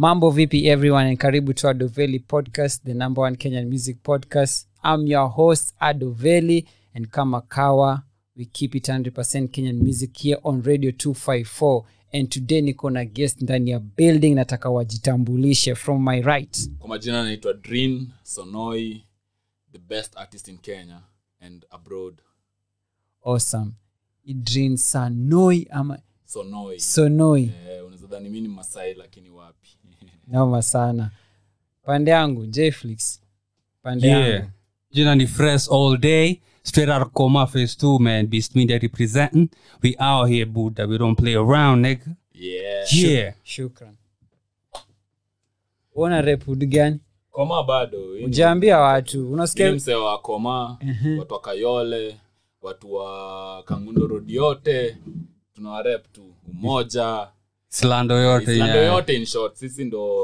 Mambo vipi everyone and karibu to Adoveli Podcast, the number one Kenyan music podcast. I'm your host Adoveli and kama kawa, we keep it 100% Kenyan music here on Radio 254 and today niko na guest ndani ya building, nataka wajitambulishe from my right. kwa majina anaitwa drin sonoi the best artist in kenya and abroad Awesome. Idrin Sanoi ama sonoi Sonoi. eh, unaweza dhani mi ni masai lakini wapi Noma sana. Pande yangu Jflix. Pande Yeah. yangu. Jina ni Fresh All Day. Straight out of coma phase two, man. Beast Media representing. We out here, Buddha. We don't play around, nigga. yeah. Yeah. Shukran. Una rep hood gani? koma bado hii ni- ujaambia watu ni unasikia msee wa koma Mhm. watu wa kayole watu wa kangundo road yote tunawarep tu umoja Slando yote. islando Yeah. yote in short sisi ndo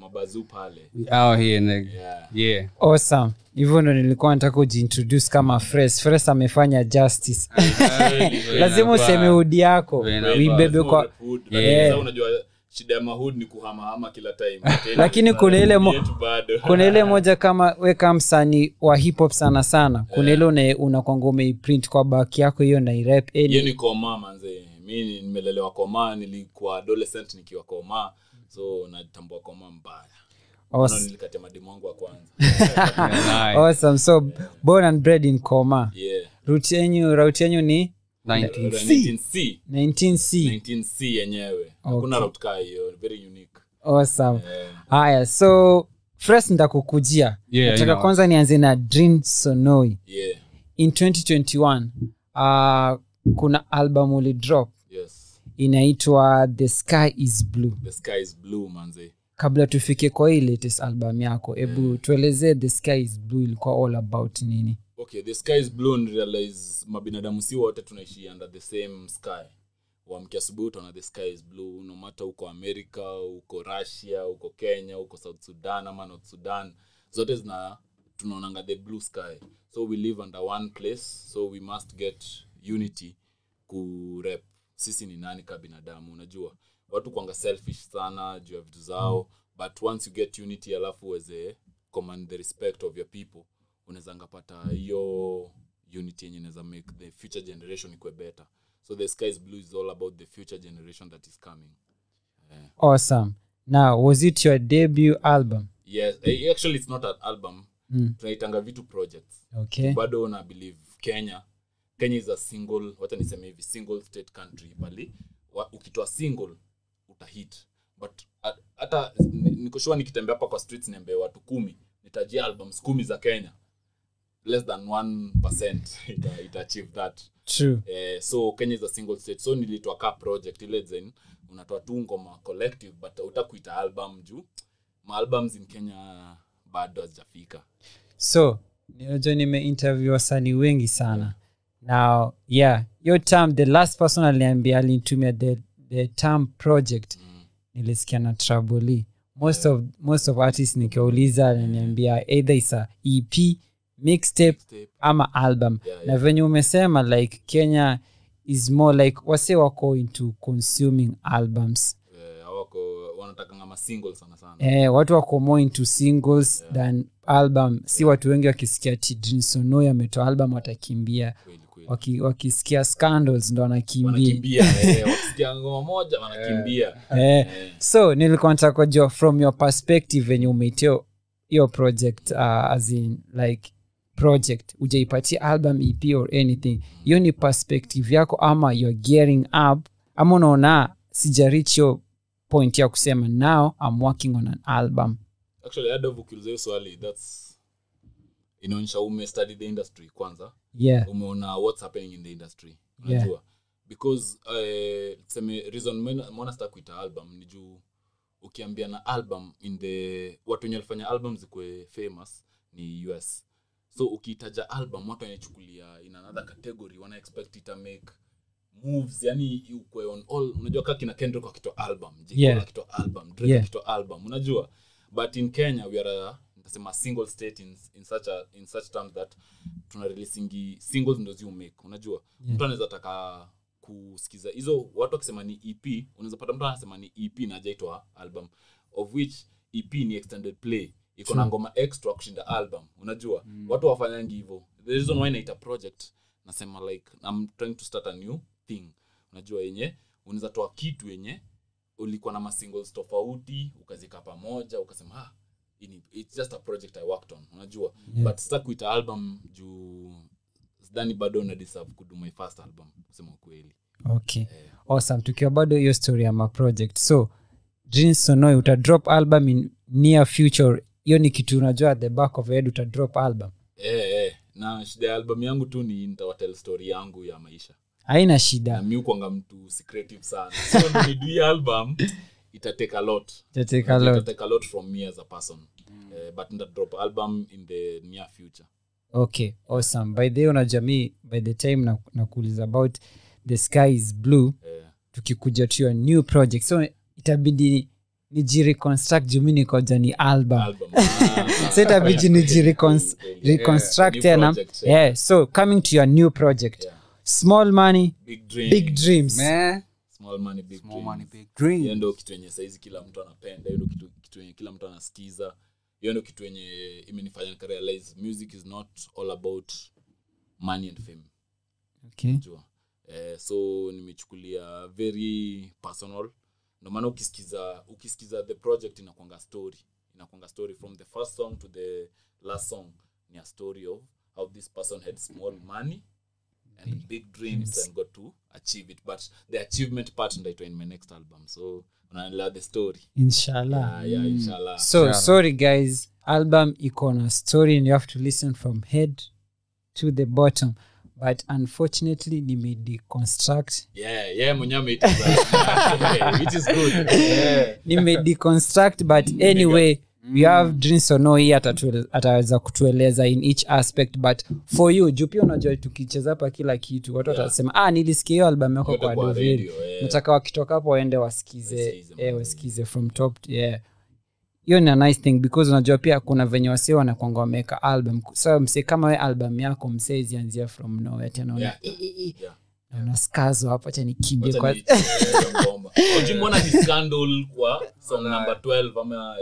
mabazuu pale We out here, nigga. yeah. Yeah. awesome hivyo ndo nilikuwa nataka kujiintroduce kama fres fres amefanya justice lazima useme udi yako Vina- uibebe kwa Hood, Yeah. lakini sasa unajua shida ya mahood ni kuhamahama kila time Lakini kuna ile mo- Yetu bado. kuna ile moja kama weka msanii wa hip hop sana sana kuna ile una- unakwanga umeiprint kwa baki yako hiyo Yaani, nairep hiyo ni koma manze mi ni- nimelelewa koma nilikuwa adolescent nikiwa koma so natambua koma mbaya Maana nilikatia mademu wangu wa kwanza Oh, Yeah, nice. awesome so born and bred in coma yeah. route yenyu route yenyu ni 19. 19C 19c 19C yenyewe hakuna Okay. route kaa hiyo very unique awesome Eh, haya so fres ndakukujia Yeah, nataka you know. kwanza nianze na drin sonoi yeah in 2021 uh, kuna album ulidrop yes inaitwa the sky is blue the sky is blue manze kabla tufike kwa hii latest album yako hebu tuelezee the sky is blue ilikuwa all about nini okay the sky is blue and realize mabinadamu si wote tunaishi under the same sky uamke asubuhi utaona the sky is blue no matter uko america uko russia uko kenya uko south sudan ama north sudan zote zina tunaonanga the blue sky so we live under one place so we must get unity kurep sisi ni nani ka binadamu unajua watu kwanga selfish sana juu ya vitu zao but once you get unity alafu uweze command the respect of your people unawezanga pata hiyo unity yenye inaweza make the future generation ikwe better so the sky is blue is all about the future generation that is coming awesome now was it your debut album yes eh, actually it's not an album mm. Eh. tunaitanga vitu projects okay bado na believe kenya kenya is a single wacha niseme hivi single state country bali wa- ukitoa single utahit but a- hata ni- nikoshua nikitembea hapa kwa streets niambee watu kumi nitajia albums kumi za kenya less than 1% ita, ita achieve that true eh, so kenya is a single state so nilitoa ka project ile zen unatoa tu ngoma collective but utakuita album juu maalbums in kenya bado hazijafika so najua nimeinterview wasanii wengi sana now yeah yo term the last person aliniambia alinitumia the, the term project nilisikia na traboli most of, most of artists nikiwauliza ananiambia either is a ep mixtape Mixtape. ama album Yeah, yeah. na venye umesema like kenya is more like wase wako into consuming albums eh, hawako wanatakanga masingle sana sana eh, watu wako more into singles yeah. than album si watu wengi wakisikia tidrinsonoy ametoa album watakimbia kweli kweli Waki, wakisikia scandals ndo wanakimbia wanakimbia eh, wakisikia ngoma moja wanakimbia eh, so nilikuwa nataka kujua from your perspective yenye umeitio hiyo project uh, as in like project ujaipatia album ep or anything hiyo ni perspective yako ama you're gearing up ama unaona sijarich hiyo point ya kusema now i'm working on an album actually adov ukiuliza hiyo swali thats inaonyesha umestudy the industry kwanza yeah umeona what's happening in the industry Yeah. unajua because eh, seme reason mbona- mbona sita kuita album ni juu ukiambia na album in the watu wenye walifanya album zikuwe famous ni us so ukiitaja album watu wanachukulia in another category wana expect ita make moves yani ukwe on all unajua kaa kina kendrick akitoa album J. Cole Yeah. akitoa album drake Yeah. akitoa album unajua but in kenya we are a, nitasema a single state in, in such a, in such terms that tuna releasingi singles ndo zi umake unajua Yeah. mtu anaweza taka E kusikiza hizo watu wakisema ni ep unaweza pata mtu anasema ni ep na ajaitwa album of which ep ni extended play iko na ngoma extra kushinda album unajua mm. watu wafanyangi hivo the reason why naita project nasema like i'm trying to start a new thing unajua yenye unaweza toa kitu yenye ulikuwa na masingles tofauti ukazika pamoja ukasema ah, hii ni- it's just a project i worked on unajua yeah. but sasa kuita album juu sidhani bado na deserve kudu my first album kusema ukweli okay awesome tukiwa bado hiyo story ya maproject so Jeans sonoi uta drop album in near future hiyo ni kitu unajua at the back of your head uta drop album eh, eh. na shida ya album yangu tu ni nitawatel story yangu ya maisha haina na shida mi ukwanga mtu secretive sana so nidui album itateka lot tateka lot itateka lot from me as a person Mm. eh, but nita drop album in the near future okay awesome by the way unajua mi by the time na- nakuuliza about the sky is blue eh, tukikuja to your new project so itabidi nijireconstruct jumi nikoja ni album album Ah, so itabidi nijirecons- Kweli, kweli. reconstruct Yeah, new tena project, eh, yeah. yeah so coming to your new project Yeah. small money big dream big dreams Man, small money big small dream money, big hiyo dream. ndo kitu yenye saizi kila mtu anapenda hiyo ndo kitu, kitu yenye kila mtu anasikiza hiyo ndo kitu yenye imenifanya nika realize music is not all about money and fame okay. jua eh, so nimechukulia very personal ndo maana ukisikiza ukisikiza the project inakwanga story inakwanga story from the first song to the last song ni a story of how this person had small money and big, dreams and got to achieve it but the achievement part ndaitwa in my next album so unaendelea the story Ah, inshallah yeah, yeah, inshallah so sorry guys album iko na story and you have to listen from head to the bottom but unfortunately nimedeconstruct yeah, yeah, mwenyewe ameitiza. Yeah, which is good yeah. Eh, nimedeconstruct but anyway we have dreams or no hii atatuel- ataweza kutueleza in each aspect but for you juu pia unajua tukicheza hapa kila kitu watu watasema ah nilisikia hiyo album yako Yote kwa kwa doveri radio, eh. nataka wakitoka hapo waende wasikize Wasikize, eh, wasikize from top to- yeah hiyo ni a nice thing because unajua pia kuna venye wasee wanakwanga wameweka album so msee kama we album yako msee izianzia from nowhere tena Eh, una- Yeah, i- i- i- yeah. na una skazo hapo acha nikimbie kwa eh, ujimwona kiscandal kwa song number 12 ama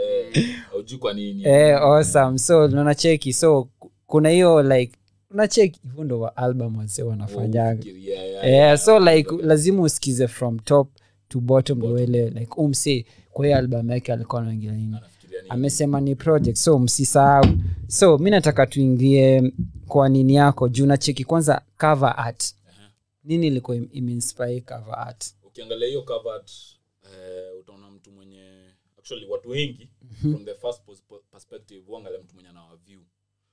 uji kwa nini eh, awesome so nacheki so ku- kuna hiyo like unacheki hivyo ndo wa album wase wanafanyaga Ufikiria, yeah, yeah, Eh, so like lazima usikize from top to bottom ndo uelewe like umse kwa hiyo album yake alikuwa anaingia nini Unafikiria nini? amesema ni project so msisahau so mi nataka tuingie kwa nini yako juu nacheki kwanza cover art nini ilikuwa im- imeinspire cover art ukiangalia hiyo covered eh, utaona mtu mwenye actually watu wengi from the first pos- po- perspective huangalia mtu mwenye anawa view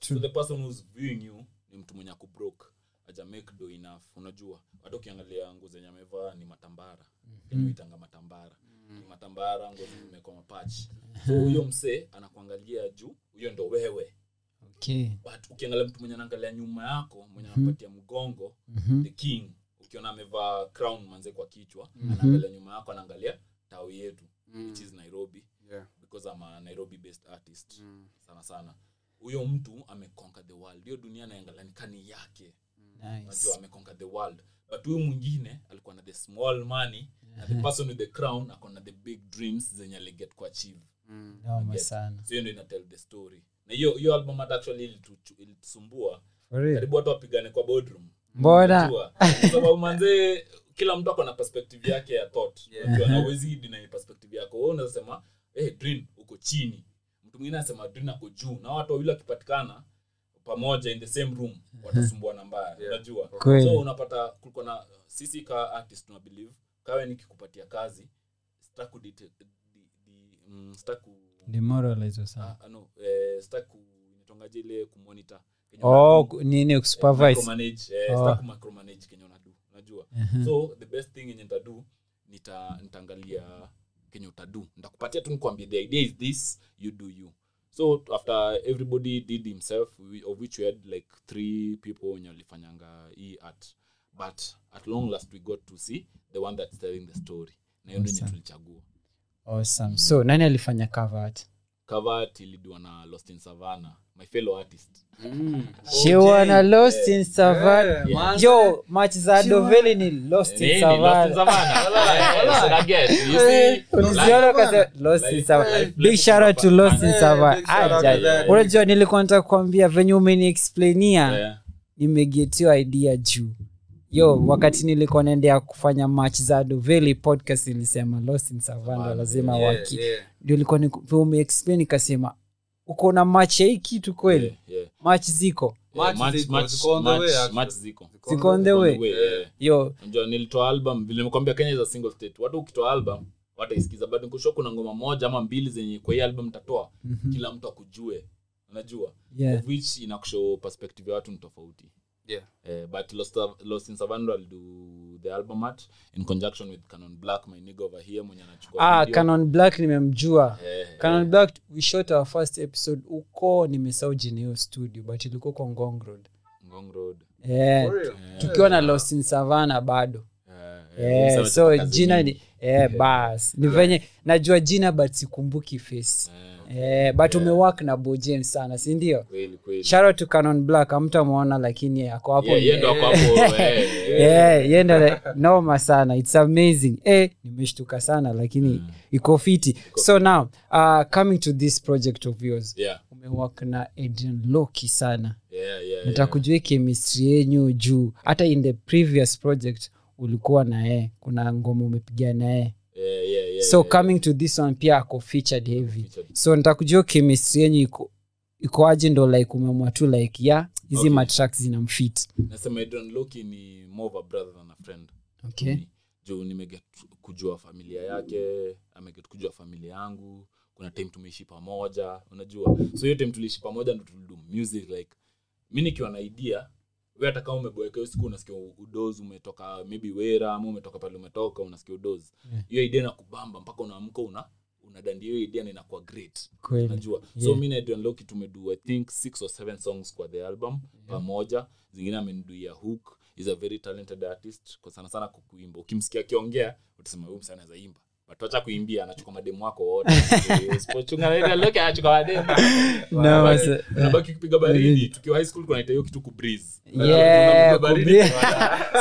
so the person who's viewing you ni mtu mwenye akubroke aja make do enough unajua hata ukiangalia nguo zenye amevaa ni matambara inaitanga matambara ni matambara nguo zimekwa mapachi so huyo msee anakuangalia juu huyo ndo wewe okay. but ukiangalia mtu mwenye anaangalia nyuma yako mwenye anapatia mgongo Mhm. Mm. the king ukiona amevaa crown manze kwa kichwa anaangalia nyuma yako anaangalia tawi yetu which is nairobi Yeah. because I'm a nairobi based artist sana sana huyo mtu ameconquer the world hiyo dunia anaangalia ni kani yake nice. najua ameconquer the world but huyu mwingine alikuwa na the small money na the person with the crown ako na the big dreams zenye aliget kuachieve noma sana so hiyo ndo inatell the story na hiyo hiyo album hata actually ilitu- ilitusumbua For real? karibu watu wapigane kwa boardroom Eh. mbona Unajua? Kwa sababu manzee kila mtu ako na perspective yake ya thought Unajua, na huwezi deny perspective yako wewe unaweza sema hey, Drin uko chini mtu mwingine anasema Drin ako juu na watu wawili wakipatikana pamoja in the same room watasumbuana mbaya unajua Kweli. so unapata kulikuwa na sisi ka artist tuna believe kawe nikikupatia kazi sitaku dete- di- di- mm, sitaku demoralize sana ah, no, eh, sitaku nitongaje ile kumonitor Kenye oh ku- nini kusupervise micromanage, eh, Oh. Hmm. sitaki kumicromanage kenye unadu unajua Uh-huh. so the best thing yenye ntadu nita- nitaangalia kenye utadu ntakupatia tu nikuambia the idea is this you do you so after everybody did himself we- of which we had like three people wenye walifanyanga hii art but at long last we got to see the one that's telling the story na hiyo ndio yenye tulichagua awesome so nani alifanya cover art cover ilidiwa na lost in savannah my fellow artist she wana lost in savannah Yeah, man. yo match za doveli ni lost in Nini? Lost in savannah Eh, Savannah. Wallahi, so I get, you see, like, Usiona kase- Lost in Like, Savannah. like, Big like, shout out to Lost in Eh, Savannah. big shout out to Ajay. that. unajua nilikuwa nataka kuambia venye umeniexplainia yeah. nimegetiwa idea juu yo wakati nilikuwa naendea kufanya match za doveli podcast nilisema lost in savannah lazima waki ndio ilikuwa ni- vile umeexplain ikasema uko na match ya hii kitu kweli Yeah, yeah. match ziko Yeah, Match match- ziko, match- ziko on the way, match- actually. match ziko. ziko on the way Way, yeah. yo Unajua, nilitoa album vile nimekwambia kenya is a single state watu ukitoa album wataisikiza but nikushua kuna ngoma moja ama mbili zenye kwa hii album tatoa kila mtu akujue unajua Mhm. yeah. of which inakushow perspective ya watu ni tofauti Yeah. Eh, but lost, lost in Savannah will do the album art in conjunction with canon black my nigga over here mwenye anachukua ah, video. canon black nimemjua Eh, canon black we shot our first episode uko nimesau jineo studio but ilikuwa kwa ngong road ngong road yeah. tukiwa na lost in savana bado Eh, eh, yeah, umesema so tumetoka jina Zini. ni yeah, bas ni venye najua jina but sikumbuki face Eh, yeah, but umewak na bo james sana sindio kweli kweli sharo to canon black amtamwona lakini ako hapo Yeah, yeye ndo ako hapo, eh, eh. Yeah, yeye ndo like, noma sana its amazing eh, nimeshtuka sana lakini Mm. iko fiti so now uh, coming to this project of yours Yeah, umewak na adrian loki sana yeah, yeah, yeah. nitakujua chemistry yenyu juu hata in the previous project ulikuwa naye kuna ngoma umepiga naye Yeah, yeah, yeah, so yeah. coming to this one pia ako featured heavy Featured. so nitakujua chemistry yenyu iko ikoaje ndo like umeamua tu like ya yeah, hizi Okay. okay. matracks zinamfit nasema adrian loki ni more of a brother than a friend okay Ni- juu nimeget kujua familia yake ameget kujua familia yangu kuna time tumeishi pamoja unajua so hiyo time tuliishi pamoja ndo tulidu music like mi nikiwa na idea we hata kama umeboeka hiyo siku unasikia udozi umetoka maybe wera ama umetoka pale umetoka unasikia udozi hiyo Yeah. idea inakubamba mpaka unaamka una unadandia hiyo idea na inakuwa great kweli najua so Yeah. mi na Adrian Loki tumedu i think six or seven songs kwa the album pamoja zingine ameniduia hook is a very talented artist kwa sana sana kwa kuimba ukimsikia akiongea utasema huyu msanii anaweza imba but wacha kuimbia anachukua mademu wako wote usipochunga na Adrian Loki anachukua mademu No, Unabaki- sir. unabaki kupiga baridi tukiwa high school kunaita hiyo kitu kubreeze Yeah, Unapiga baridi, kubri-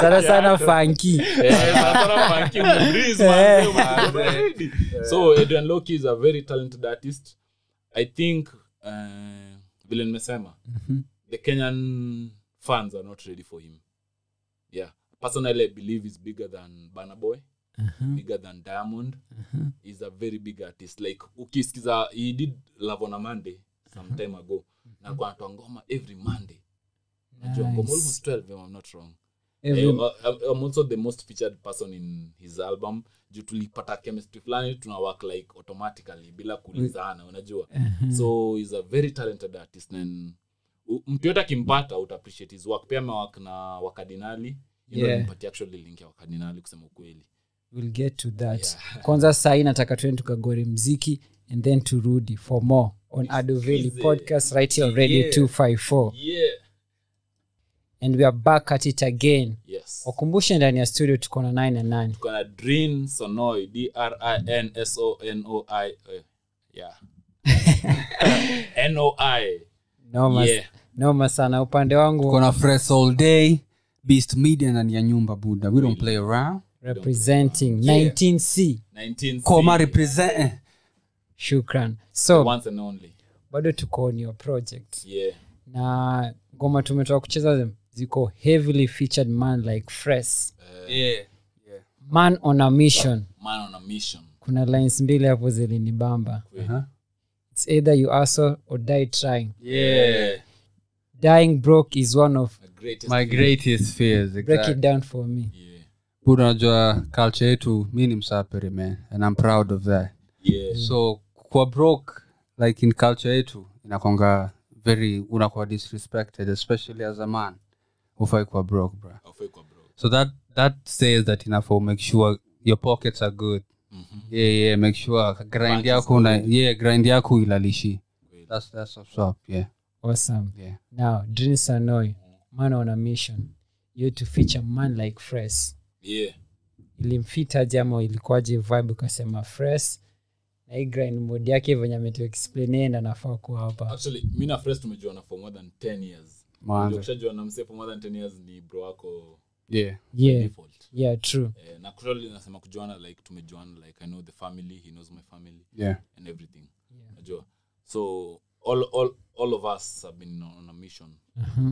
sana sana fanki Eh, sasa na funky, umebreeze, man, Eh. umepiga baridi. so adrian loki is a very talented artist i think uh, vile nimesema Mhm. the kenyan fans are not ready for him yeah personally i believe is bigger than banaboy Uh-huh. bigger than diamond is a very big artist like ukisikiza he did love on a monday some Uh-huh. time ago na alikuwa anatoa ngoma every monday najua ngoma Nice. almost 12 if i'm not wrong Every- Eh, I'm- I'm also the most featured person in his album juu tulipata chemistry fulani tuna work like automatically bila kuulizana unajua Mm. Uh-huh. so he's a very talented artist and u- mtu yote akimpata uta appreciate his work pia amewak na wakardinali Yeah. nimpatia actually link ya wakardinali kusema ukweli we'll get to that kwanza sahii nataka tuende tukagore mziki and then turudi for more on adoveli Tusikize. podcast right here on radio Yeah. 254 yeah. and we are back at it again yes wakumbushe ndani ya studio tuko na 9 and 9 tuko na drin sonoi drinsonoi eh, yeah. noi noma, Yeah. noma sana upande wangu Gonna fresh all day. Beast media ndani ya nyumba buda. We don't play around. representing Yeah. 19c 19 Koma represent. eh. shukran so once and only bado tuko on your project yeah na ngoma tumetoka kucheza ziko heavily featured man like fresh man on a mission man on a mission kuna lines mbili hapo zilinibamba Uh-huh. its either you hustle or die trying yeah dying broke is one of the greatest My greatest fears. break Exactly. it down for me yeah Buda unajua culture yetu mi ni msapiri man and I'm proud of that. yeah so kwa broke like in culture yetu inakonga very unakuwa disrespected especially as a man ufai kuwa broke bro afekwa bro so that that says that inafo make sure your pockets are good yeah yeah make sure grind yako una yeah grind yako ilalishi that's that's what's up yeah awesome yeah now dreams anoy man on a mission you to feature man like fresh yeah ilimfita jama ilikuwaje vibe ukasema fresh na hii grind mode yake venye ametuexplainia na nafaa kuwa hapa actually mi na Fresh tumejuana for more than 10 years Ndio mwanzo ukishajua na msee for more than 10 years ni bro wako yeah. yeah, default yeah true eh, na kushali nasema kujuana like tumejuana like i know the family he knows my family yeah. and everything najua so all, all, all of us have been on a mission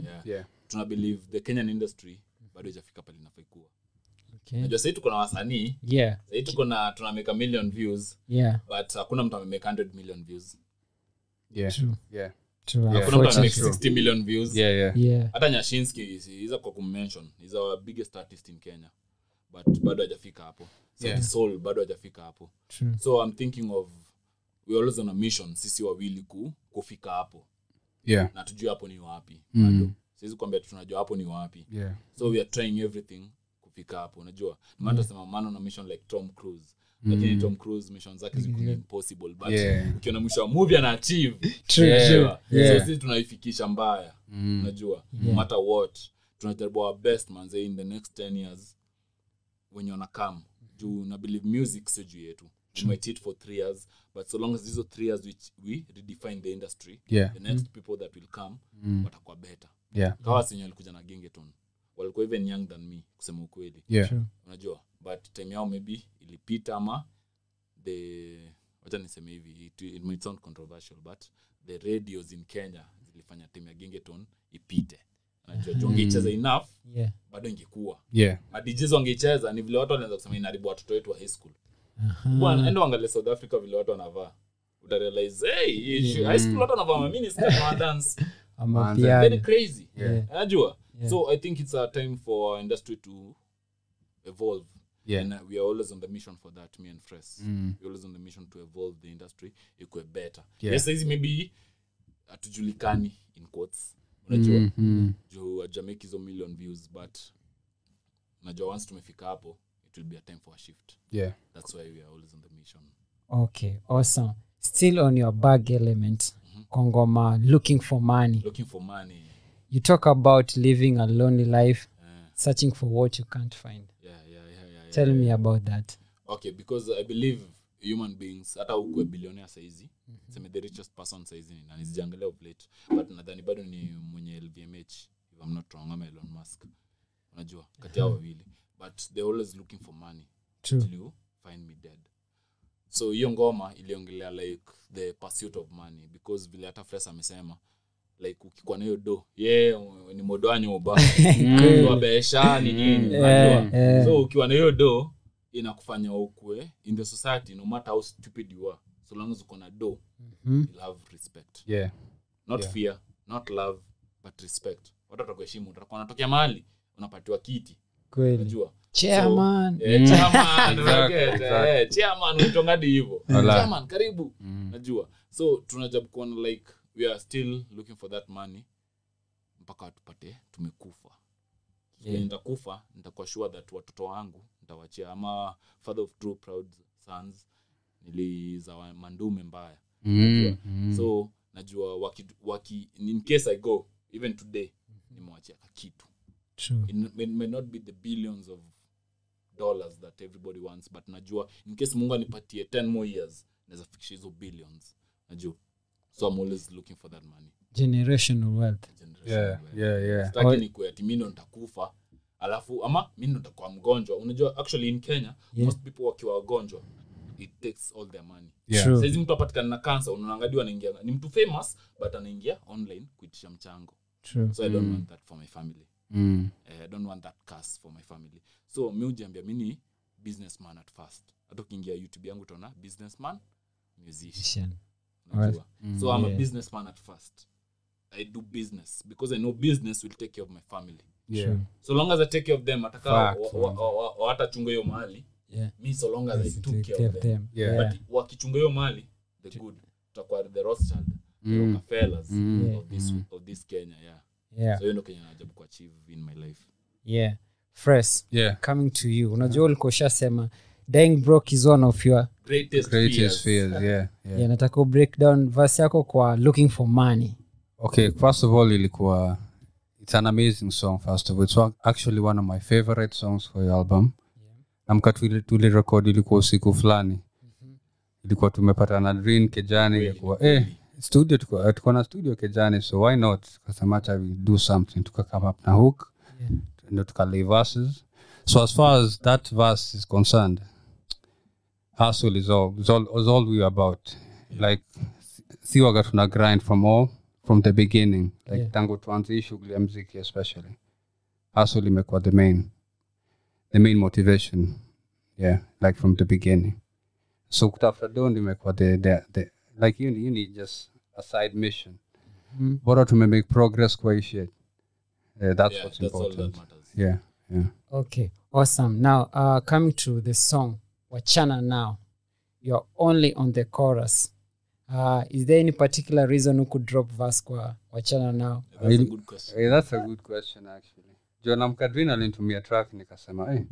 yeah. yeah. tuna believe the kenyan industry bado ijafika pale nafaikua okay. najua sahii tuko na wasanii yeah sahii tuko na tunameka million views yeah but hakuna mtu amemeka 100 million views yeah. true yeah. true Yeah. hakuna mtu amemeka unfortunately. true. 60 million views yeah. yeah. yeah hata nyashinski iza kwa kummention is our biggest artist in kenya but bado hajafika hapo so Yeah. soul bado hajafika hapo true so i'm thinking of we always on a mission sisi wawili ku, kufika hapo yeah. na tujue hapo ni wapi Mm. bado siwezi kuambia tunajua hapo ni wapi yeah. so we are trying everything kufika hapo unajua Mm. matasema yeah. man on a mission like tom cruise lakini tom cruise mission zake ziko impossible but Yeah. ukiona mwisho wa movie ana achieve True, yeah. true. so sisi tunaifikisha mbaya Mm. unajua no matter what tunajaribu our best manze in the next 10 years wenye wanakam juu na believe music sio juu yetu we might hit for three years but so long as hizo three years which we redefine the industry Yeah. the next people that will come Mm. watakuwa better yeah. kawa senye walikuja na gengeton walikuwa even young than me kusema ukweli yeah. True. unajua but time yao maybe ilipita ama the wacha niseme hivi it, it might sound controversial but the radios in kenya zilifanya time ya gengeton ipite unajua juu wangeicheza enough yeah bado ingekuwa yeah. madijs wangeicheza ni vile watu wanaanza kusema inaribu watoto wetu wa high school Aha. Bwana, enda uangalie south africa vile watu wanavaa utarealize hey, hii shi- high school watu wanavaa maministerdance ama Manze. very piano crazy Yeah. najua Yeah. so i think it's a time for our industry to evolve Yeah. and uh, we are always on the mission for that me and Fres. Mm. We're always on the mission to evolve the industry ikue better Yeah. yes saizi maybe hatujulikani in quotes unajua Mm, mm. juu ajamake hizo million views but najua once tumefika hapo it will be a time for a shift yeah. that's why we are always on the mission okay awesome still on your bag element kongoma looking for money looking for money you talk about living a lonely life eh, searching for what you can't find yeah, yeah, yeah, yeah, yeah. tell me about that okay because i believe human beings hata ukue billionaire saizi Mhm. seme the richest person saizi ni nani sijaangalia of late but nadhani bado ni mwenye lvmh if i'm not wrong ama elon musk unajua kati yao wawili but they're always looking for money true till you find me dead so hiyo ngoma iliongelea like the pursuit of money because vile hata fres amesema like ukikuwa nayo do ye ni modoanyo uba wabeesha ni nini Yeah, unajua? Eh. yeah. so ukiwa na hiyo do inakufanya ukue in the society no matter how stupid you are so long as uko na do Mhm. you'll have respect yeah. not Yeah. fear not love but respect watu watakuheshimu utakuwa unatokea mahali unapatiwa kiti kweli unajua chairman Eh, chairman, Mm. Exactly, unaketa, exactly. eh, chairman, uitonga hadi hivyo. Wala. Chairman, karibu Mm. najua so tunajaribu kuona like we are still looking for that money mpaka tupate tumekufa yeah. nitakufa nitakuwa sure that watoto wangu nitawachia ama father of two proud sons nilizawa mandume mbaya Mm. Mm. so najua waki, waki, in case i go even today Mm-hmm. nimewachia kakitu true it may, may not be the billions of dollars that everybody wants but najua in case mungu anipatie 10 more years naweza fikisha hizo billions najua so i'm always looking for that money generational wealth Generation yeah. wealth. yeah. yeah. Sitaki Or- nikuwe ati mi ndo nitakufa alafu ama mi ndo nitakuwa mgonjwa unajua actually in kenya Yeah. most people wakiwa wagonjwa it takes all their money Yeah. True. saizi mtu apatikana na kansa unaangaliwa anaingia ni mtu famous but anaingia online kuitisha mchango true so i don't want that for my family Mm. eh, i don't want that curse for my family so mi ujiambia mi ni businessman at first hata ukiingia youtube yangu utaona businessman musician Vision. unajua so i'm a Yeah. businessman at first i do business because i know business will take care of my family Yeah. so long as i take care of them Fact. atakawatachunga hiyo mali Yeah. mi so long as i Yes, took take care care of of them them. Yeah. Yeah. but wakichunga hiyo mali the good tutakuwa the rothschild the Mm. rockefellers Mm. Yeah. of this of this kenya yeah Yeah. so hiyo ndo kenya najaribu kuachieve in my life Yeah. Fresh, Yeah. coming to you unajua ulikuwa ushasema dying broke is one of your greatest, Greatest fears. fears. Yeah. Yeah. yeah, nataka u break down verse yako kwa looking for money Okay, first of all, ilikuwa it's an amazing song. First of all, it's one- actually one of my favorite Mm-hmm. songs for your album. Yeah. Na mkatuli tulirekodi ilikuwa usiku fulani. ilikuwa tumepata na Drin kejani ilikuwa eh, studio tuko tuko na studio kejani so why not tukasema acha we do something tuka come up na hook Yeah. ndo tukalay verses so as far as that verse is concerned hustle is all is all, is all we were about like si- si waga tuna grind from all from the beginning like Yeah. tangu tuanze hii shughuli ya mziki especially hustle imekuwa the main the main motivation yeah like from the beginning so kutafuta don imekuwa the, the, the like you, you need just a side mission Mm-hmm. Mhm. bora tume make progress kwa hii shit Eh, that's Yeah, what's that's all that important matters. yeah yeah Okay, awesome. Now, uh, coming to the song Wachana Now, you're only on the chorus. Uh, is there any particular reason who could drop verse kwa Wachana Now? That's a Really? good question. Eh, that's a good question actually jonamkadrin alinitumia track nikasema eh,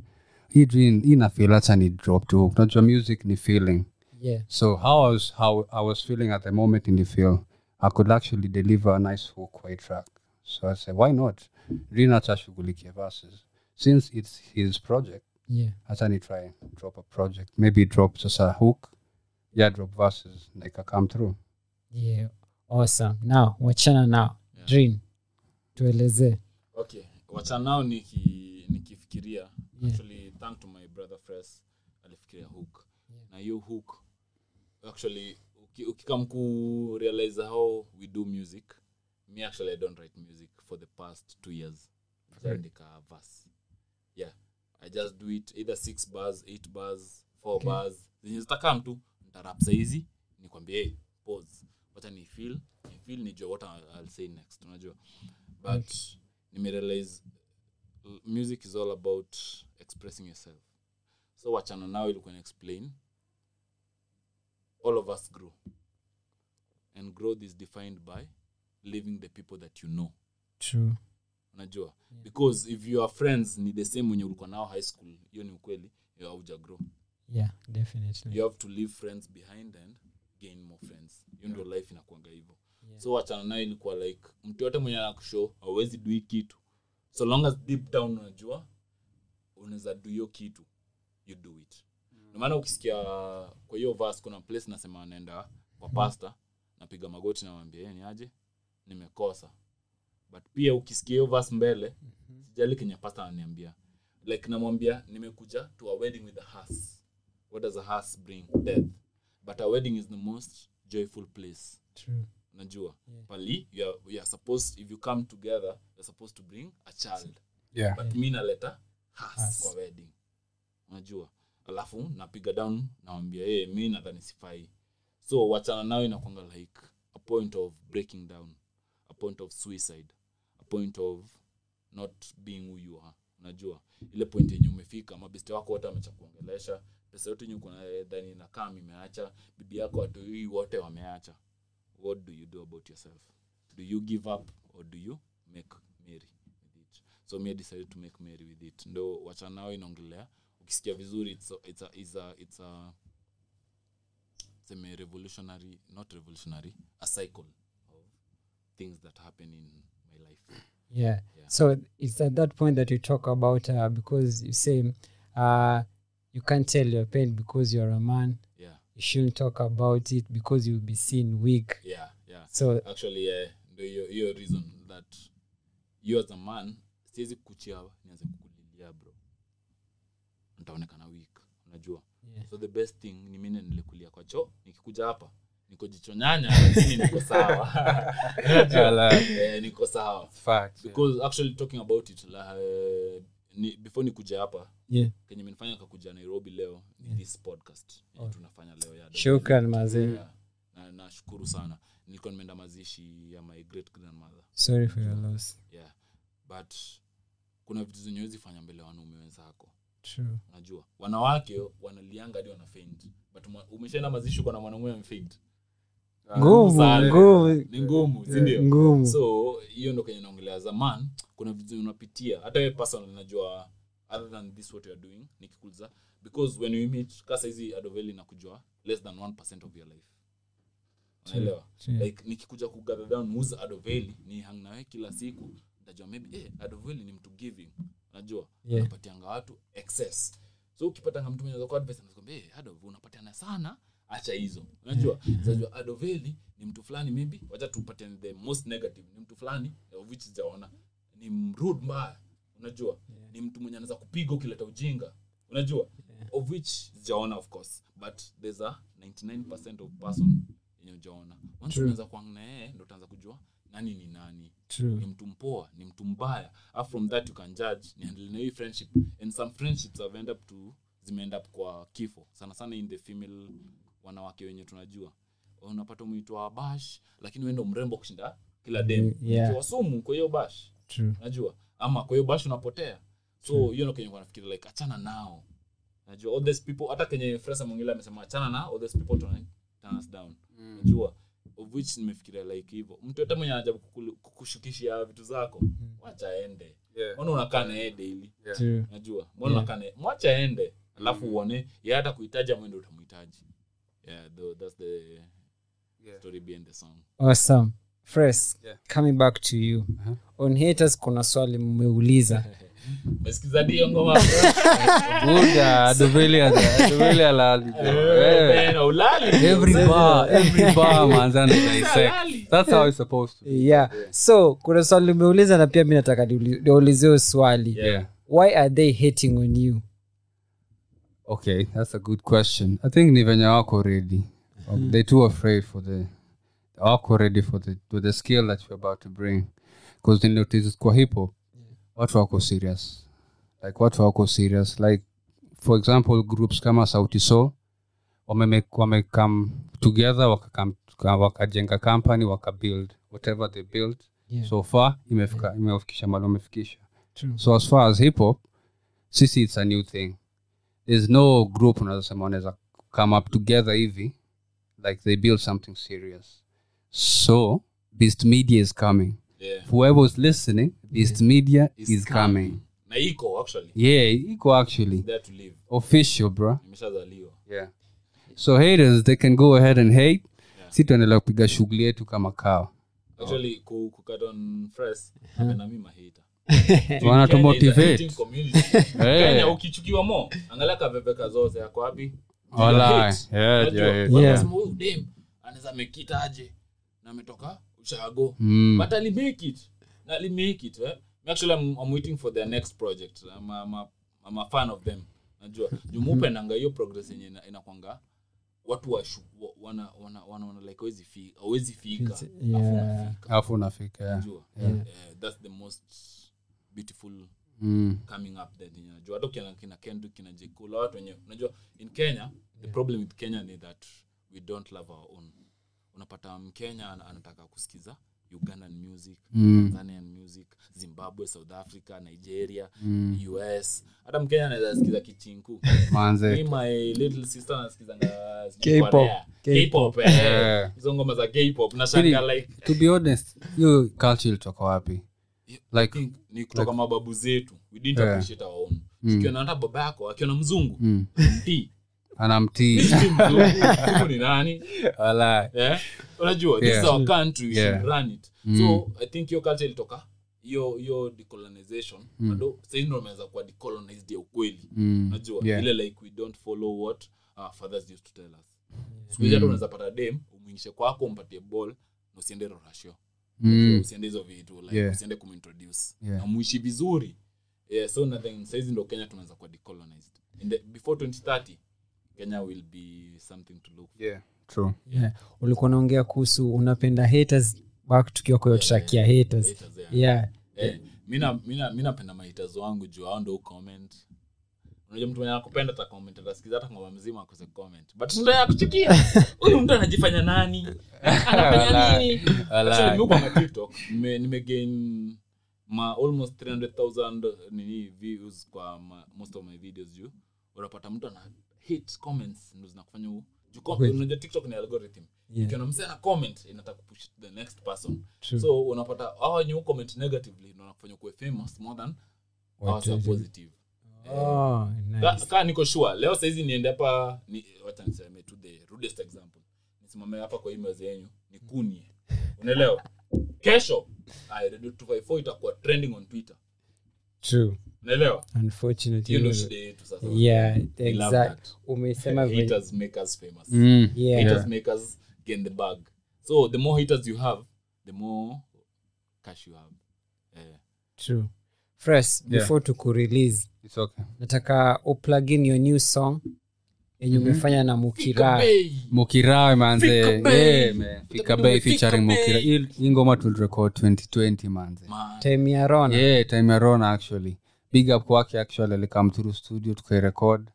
hii dream hii nafeel hacha ni drop tu unajua music ni feeling Yeah, so how I, was, how I was feeling at the moment in the field i could actually deliver a nice hook kwa hii track so i said why not dream hacha shughulikie verses since it's his project yeah, hacha ni try and drop a project maybe drop just a hook yeah drop verses like a come through yeah. Awesome. Now, Wachana Now, Yeah. Dream, tueleze. okay wachanao niki, nikifikiria Yeah. actually thank to my brother fres alifikiria hook Yeah. na hiyo hook actually uki- ukikam ku realize how we do music me actually i don't write music for the past two years jaandika verse yeah i just do it either six bars eight bars four Okay. okay. bars zenye zitakam tu ntarap saizi nikwambie hey, pause wacha ni feel ni feel nijue what I'll, i'll say next unajua but nimerealize uh, music is all about expressing yourself so wachana nao ilikuwa explain all of us grow and growth is defined by living the people that you know True. unajua yeah. because if your friends ni the same wenye ulikuwa nao high school hiyo ni ukweli hiyo hauja grow Yeah, definitely. you have to leave friends behind and gain more friends hiyo ndio life inakuanga hivyo Yeah. so wachana nayo ilikuwa like mtu yote mwenye anakushow hauwezi do hii kitu so long as deep down unajua unaweza do hiyo kitu you do it Ndio maana ukisikia kwa hiyo verse kuna place nasema naenda kwa pasta napiga magoti nawambia ni aje nimekosa but pia ukisikia hiyo verse mbele sijali kenye pasta ananiambia like namwambia nimekuja to a wedding with a hearse what does a hearse bring death but a wedding is the most joyful place True. unajua Yeah. yeah. pali you are, you are supposed if you come together you're supposed to bring a child yeah but mi naleta has Has. kwa wedding unajua alafu napiga down nawambia hey, mi nadhani sifai so wachana nayo inakwanga like a point of breaking down a point of suicide a point of not being who you are unajua ile point yenye umefika mabeste wako wote wamecha kuongelesha pesa yote yenye uko nayo dhani inakaa imeacha bibi yako watoi wote wameacha what do you do about yourself do you give up or do you make merry with it so mi I decided to make merry with it ndo wachana nao inaongelea ukisikia vizuri it's a, it's a, it's a, it's a, seme revolutionary not revolutionary a cycle of things that happen in my life Yeah. Yeah. So it's at that point that you talk about uh, because you say uh, you can't tell your pain because you're a man. yeah You shouldn't talk about it because you'll be seen weak. yeah yeah So actually eh, ndo hiyo hiyo reason that you as a man siwezi kuchia nianze kukulilia bro nitaonekana weak unajua Yeah. so the best thing ni mine nilikulia kwa choo nikikuja hapa niko jichonyanya lakini niko sawa Yeah, Unajua? like, eh, niko sawa facts, yeah. because actually talking about it la, eh, ni, before nikuja hapa yeah. kenye menifanya kakuja nairobi leo ni this podcast yenye tunafanya leo ya Shukran mazee. Yeah. na nashukuru sana nilikuwa nimeenda mazishi ya my great grandmother Sorry for your loss. yeah but kuna vitu zenye wezi fanya mbele ya wanaume wenzako True. unajua wanawake wanalianga hadi wana faint but mwa- umeshaenda mazishi uko na mwanamume amefaint Ngumu, sana. ngumu, Uh, ni ngumu sindio ngumu. so hiyo ndo kenye naongelea zaman kuna vitu unapitia hata we personal najua other than this what youare doing nikikuliza because when we meet ka saizi adoveli nakujua less than 1 of your life unaelewa True. like nikikuja kugather down who's adoveli ni hang nawe kila siku najua maybe eh, adoveli ni mtu giving najua Yeah. unapatianga watu excess so ukipatanga mtu mwenye anaeza kuadvise, anaeza kuambia, "Eh, Adolf, unapatiana sana acha hizo unajua unajua adoveli ni mtu fulani maybe wacha tupate the most negative ni mtu fulani of which sijaona ni mrude mbaya unajua ni mtu mwenye anaweza kupiga ukileta ujinga unajua of which sijaona of course but there's a 99% of person yenye ujaona once unaweza kuang na yeye ndo utaanza kujua nani ni nani True. ni mtu mpoa ni mtu mbaya Alafu from that you can judge niandele na hii friendship and some friendships have end up to zimeend up kwa kifo sana sana in the female wanawake wenye tunajua unapata umeitwa bash lakini wendo mrembo kushinda kila dem yeah. Umeitwa sumu kwa hiyo bash True. najua ama kwa hiyo bash unapotea so Hmm. hiyo ndo kenye wanafikiri like achana nao najua all these people hata kenye fresa mwingine amesema achana na all these people turn, turn us down Hmm. najua of which nimefikiria like hivyo mtu hata mwenye anajabu kukulu- kukushukishia vitu zako wacha ende Hmm. Yeah. mbona unakaa naye daily True. najua mbona unakaa naye mwacha ende alafu Hmm. uone ye hata kuhitaji amwende utamhitaji yeah, tho- that's the Yeah. story behind the song Awesome. Fres, Yeah. coming back to you. Uh-huh. On haters kuna swali mmeuliza. mesikizadi hiyo ngoma Buda, Adoveli ala- Adoveli ala- wewe. Eh, ulali Every bar, every bar manzana Halali. dissect. That's how it's supposed to be. Yeah. So, kuna swali mmeuliza na pia mimi nataka niuli- niulizeo swali. Yeah. Yeah. Why are they hating on you? Okay, that's a good question. I think ni venye wako ready. Um, They too afraid for the wako ready for the to the skill that you're about to bring. Because they notice kwa hip hop, watu wako serious. Like watu wako serious. Like for example, groups kama Sauti Sol wame wame come together wakakam- wakajenga company wakabuild whatever they built Yeah. so far imefika imewafikisha mahali wamefikisha True. so as far as hip hop sisi it's a new thing there's no group unazosema wanaweza come up together hivi like they build something serious so beast media is coming Yeah. whoever is listening beast media Is is, coming. na iko actually yeah iko actually there to live official bro imeshazaliwa yeah so haters they can go ahead and hate si tuendelea kupiga shughuli yetu kama kawa actually ku, kukat on fres abenami mahita Wana to motivate. Hey. ukichukiwa mo angalia kaveveka zote yako wapi Walai. Hate. Oh, Yeah, Unajua, yeah, yeah. watu Yeah. wanasema, huyu dem anaweza amekita aje na ametoka ushago Mm. but ali make it na ali make it eh? actually I'm, I'm waiting for their next project I'm, a- I'm, a, I'm a fan of them najua jumupenanga hiyo progress yenye ina- inakwanga watu washu, wa, wana, wana, wana, wana like hawezi fi- hawezi fika It's- alafu yeah. unafika. alafu unafika yeah. Unajua? Eh, that's the most beautiful mm. coming up that yenye najua hata ukiana kina kendrick kina J. Cole, watu wenye unajua in kenya the problem with kenya ni that we don't love our own unapata mkenya ana- anataka kusikiza ugandan music Mm. tanzanian music zimbabwe south africa nigeria Mm. us hata mkenya anaweza sikiza kichinku manze Me, my little sister anasikizanga sijui K-pop. Korea. K-pop. K-pop, eh. Yeah. hizo ngoma za K-pop. Nashangaa Really? like to be honest hiyo culture ilitoka wapi like think ni kutoka mababu zetu we didn't Yeah. appreciate our own tukiona hata baba yako akiona mzungu mm. mtii anamtii Si mzungu, mzungu ni nani Walai. Eh? unajua this is Yeah. our country we Yeah. Mm. should run it so i think hiyo culture ilitoka hiyo hiyo decolonization bado sahii ndo ameweza kuwa decolonized ya ukweli mm. unajua Yeah. ile like we don't follow what our fathers used to tell us siku Mm. hizi hata unaweza pata dem umwingishe kwako umpatie ball na usiende rorasho Mm. usiende hizo vitu like, Yeah. usiende kumintroduce Yeah. na muishi vizuri yeah, so nadhin saizi ndo kenya tunaweza kuwa decolonized In the, before 2030 kenya will be something to look Yeah. True. Yeah. Ulikuwa unaongea kuhusu unapenda haters back tukiwa kwa hiyo track ya haters. later there. Yeah. Eh, mina- mina- mi napenda mahitazo wangu juu ao ndo comment unajua mtu mwenye anakupenda atacomment atasikiza hata ngoma mzima akose comment but ndo ya kuchukia huyu mtu anajifanya nani anafanya nini Actually, Walai. mimi kwa na tiktok nime- nimegain ma almost 300000 nini views kwa ma, most of my videos juu unapata mtu ana hit comments ndo zinakufanya u- juu com- Kweli. unajua tiktok ni algorithm Yeah. ukiona msee ana comment inataka kupush to the next person True. so unapata hawa wenye comment negatively ndo nakufanya kuwe famous more than hawa wasio positive Oh, Ka- nice. kaa niko sure leo saizi niende hapa ni, wacha niseme tu the rudest example nisimame hapa kwa hii meza yenyu nikunie unaelewa kesho ai, Radio 254 itakuwa trending on twitter True. naelewa unfortunately hiyo ndio we- shida yetu sasa yeah We love exact that. umesema ve- haters make us famous Mm. yeah. haters make us gain the bag so the more haters you have the more cash you have eh, true first Yeah. before to kurelease It's okay. nataka uplug in your new song yenye umefanya na mukira Hey, mukirawe manze Fika Bay. Yeah, man. fika bay featuring mukira hii hii ngoma tulirecord 2020 manze man. time ya rona yeah time ya rona actually big up kwake actually alikam through studio tukairecord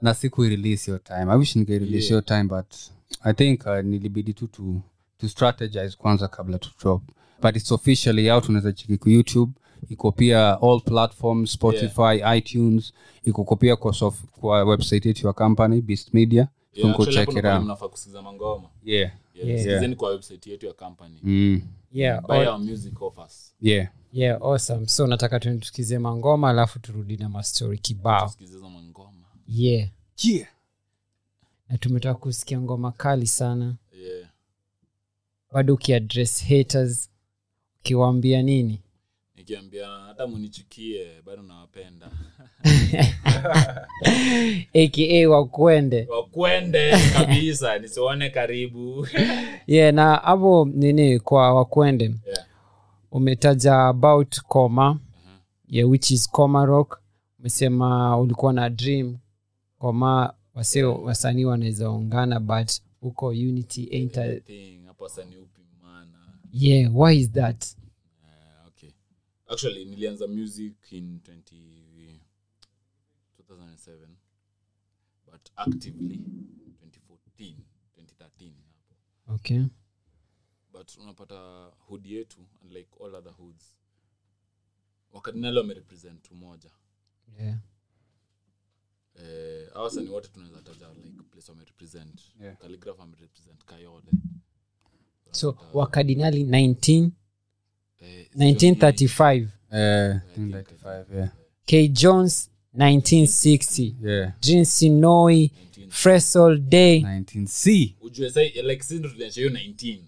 na siku irelease hiyo time i wish ningeirelease hiyo time but i think uh, nilibidi tu tu to strategize kwanza kabla to drop but it's officially out unaweza cheki ku youtube iko pia all platforms spotify itunes iko ko pia kwa, sof- kwa website yetu ya company beast media Yeah, yeah, actually hapo check it ndo out mnafaa kusikiza mangoma yeah Yeah, Yeah. sikizeni kwa website yetu ya company mm. yeah, Buy all- our music offers yeah yeah awesome so nataka tusikize mangoma alafu turudi na mastori kibao tusikiziza mangoma yeah yeah na tumetaka kusikia ngoma kali sana yeah bado ukiaddress haters ukiwaambia nini nikiambia hata munichukie bado nawapenda aka wakwende wakwende kabisa nisione karibu yeah na hapo nini kwa wakwende yeah. umetaja about coma yeah, which is coma rock umesema ulikuwa na dream coma wase wasanii wanaweza ungana but huko unity enter Thing, hapo sasa ni upi maana yeah why is that Eh, okay actually nilianza music in 20, 2007 but actively 2014 2013 hapo okay but unapata hood yetu unlike all other hoods wakardinali wamerepresent umoja yeah. eh, hawa sani wote tunaweza taja like place wamerepresent Yeah. Calligraph wamerepresent kayole so Unapata, wakardinali 19 eh, 1935 eh I think think 95 yeah k jones 1960 yeah jinsinoi 19. fresol day 19c ujue sai like si ndo tuliacha hiyo 19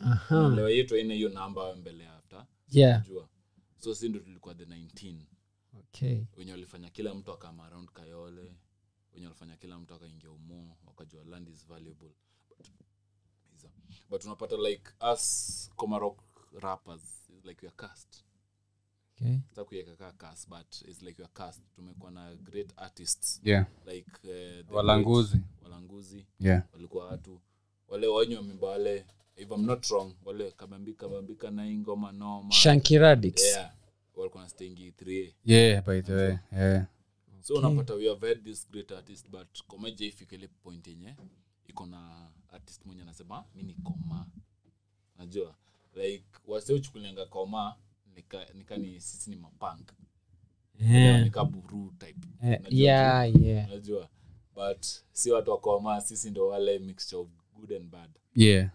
Aha. lewa yetu aina hiyo namba mbele after Uh-huh. yeah jua so si ndo tulikuwa the 19 okay wenye walifanya kila mtu akama around kayole wenye walifanya kila mtu akaingia umo wakajua land is valuable but, hizo. but unapata like us comarock rappers is like weare cast okay sa kuiweka kaa cast but its like weare cast tumekuwa na great artists yeah like uh, the great walanguzi walanguzi yeah walikuwa watu wale wanywa mimba wale if I'm not wrong wale kabambika bambika na hii ngoma noma shankiradix yeah, walikuwa na stengi 3 yeah by the way yeah so unapata we have had this great artist but koma jaifika ile point yenye iko na artist mwenye anasema mi ni koma najua like wasiochukulianga koma nika, nika ni sisi ni mapank yeah. nika buru type Eh, Unajua yeah, yeah. najua but si watu wa koma sisi ndo wale mixture of good and bad yeah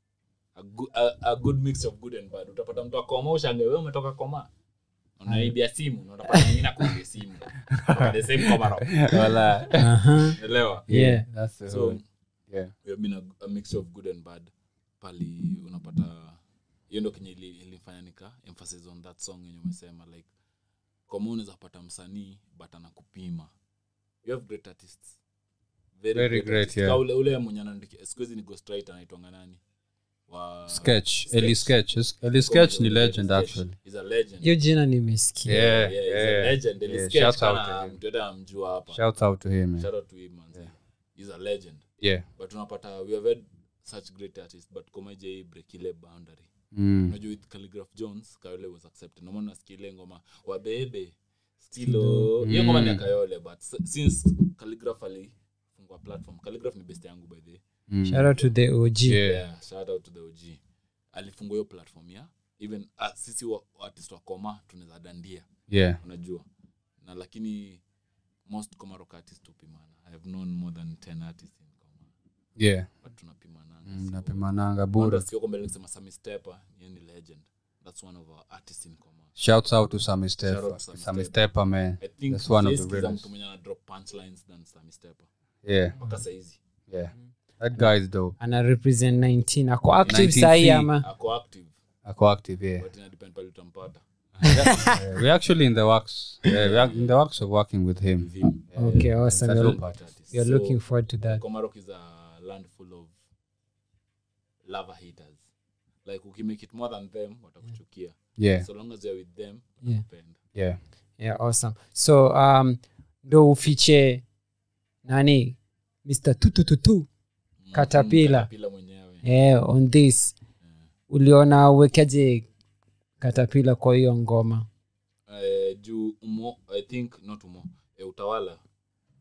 a, gu- a, a good mix of good and bad utapata mtu akoma ushange we umetoka koma unaibia simu na utapata mwingine akuibia simu the same koma rock. Wala. Aha. Elewa. Yeah. that's the so whole- yeah we have been a, a mix of good and bad pali unapata hiyo ndo kenye ili- ilifanya nika emphasis on that song yenye umesema like kama unaweza pata msanii but anakupima you have great artists very, Very great, artists. yeah. Ka ule, ule mwenye anaandikia siku hizi ni ghostwriter anaitwanga nani wa sketch eli sketch Is- eli sketch ni legend Sketch actually is a legend hiyo jina nimesikia yeah Yeah, he's a yeah legend. Eli Yeah, Sketch shout out kana to him. mtu yote anamjua hapa. shout out to him man. Shout out to him, manze. He's a legend. yeah But unapata we have had such great artists but komeje break ile boundary. mm Unajua with Calligraph Jones, Kayole was accepted. Noma nasikia ile ngoma wabebe stilo. Hiyo ngoma ni Mm. ya Kayole but s- since Calligraph alifungua platform. Calligraph ni best yangu by the way. mm. shout out to the og yeah Yeah, shout out to the OG. Alifungua hiyo platform ya even ah, sisi wa, artist wa koma tunaweza dandia. yeah unajua na lakini most comarock artists tupimana i have known more than 10 artists in coma yeah but Mm, tunapimananga napemananga bura kombelenisema sami stepa yeye ni legend that's one of our artists in coma shout out to sami Shout stepa out to Sami sami Stepa. stepa man i think That's one of the sijaisikiza realest. mtu mwenye ana drop punchlines than sami stepa yeah mpaka saizi yeah that guy is dope ana represent 19 ako active 19 sahii C. ama ako active ako active yeah but ina depend pale utampata Uh, we're actually in the works. Uh, we're in the works of working with him. him. okay awesome that's you're, all part. you're So, looking forward to that Comaroc is a land full of lava haters. Like ukimake it more than them, watakuchukia. Yeah, So long as you're with them, Yeah. watakupenda. yeah. yeah awesome so um ndo ufiche nani mr tutututu Mm, Caterpillar. Caterpillar mwenyewe. yeah, on this uliona uwekeje katapila kwa hiyo ngoma Eh, juu umo, I think not umo, eh, utawala.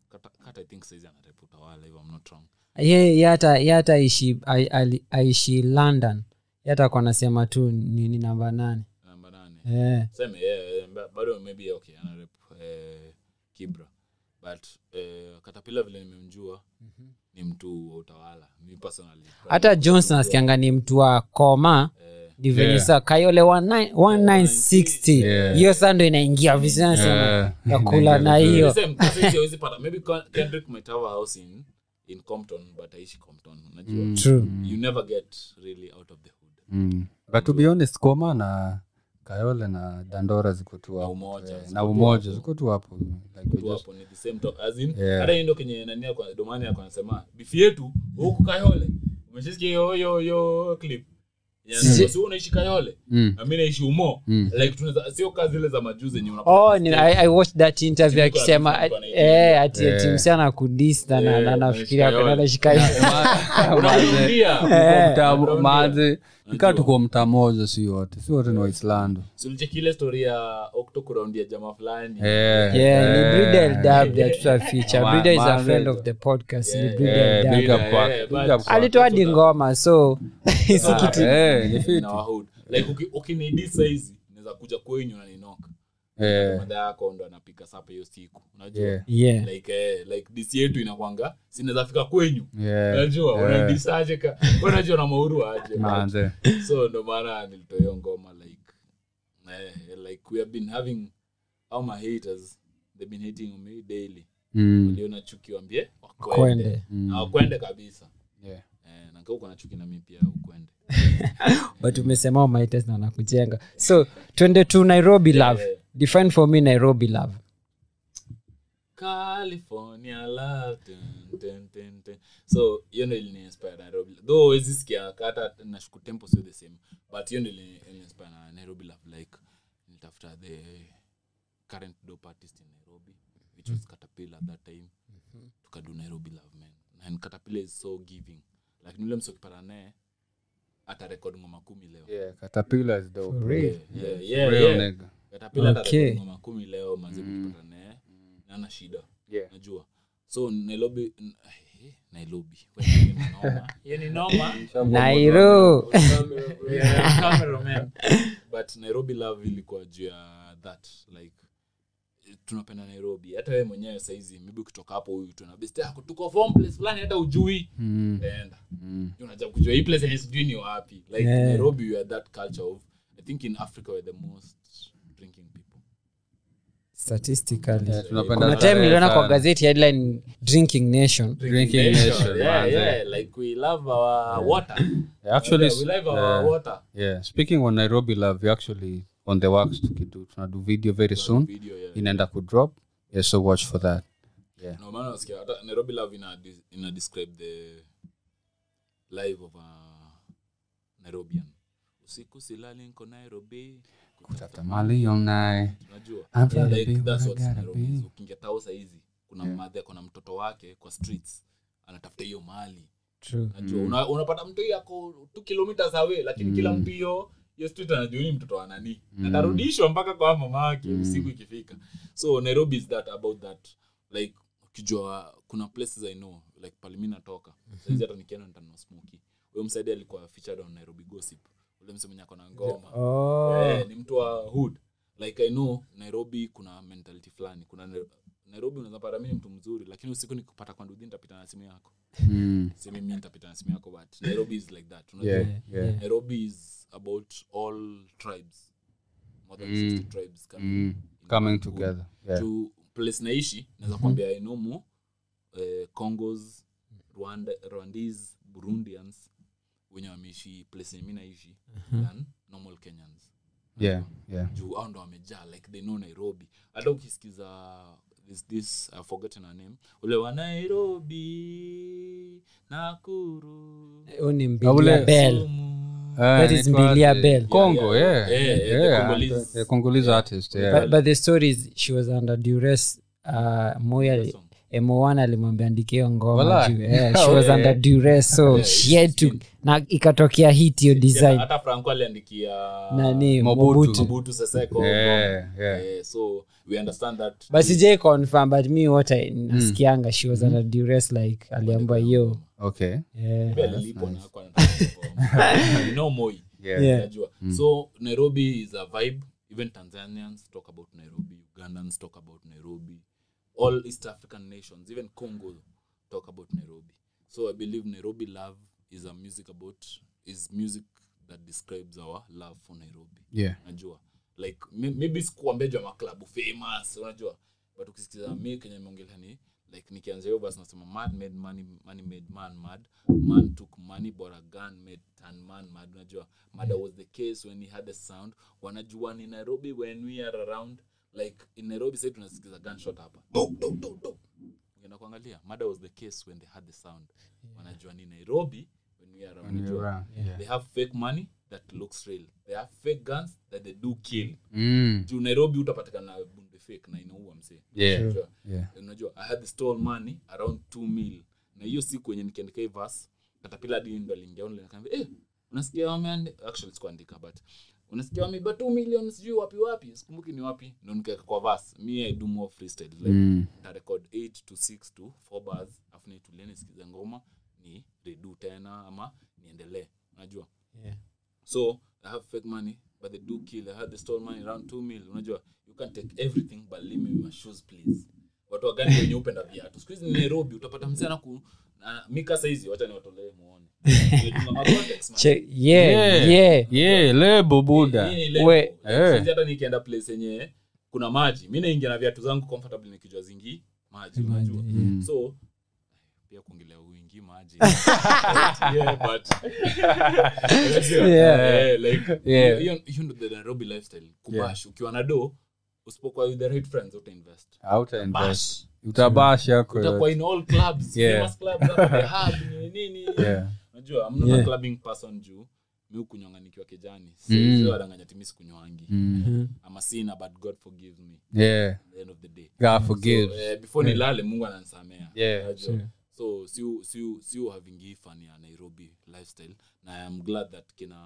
Kata, kata I think saizi anarep utawala if I'm not wrong. ye ye hata ye hata aishi ai- ali- aishi london Ye hata kwa nasema tu nini namba nane Namba nane. yeah. Seme, yeah, yeah, ba- bado maybe okay anarep eh, Kibra. But eh, Caterpillar vile nimemjua ni mtu wa utawala. Mi personally. Mhm. hata johnson asikianga ni mtu wa koma Eh, ni venye Yeah. saa kayole 19- 1960 Yeah. hiyo saa ndo inaingia vizuri nasema Yeah. takula na Ni hiyo same, sasa hizi hawezi pata. Maybe Con- Kendrick might have a house in, in Compton, but aishi Compton. Unajua, true you never get really out of the hood. Mm. But to be honest, Koma na Kayole na Dandora ziko tu Na hapo. umoja, Eh, ziko na tu umoja ziko tu hapo. Like we tu just- hapo ni the same talk as in Yeah. hata hiyo ndio kenye nani yako domani yako anasema bifi yetu huku Kayole umeshisikia yo yo yo clip yani Si- sio unaishi Kayole Mm. na mimi naishi Umo Mm. like tunaweza sio kazi zile za majuzi yenye unapata oh ni, I, I watched that interview Siku akisema alikuwa anaitwa eh, ati ati Eh. msichana kudista na- Eh, na nafikiria anashika yole. anashika unarudia Tuko Eh. mtaa- Unajua. maanze Unajua. kaa tuko mtaa moja si wote si Eh. wote ni waislamu si ulicheki ile story ya Okto kuraundi jamaa fulani Eh, yeah ni eh. bridal dab that was a feature Ma- bridal is a maanze. friend of the podcast ni Yeah, bridal yeah, dab Eh, big up Yeah, kwake, yeah, big but- up kwake. alitoa hadi ngoma so si Ah, kitu Eh, ni fiti. na wahood like uki- ukinidi saizi naweza kuja kwenyu na ninoka Eh, madha yako ndo anapika sapa hiyo siku unajua yeah, yeah like eh, like dis yetu inakwanga sinaweza fika kwenyu yeah, Eh, unajua yeah. unadisaje ka unajua na mauru aje Maanze. so ndo maana nilitoa hiyo ngoma like eh, like we have been having all my haters they've been hating on me daily Mm, waliona chuki wambie wakwende kwende na mm, wakwende kabisa yeah. eh, na kama uko na chuki na mimi pia ukwende but umesema umaites na wanakujenga so twende to nairobi love Yeah. define for me nairobi love california love dun, dun, dun, dun. so hiyo ndo iliniinspire nairobi though wezi sikia kata nashuku tempo sio the same but hiyo ndo iliniinspire na nairobi love like nitafuta the current dope artist in nairobi which was caterpillar at that time tukadu nairobi love man and caterpillar is so giving like nule msokipata naye ata record ngoma kumi leo Yeah, Caterpillar is dope. yeah, yeah, yeah, Real yeah. nigga. Caterpillar ata Okay. record ngoma kumi leo manzi mkipata naye nana shida Yeah. najua so nairobi n- eh, nairobi Wewe ni noma. Hiyo ni noma. nairo Yeah, cameraman. but nairobi love ilikuwa juu ya that like eh, tunapenda nairobi hata wewe mwenyewe saizi maybe ukitoka hapo huyu tuna best yako tuko form place fulani hata ujui Mm, utaenda mm. unajua kujua hii place yenye sijui ni wapi like Yeah. nairobi you are that culture of i think in africa we're the most drinking people statistically Yeah, tunapenda kuna starehe time niliona kwa sana. gazeti headline drinking nation Drinking nation, yeah, manze. yeah, like we love our water Yeah, actually, yeah, we love our yeah. water yeah speaking on nairobi love we actually on the works tukidu tunadu video very soon video yeah. inaenda kudrop yeah so watch for that no maana nasikia hata nairobi love ina, dis- ina describe the life of a nairobian usiku silali nko nairobi kutafuta mali all night unajua I'm trying to like be that's what I what gotta nairobi be. is ukiingia tao saizi kuna madhe ako na mtoto wake kwa streets anatafuta hiyo mali True. najua una, unapata mtu huyu ako two kilometers away lakini kila mpio hiyo street anajua huyu ni mtoto wa nani mm. atarudishwa mpaka kwa mama yake usiku ikifika so nairobi is that about that like ukijua kuna places i know like pale mi natoka saizi hata nikienda nitanua smoki huyo msaidi alikuwa featured on nairobi gossip ule msee mwenye ako na ngoma Eh, ni mtu wa hood like i know nairobi kuna mentality fulani kuna Nai- nairobi unaweza pata mi ni mtu mzuri lakini usiku nikupata kwa nduthi nitapita na simu yako mm. semi mi nitapita na simu yako but nairobi is like that unajua yeah, yeah. nairobi is about all tribes more than 60 tribes coming, Mm. in coming one together hood. yeah. to place naishi naweza kuambia I know more, eh, congos Rwanda, rwandese burundians wenye wameishi place yenye mi naishi than normal kenyans yeah yeah juu au ndo wamejaa like they know nairobi hata ukisikiza this, this I've forgotten her name ule wa nairobi nakuru Huyu ni ule- Mbilia Bell. Kisumu. Ah, That is inaitwaje? Mbilia Bell. congo Yeah, yeah yeah. Yeah, yeah, the Congolese- the Congolese artist yeah But, but the story is she was under duress uh, Moya li- Song. emoan alimwambia andike hiyo ngoma Walai. juu. Yeah, she was Yeah. under duress so Yeah, she had to na ikatokea hit hiyo Yeah, design hata franco aliandikia nani Mobutu. mobutu mobutu seseko yeah yeah Eh, so we understand that but sijai confirm but mi wote nasikianga she was under duress like aliamba hiyo okay yeah. Pia alilipwa na hakuwa anataka perform. You know Moi, yeah Yeah. unajua. so nairobi is a vibe even tanzanians talk about nairobi ugandans talk about nairobi all east african nations even congo talk about nairobi so i believe nairobi love is a music about is music that describes our love for nairobi yeah najua like may- maybe sikuambia juu ya maklabu famous unajua but ukisikiza mi kenye imeongelea ni like nikianza hiyo basi nasema man made money, money made man mad man took money bought a gun made turn man mad unajua mada was the case when he had a sound wanajua ni nairobi when we are around like in nairobi sahii tunasikiza gunshot hapa do, do, do, do. ukienda kuangalia mada was the case when they had the sound wanajua ni nairobi when we are around When you're Unajua, around, yeah. they have fake money that looks real they have fake guns that they do kill Mm, juu nairobi utapatikana na bunde fake na inaua msee yeah Unajua- Eh, yeah unajua i had stole money around two mil na hiyo siku wenye nikiandika hii verse katapila hadi ndo aliingia online akaniambia eh unasikia wameandi actually sikuandika but unasikia wameiba 2 million sijui wapi wapi sikumbuki ni wapi ndo nikaeka kwa verse me i do more freestyle like Mm. na record 8 to 6 to 4 bars afu nitulie nisikize ngoma ni redu tena ama niendelee unajua Yeah. so i have fake money but they do kill i had the stole money around 2 mil unajua you can take everything but leave me my shoes please watu wagani wenye upenda viatu siku hizi ni nairobi utapata mzee anaku na mika saizi wacha niwatolee muone Tunatuma macontext, man. Che- yeah, Yeah. yeah. yeah lebo buda Hii ni level. We- Like, eh. saizi hata nikienda place yenye kuna maji mi naingia na viatu zangu comfortably nikijua zingi maji unajua Yeah. so pia kuongelea wingi maji Yeah, but- Unajua, eh, like, Yeah. hiyo- hiyo ndo the nairobi lifestyle kubash ukiwa na do usipokuwa with the right friends utainvest Outa invest. bash utabash yako utakuwa in all clubs Yeah. famous clubs hapo the hub nini nini yeah unajua i'm not Yeah. a clubbing person juu mi hukunyonga nikiwa kijani si wadanganya timi sikunywangi Mm. ama sina but god forgives me yeah at the end of the day god forgives so, eh, before nilale mungu anansamea Yeah, Unajua? so siu- siu- siu having hii fun ya nairobi lifestyle na am glad that kina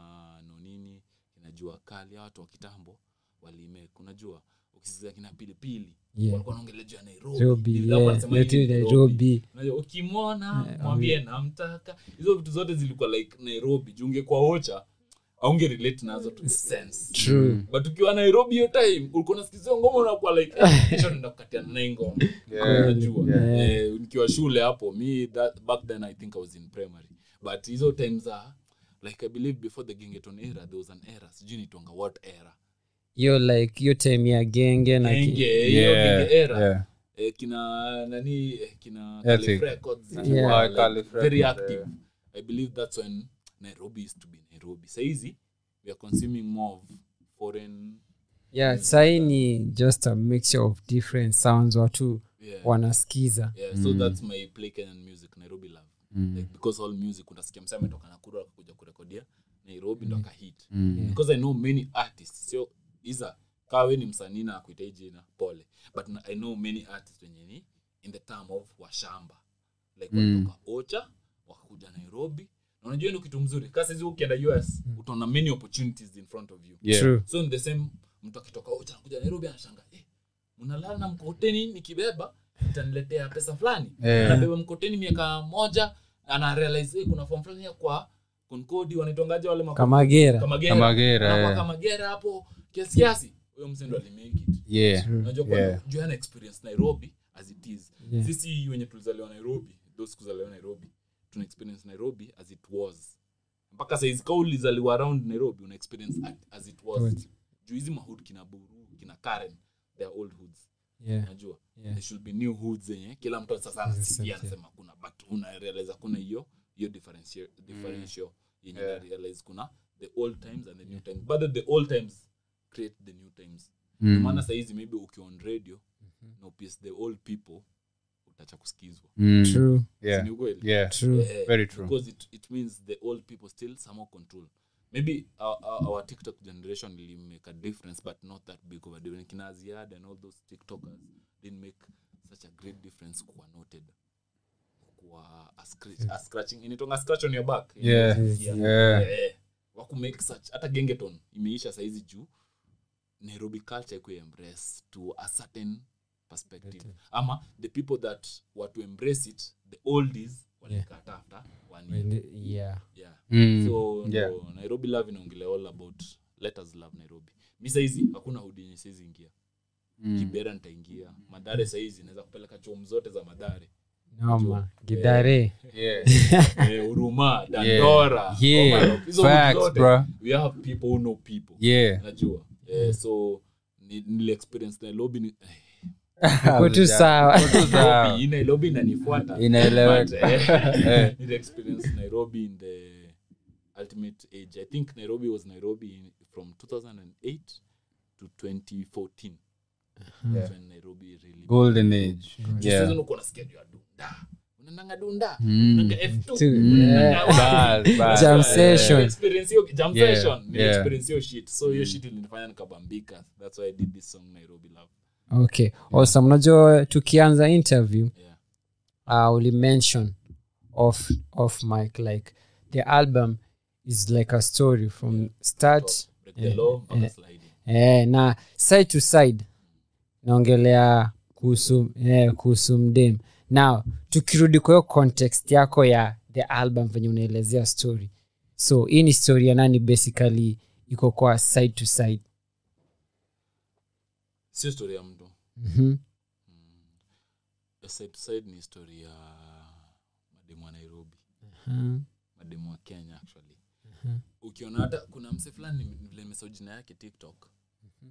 nonini kina jua kali hawa watu wa kitambo walimake unajua ukisikiza kina pilipili Yeah. walikuwa wanaongelea juu ya nairobi Nairobi, Ndio yeah. wanasema hii ni Ndio Nairobi. Unajua, ukimwona mwambie namtaka hizo vitu zote zilikuwa like nairobi jungekuwa ocha aunge relate nazo to the sense True. but ukiwa nairobi hiyo time ulikuwa nasikizia ngoma unakuwa like "Eh, kesho naenda kukatiana naye ngoma Yeah. unajua Yeah. Eh, nikiwa shule hapo mi that, back then i think i was in primary but hizo time za like i believe before the gengeton era there was an era sijui nitonga what era hiyo like hiyo time ya genge na ki- genge hiyo yeah genge era yeah eh, kina nani eh, kina Ethic. Calif Records Yeah. ilikuwa, Yeah, like, Calif very Records, active yeah. i believe that's when nairobi used to be nairobi saizi we are consuming more of foreign yeah sai ni just a mixture of different sounds watu yeah. wanasikiza yeah, so that's my play kenyan music nairobi love Mm. like, because all music unasikia msee ametoka nakuru akakuja kurekodia nairobi ndo akahit because i know many artists sio iza kawe ni msanii na akuitai jina pole but na- i know many artists wenye ni in the term of washamba like wanatoka ocha wakakuja nairobi na unajua ni kitu mzuri kasizi ukienda us utaona many opportunities in front of you Yeah. True. so in the same mtu akitoka ocha anakuja nairobi anashanga eh, mnalala mkoteni nikibeba itaniletea pesa fulani Eh. anabeba mkoteni miaka moja anarealize kuna form fulani ya kwa konkodi wanaitongaje wale mako- kamagera Kamagera. Kamagera, Anakuwa eh. Kamagera hapo kiasi kiasi huyo msee ndo alimake it yeah unajua kwa Yeah. juu hana experience nairobi as it is Yeah. sisi wenye tulizaliwa nairobi those kuzaliwa nairobi tuna experience nairobi as it was mpaka saizi ka ulizaliwa around nairobi una experience at, as it was Right. juu hizi mahood kina buru kina karen they are old hoods yeah. unajua Yeah. there should be new hoods zenye kila mtu sasa anasikia anasema kuna but unarealize kuna hiyo hiyo differential differential yenye yeah. realize kuna the old times and the new times but the old times create the new times mm. maana Mm. sahizi maybe ukiwa on radio na upiece the old people utacha kusikizwa Mm. true Si Yeah. ni ukweli Yeah. true Eh, Very true. because it, it means the old people still somehow control maybe our, our, our tiktok generation really make a difference but not that big of a difference kina Ziada and all those tiktokers didn't make such a great difference kuwa noted kuwa a, scratch, a scratching inaitwa a scratch on your back Yeah. Yeah. Eh, wakumake such hata gengeton imeisha saizi juu nairobi culture ikuwe embrace to a certain perspective ama the people that were to embrace it the oldies walikata after one year Really, yeah. yeah. Mm. so Yeah. ndo nairobi love inaongelea all about let us love nairobi mi saizi hakuna hudi yenye saizi ingia Mm. kibera nitaingia madhare saizi naweza kupeleka chom zote za madhare Noma. Gidare. Yeah. eh, huruma Oh, dandora Yeah. Overlock, hizo hudi Facts, zote. bruh. we have people who know people Yeah. najua eh, so ni- niliexperience nairobi ni- eh, Uko tu sawa Sawa. Nairobi, hii nairobi inanifuata But, Inaeleweka. eh, niliexperience nairobi in the ultimate age i think nairobi was nairobi in, from 2008 to 2014 That's when nairobi really Golden age. Sasa Yeah. unakuwa unasikia juu ya dunda unaendanga dunda Mm. unaendanga F2, Two. unaendanga wapi? Bad, bad. Jam Yeah. session. Experience hiyo- jam Yeah. session. Nili Yeah. experience hiyo shit so hiyo shit ilinifanya nikabambika thats why i did this song nairobi love okay awesome unajua tukianza interview yeah. uh, uli mention of of mike like the album is like a story from start break the law mpaka eh. sliding eh, na side to side naongelea kuhusu eh, kuhusu mdem now tukirudi kwa hiyo context yako ya the album venye unaelezea story so hii ni story ya nani basically iko kwa side to side sio story ya mtu mm-hmm. A side to side ni histori ya mademu wa nairobi uh-huh. mademu wa kenya actually ukiona hata kuna mse fulani ni- vile nimesahau jina yake tiktok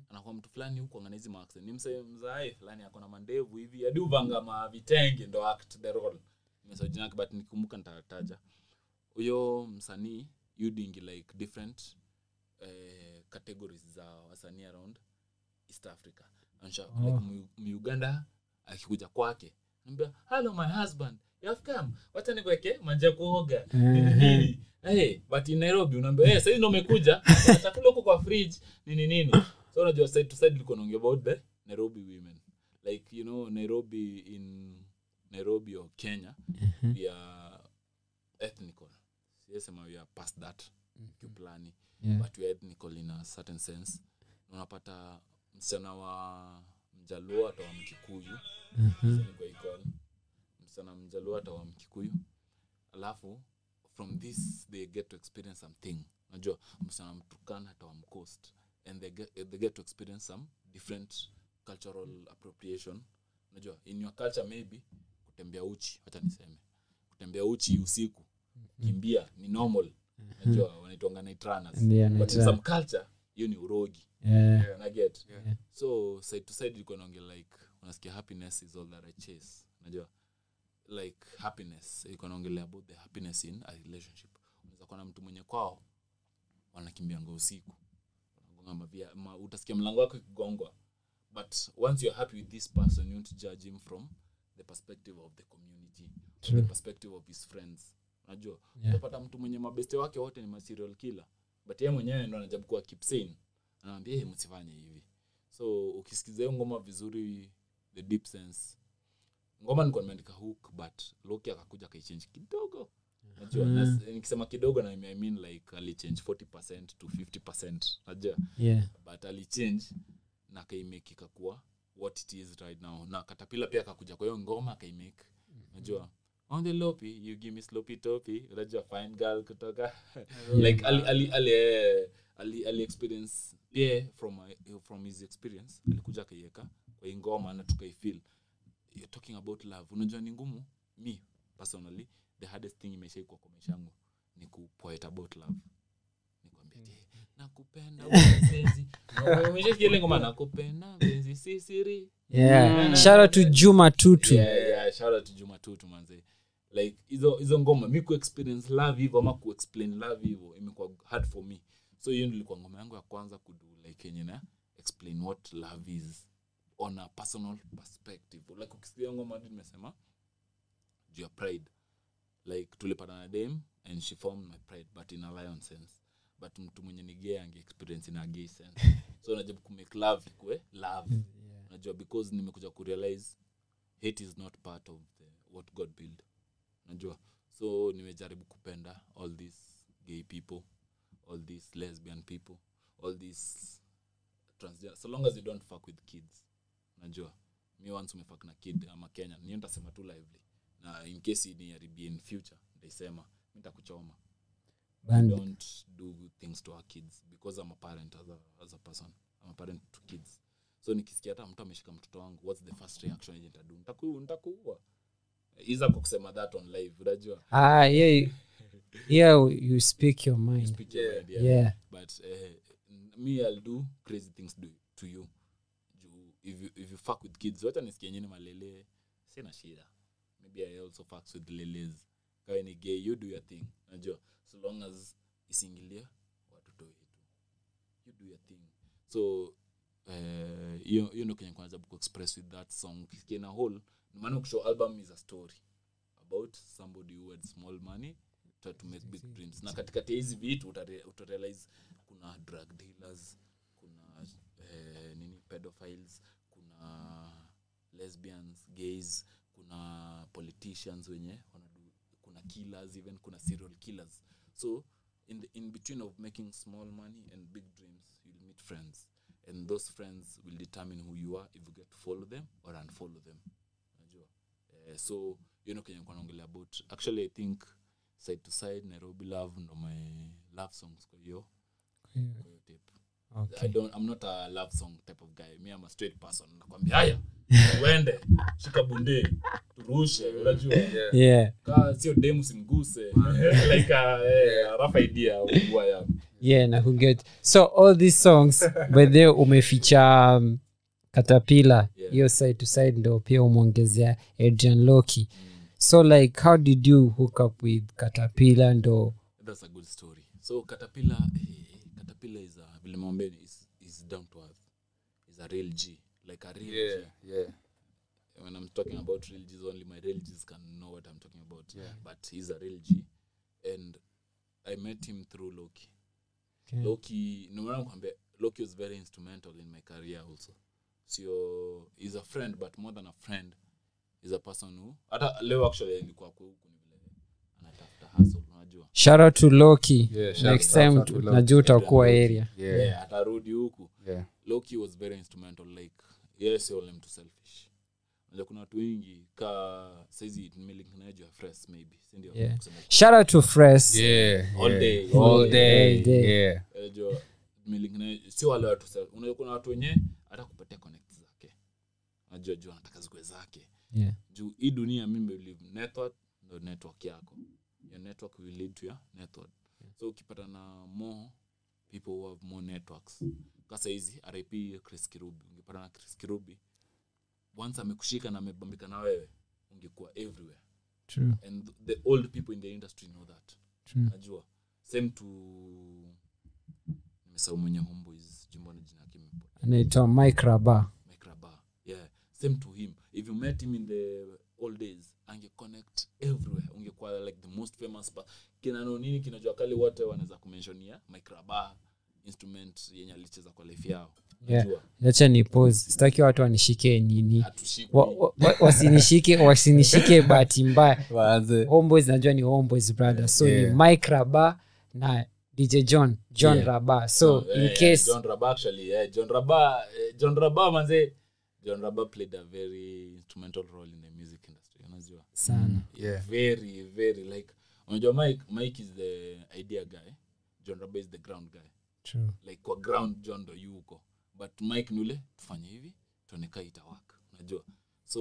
anakuwa mtu fulani huko anganizi max ni mse mzae fulani ako na mandevu hivi hadi uvanga mavitenge ndo act the role nimesahau jina yake but nikikumbuka nitataja huyo msanii uding like different eh, categories za wasanii around east africa Anaonyesha like mu- muuganda akikuja kwake anambia hello my husband you have come wacha nikweke manja kuoga nini nini hey, but in nairobi unaambia hey, saizi ndo umekuja kuna chakula huko kwa fridge nini nini so unajua side to side ilikuwa naongea about the nairobi women like you know nairobi in nairobi or kenya we are ethnical siyesema we are past that kiuplani Yeah. but we are ethnical in a certain sense Na unapata msichana wa mjaluo atawa mkikuyu msichana kwa ikol msichana mjaluo atawa mkikuyu alafu from this they get to experience something najua msichana mtukana atawa mcoast and they get, they get to experience some different cultural appropriation najua in your culture maybe kutembea uchi wacha niseme kutembea uchi usiku kimbia ni normal najua wanaitwanga night runners Yeah, but in nitrana. some culture hiyo ni urogi yeah. naget so side to side ilikuwa naonge like unasikia happiness is all that i chase unajua like happiness ilikuwa naongelea about the happiness in a relationship unaweza kuwa na mtu mwenye kwao wanakimbianga usiku wanagonga mavia- ma, utasikia mlango wako ikigongwa but once you're happy with this person you want to judge him from the perspective of the community True. the perspective of his friends unajua Yeah. utapata mtu mwenye mabeste wake wote ni maserial killer but yeye mwenyewe ndo anajaribu kuwa keep sane anaambia hey, msifanye hivi so ukisikiza hiyo ngoma vizuri the deep sense ngoma nilikuwa nimeandika hook but loki akakuja akaichange kidogo Mm. najua nas- nikisema kidogo na I mean like alichange 40 to 50 najua yeah. but alichange na akaimake ikakuwa what it is right now na katapila pia akakuja kwa hiyo ngoma akaimake najua on the lopi you give me sloppy topi unajua fine girl kutoka like ali ali ali eh, ali, ali experience pia yeah, from eh, from his experience alikuja akaiweka kwa hii ngoma na tukaifeel You're talking about love unajua ni ngumu me personally the hardest thing imeshaikuwa kwa maisha yangu ni kupoet about love nikwambia je nakupenda mpenzi umeshafikia ile ngoma nakupenda mpenzi si siri Yeah. Shout out to Juma Tutu. Mm. yeah, yeah, shout out to juma tutu manze like hizo hizo ngoma mi kuexperience love hivyo ama kuexplain love hivyo imekuwa hard for me so hiyo ndilikuwa ngoma yangu ya kwanza kudu like yenye na explain what love is on a personal perspective like ukisikia ngoma hadi nimesema juu ya pride like tulipatana na dame and she formed my pride but in a lion sense but mtu mwenye ni gay ange experience in a gay sense so najaribu kumake love ikue love najua because nimekuja kurealize hate is not part of the, what god build najua so nimejaribu kupenda all these gay people all these lesbian people all these transgender so long as you don't fuck with kids najua mi once umefuck na kid ama kenya niyo nitasema tu lively na in case niharibie in future ntaisema mi ntakuchoma Band. don't do things to our kids because i'm a parent as a, as a person i'm a parent to kids so nikisikia hata mtu ameshika mtoto wangu what's the first reaction yenye nitadu Nitaku- nitakuua iza kwa kusema that on live unajua Ah, yeah, yeah, you speak your mind. Speak your mind, yeah. Yeah. but eh, n- me i'll do crazy things do, to you Juu, if you, if you fuck with kids wacha nisikie nyini malele sina shida maybe i also fucks with leles kawe ni gay you do your thing najua so long as isiingilie watoto wetu you do your thing so eh, hiyo hiyo ndo kenye kwanajaribu kuexpress with that song ukisikia na whole maana ukishow album is a story about somebody who had small money try to make big dreams na katikati ya hizi vitu utare- utarealize kuna drug dealers kuna eh, nini pedophiles kuna lesbians gays kuna politicians wenye wanadu, kuna killers even kuna serial killers so in, the, in between of making small money and big dreams you'll meet friends and those friends will determine who you are if you get to follow them or unfollow them unajua eh, so hiyo ndo kenye nilikuwa naongelea about actually i think side to side nairobi love ndo my love songs kwa hiyo kwa hiyo tape I Okay. don't, I'm not a love song type of guy. Me, I'm a straight person. Nakwambia haya, uende shika bunde, turushe. Unajua Yeah. Kaa sio demu simguse like a, eh, a rough idea of who I am. Yeah, na kuget. So all these songs by the umeficha um, Caterpillar. Yeah. Hiyo side to side ndio pia umeongezea Adrian Loki. So like how did you hook up with Caterpillar ndo That's a good story. So Caterpillar, eh, Caterpillar is a vile mwambeni is is down to earth. Is a real G, like a real G. yeah. when I'm talking about real G's only, my real G's can know what I'm talking about. Yeah. But he's a real G. And I met him through Loki. Okay. Loki, no matter what, Loki was very instrumental in my career also. So he's a friend, but more than a friend, he's a person who. Hata leo actually nilikuwa kwa huku ni vile anatafuta hustle, unajua. shout out to Loki. Yeah, shout Next out time to Loki. najua utakuwa area. Yeah. Yeah, atarudi huku. Yeah. Loki was very instrumental like yes yule mtu selfish unajua kuna watu wengi ka saizi nimelinkinajua fresh maybe sindio Yeah. Kusema Shout out to Fresh. Yeah. All yeah. day. All All day. day. Yeah. unajua nimelinkinaj- sio wale watu self- unajua kuna watu wenyewe hata kupatia connect zake unajua juu anataka zikwe zake Yeah. juu hii dunia mi believe network ndo network yako your network will lead to your network so ukipata na more people who have more networks kasa hizi rip chris kirubi ungepata na chris kirubi once amekushika na amebambika na wewe ungekuwa everywhere True. and the old people in the industry know that True. najua same to nimesahau mwenye homeboys jumbona jina yake imepotea Anaitwa Mike Raba. microbar yeah same to him if you met him in the old days angeconnect everywhere ungekuwa like the most famous pa kina no nini kinajua kali wote wanaweza kumentionia microbar instrument yenye alicheza kwa life yao Yeah. Najua, Acha ni pause. Sitaki watu wanishike nini. hatushikwi. Wa- wa- wa- wasinishike wasinishike bahati mbaya Waanze. homeboys najua ni homeboys brother so Yeah. ni mike raba na dj john john Yeah. raba so No, in eh, case John Raba actually, eh, John Raba, eh, John Raba manze, John Raba played a very instrumental role in the music industry. Unajua? Mm. sana Yeah. Very, very like unajua Mike, Mike is the idea guy. John Raba is the ground guy. True. Like kwa ground John ndo yuko. But Mike ni ule tufanye hivi, tuone kaa itawaka. Unajua? So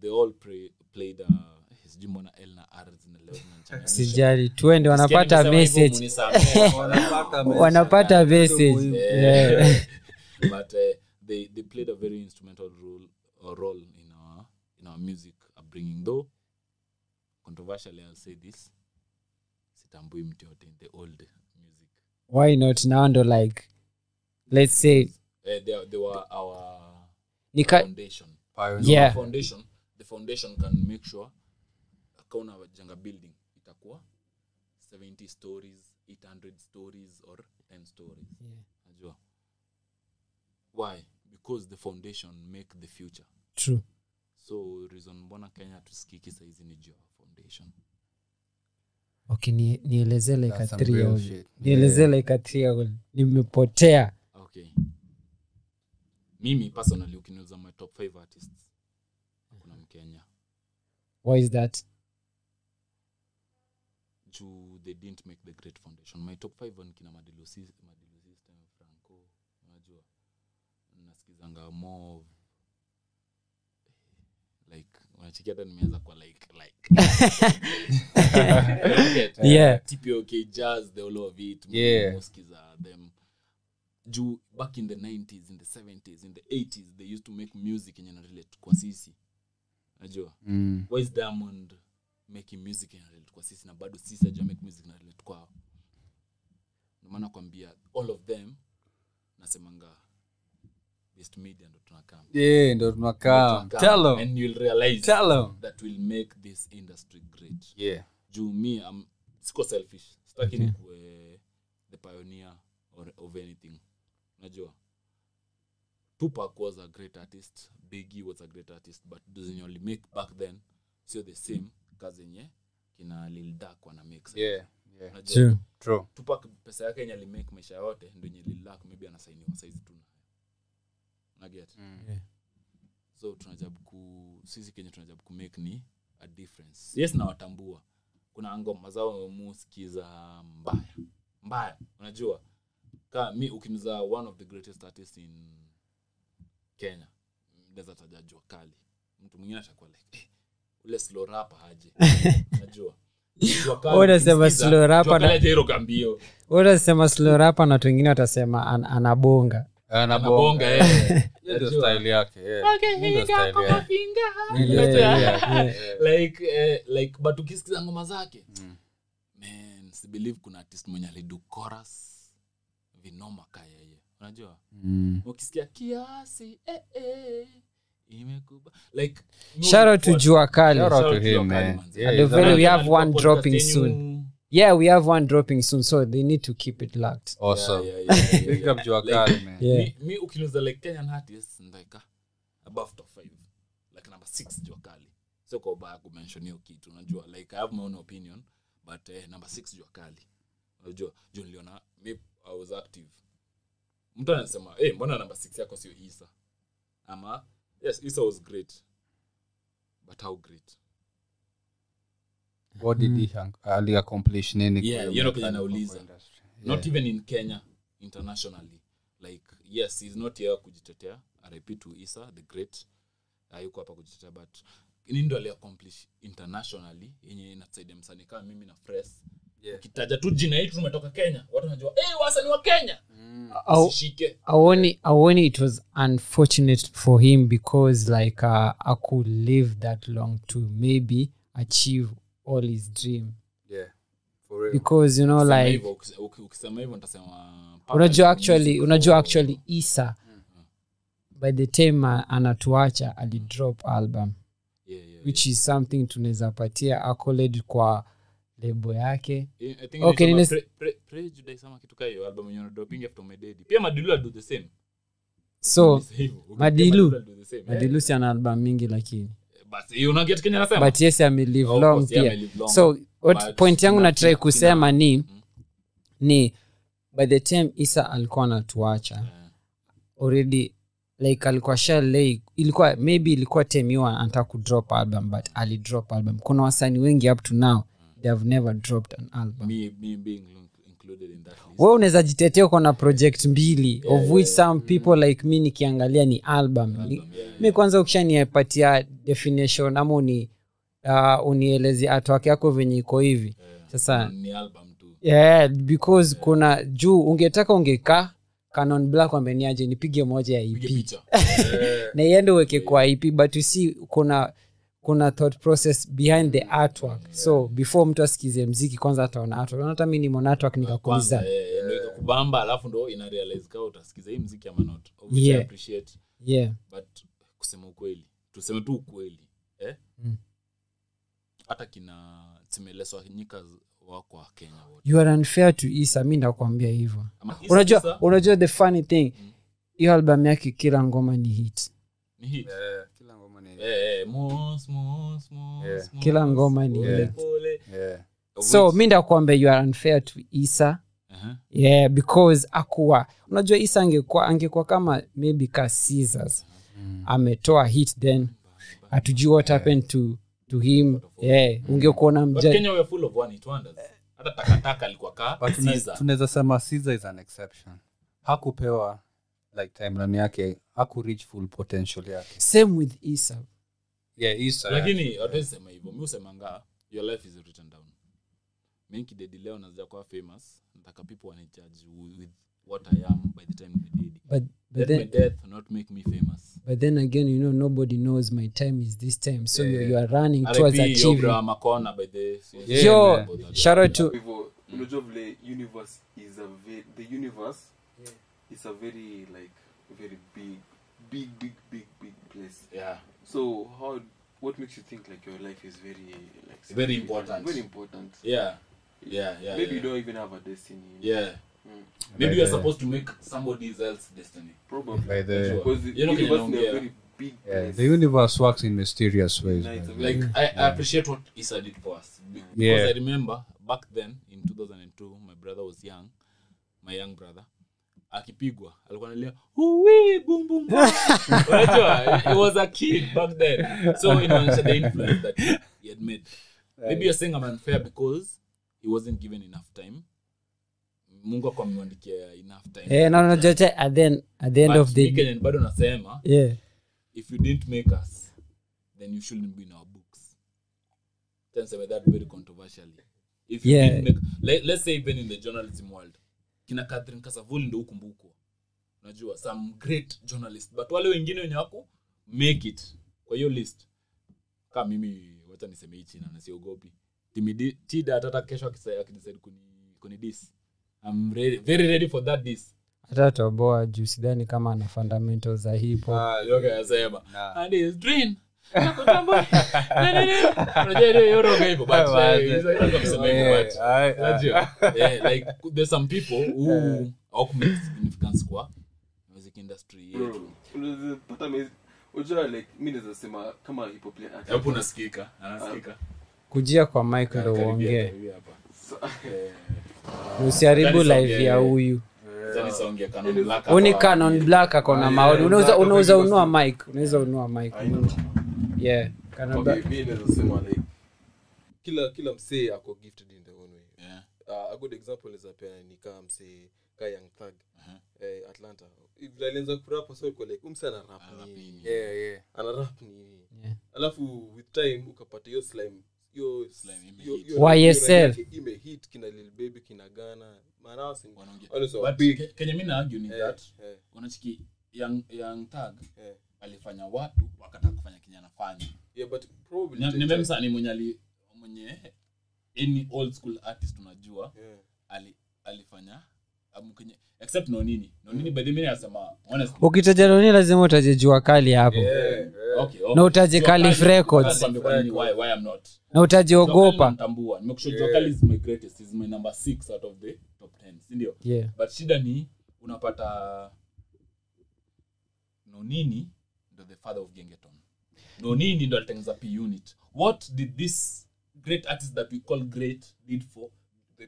they all play, played a sijui mbona L na R zinalewa zinanichanganyisha. sijali tuende wanapata Sikia nimesema hivyo, message mnisamehe. wanapata message yeah. but uh, they they played a very instrumental role uh, role in our in our music upbringing though controversially I'll say this sitambui mtu yote in the old music why not now ndo like let's say Eh, they, they were our nika foundation Pioneer. Yeah. the foundation the foundation can make sure kauna jenga building itakuwa 70 stories 800 stories or 10 stories najua why because the foundation make the future true so reason mbona kenya tusikiki saizi ni jua foundation okay ni, nielezee like a That's some three real hour. shit. nielezee like a three hour. nimepotea okay mimi personally ukiniuza my top 5 artists hakuna mkenya why is that juu they didn't make the great foundation my top 5 on kina madilusi madilusi Stan franco unajua nasikizanga mov like unachikia hata nimeanza kwa like like yeah. Yeah. tpok jazz the all of it Yeah. moskiza them juu back in the 90s in the 70s in the 80s they used to make music yenye narelate kwa sisi najua Mm. why is diamond making music and relate kwa sisi na bado sisi ajua make music na relate kwao ndomaana kwambia all of them nasemanga best media ndo tunakam Yeah, ndo tunakaa tell 'em. and you'll realize Tell 'em. that will make this industry great yeah juu me I'm, siko selfish sitaki nikuwe the pioneer or, of anything unajua tupac was a great artist biggie was a great artist but zenye wali make back then sio the same kazi yenye kina lildak wana make sasa. yeah yeah Unajua, true true tupac pesa yake yenye alimake maisha yote ndo yenye lildak maybe anasainiwa saizi tu nayo unaget Mm. so tunajaribu ku sisi kenye tunajaribu kumake ni a difference yes nawatambua kuna ngoma zao musikiza mbaya mbaya unajua ka mi ukiniza one of the greatest artist in kenya naweza taja jua kali mtu mwingine atakuwa like eh, ule slow rapa haje unajua Jua Kali Wewe unasema ukimsikiza, slow rapa Jua Kali na- haja hilo kambio utasema slorapa na watu wengine watasema an, anabonga anabonga yeye Unajua? style yake yeah. Hiyo ndo style Kwa yake. mafinga. Hiyo ndo Yeah, style yeah, yake. yeah. Yeah. like eh, like but ukisikiza ngoma zake Mm. man si believe kuna artist mwenye alidu chorus vinoma ka yeye unajua Mm. ukisikia kiasi eh, eh, imekuba like no shout out to what- jua kali Shout out to Shout out him, Jua Kali, man. manze. Yeah, And he's the a- fact We have alikuwa one podcast dropping yenyu- soon. yeah we have one dropping soon so they need to keep it locked awesome Yeah, yeah, yeah, yeah, pick yeah. up jua Like, kali man yeah mi, mi ukiniuza like kenyan artist ndaika ah, above top 5 like number 6 jua kali sio kwa ubaya kumention hiyo kitu unajua like i have my own opinion but eh, number 6 jua kali unajua juu niliona mi i was active mtu anasema eh mbona number 6 yako sio isa ama yes isa was great but how great what did he hang- ali accomplish nini Yeah, kwa you know kwenye mechanical nauliza. industry? not even in kenya internationally like yes he's not here kujitetea rip to isa the great hayuko hapa kujitetea but ni ndo aliaccomplish internationally yenye inatusaidia msanii kama mimi na fres Yeah. ukitaja tu jina hii tumetoka kenya watu wanajua hey, wasani wa kenya Au- sishike aoni aoni it was unfortunate for him because like uh, i could live that long to maybe achieve all his dream yeah for real because you know Sema like hivyo, ukis- uki- ukisema hivyo nitasema unajua Papa ni actually music unajua for- actually isa by the time uh, anatuacha alidrop album Yeah, yeah, which is something tunaweza patia accolade kwa lebo yake yeah. I think Okay, inaitwa nines- Pre- Pre- Prejudice ama kitu kaa hiyo album yenye anadropingi after my daddy pia madilu ado the same so Ni hivyo. Ukipiga Madilu. ado the same. Eh. madilusi ana album mingi lakini But you know get Kenya nasema? but yes amelive Of long course, yeah, pia amelive long. so what But point yangu kina- natrai kina- kusema ni ni by the time isa alikuwa anatuacha uh, already like alikuwa shalei ilikuwa maybe ilikuwa temiwa anataka kudrop album but alidrop album kuna wasanii wengi up to now they have never dropped an album me, me being lun- included in that list. we unaweza jitetea uko na project mbili yeah, of which some people like mi nikiangalia ni album, Ni- mi kwanza ukishanipatia definition ama uni uh, unielezi atwake yako venye iko hivi sasa Ni album tu. yeah, because kuna juu ungetaka ungekaa canon black wameniaje nipige moja ya Pige ep picha. na iende uweke kwa ep but you see kuna kuna thought process behind the artwork so before mtu asikize mziki kwanza ataona artwork Unaona hata mi nimona artwork nikakuuliza kwanza eh, ndio ikakubamba alafu ndo ina realize kaa utasikiza hii mziki ama not Which I Yeah. appreciate yeah but kusema ukweli tuseme tu ukweli eh? Mm. hata kina timeleswa nyika wako wa kenya wote you are unfair to isa mi ndakwambia hivyo Ama Issa unajua Issa unajua the funny thing Mm. hiyo album yake kila ngoma ni hit ni hit. Yeah, kila ngoma ni- Eh, eh, mos, mos, mos, Yeah. mos, Kila ngoma ni pole, hit. pole. yeah. Of so which- mi ndakwambia you are unfair to isa Aha. yeah because akuwa unajua isa angekuwa angekuwa kama maybe ka Caesars Mm. ametoa hit then hatujui what happened to to him yeah ungekuona But mja Kenya we are full of one hit wonders. Hata takataka alikuwa kaa But tuna- Caesar. tunaweza sema Caesar is an exception hakupewa like timeline yake haku reach full potential yake same with isa yeah, Issa, lakini hatuwezi sema hivyo mi husemanga your life is written down mi kidedi leo nazija kuwa famous nataka people wanijudge with what i am by the time nidedi but but let then my death not make me famous but then again you know nobody knows my time is this time so you, Yeah. you are running towards RIP achieving Yobra Makona by the Yeah, yo man. shout out to Kwa hivyo Mm. unajua vile universe is a very, the universe is a very like very big big big big big place yeah so how what makes you think like your life is very like Very important. very important yeah yeah yeah maybe you yeah. don't even have a destiny you know? yeah Mm. maybe By you are uh, the- supposed to make somebody else's destiny probably by the, because the You know, universe is a yeah. very big yeah, place the universe works in mysterious ways by Nice. the way. Mm. like I, I appreciate what Issa did for us Be- because Yeah. I remember back then in 2002 my brother was young my young brother akipigwa alikuwa analia uwi boom boom boom." unajua he was a kid back then so inaonyesha the influence that he had made maybe you're saying I'm unfair because he wasn't given enough time Mungu kwa enough time eh na unajua cha- at then at the end But of the mi Kenyan bado nasema yeah if you didn't make us then you shouldn't be in our books then say that very controversially if you Yeah. didn't make, let, let's say even in the journalism world kina Catherine Kasavuli ndio hukumbukwa unajua some great journalist but wale wengine wenye wako make it kwa hiyo list kama mimi wacha niseme hichi na nasiogopi Timidi- tida hata kesho akisa- akidecide kuni kunidis I'm ready, very ready for that dis hata toboa juu sidhani kama ana fundamentals za hip Ah. hop asema uh, and his dream Nakutambua. Na, na, na. Unajua ile yoroga hivyo, but, eh, hizo- hizo ndo kusema hivyo, Yeah, but, I- I- unajua, eh, like, there's some people who hawakumake significance kwa music industry yetu. Bro, unaweza pata mezi- unajua like mi naweza sema kama hip hop artist. Hapo unasikika, anasikika. kujia kwa mike ndo Ah, Karibia, uongee karibia hapa. So- Eh, usiharibu Kanisa live ya ongea. huyu sasa ni song ya Canon Black uni hapa. canon black akona maoni unaweza Black, unaweza Black, unua mike unaweza unua mike I know. yeah Canon Okay, Black. mi naweza sema like kila kila msee ako gifted in their own way Yeah. uh, a good example is apea ni kaa msee kaa young thug Aha. eh, atlanta vile alianza kurapa so iko like huyu msee anarap Anarap nini? nini yeah, yeah. anarap nini Yeah. alafu with time ukapata hiyo slime hiyo Slime imehit. hiyo- hiyo- hiyo YSL. rangi yake imehit kina lil baby kina gana manawasi Wanaongea. Always But big. Ke- kenye mi naargue ni that, eh, unachiki young, young thug eh. alifanya watu wakataka kufanya kenye anafanya yeah but probably Ni- eh. nimemsani mwenye ali mwenye any old school artist unajua yeah. ali, alifanya amu kenye except nonini nonini by the way nasema honestly ukitaja noni lazima utaje jua kali hapo okay, okay. Na utaje Jua Caliph Kali- Records. Caliph Records. Why- why I'm not na utaje Jua Kali ogopa namtambua nimekusha jua Kali is my greatest is my number 6 out of the top 10 si ndio yeah but shida ni unapata nonini ndo the father of gengeton nonini ndo alitengeneza p unit what did this great artist that we call great did for,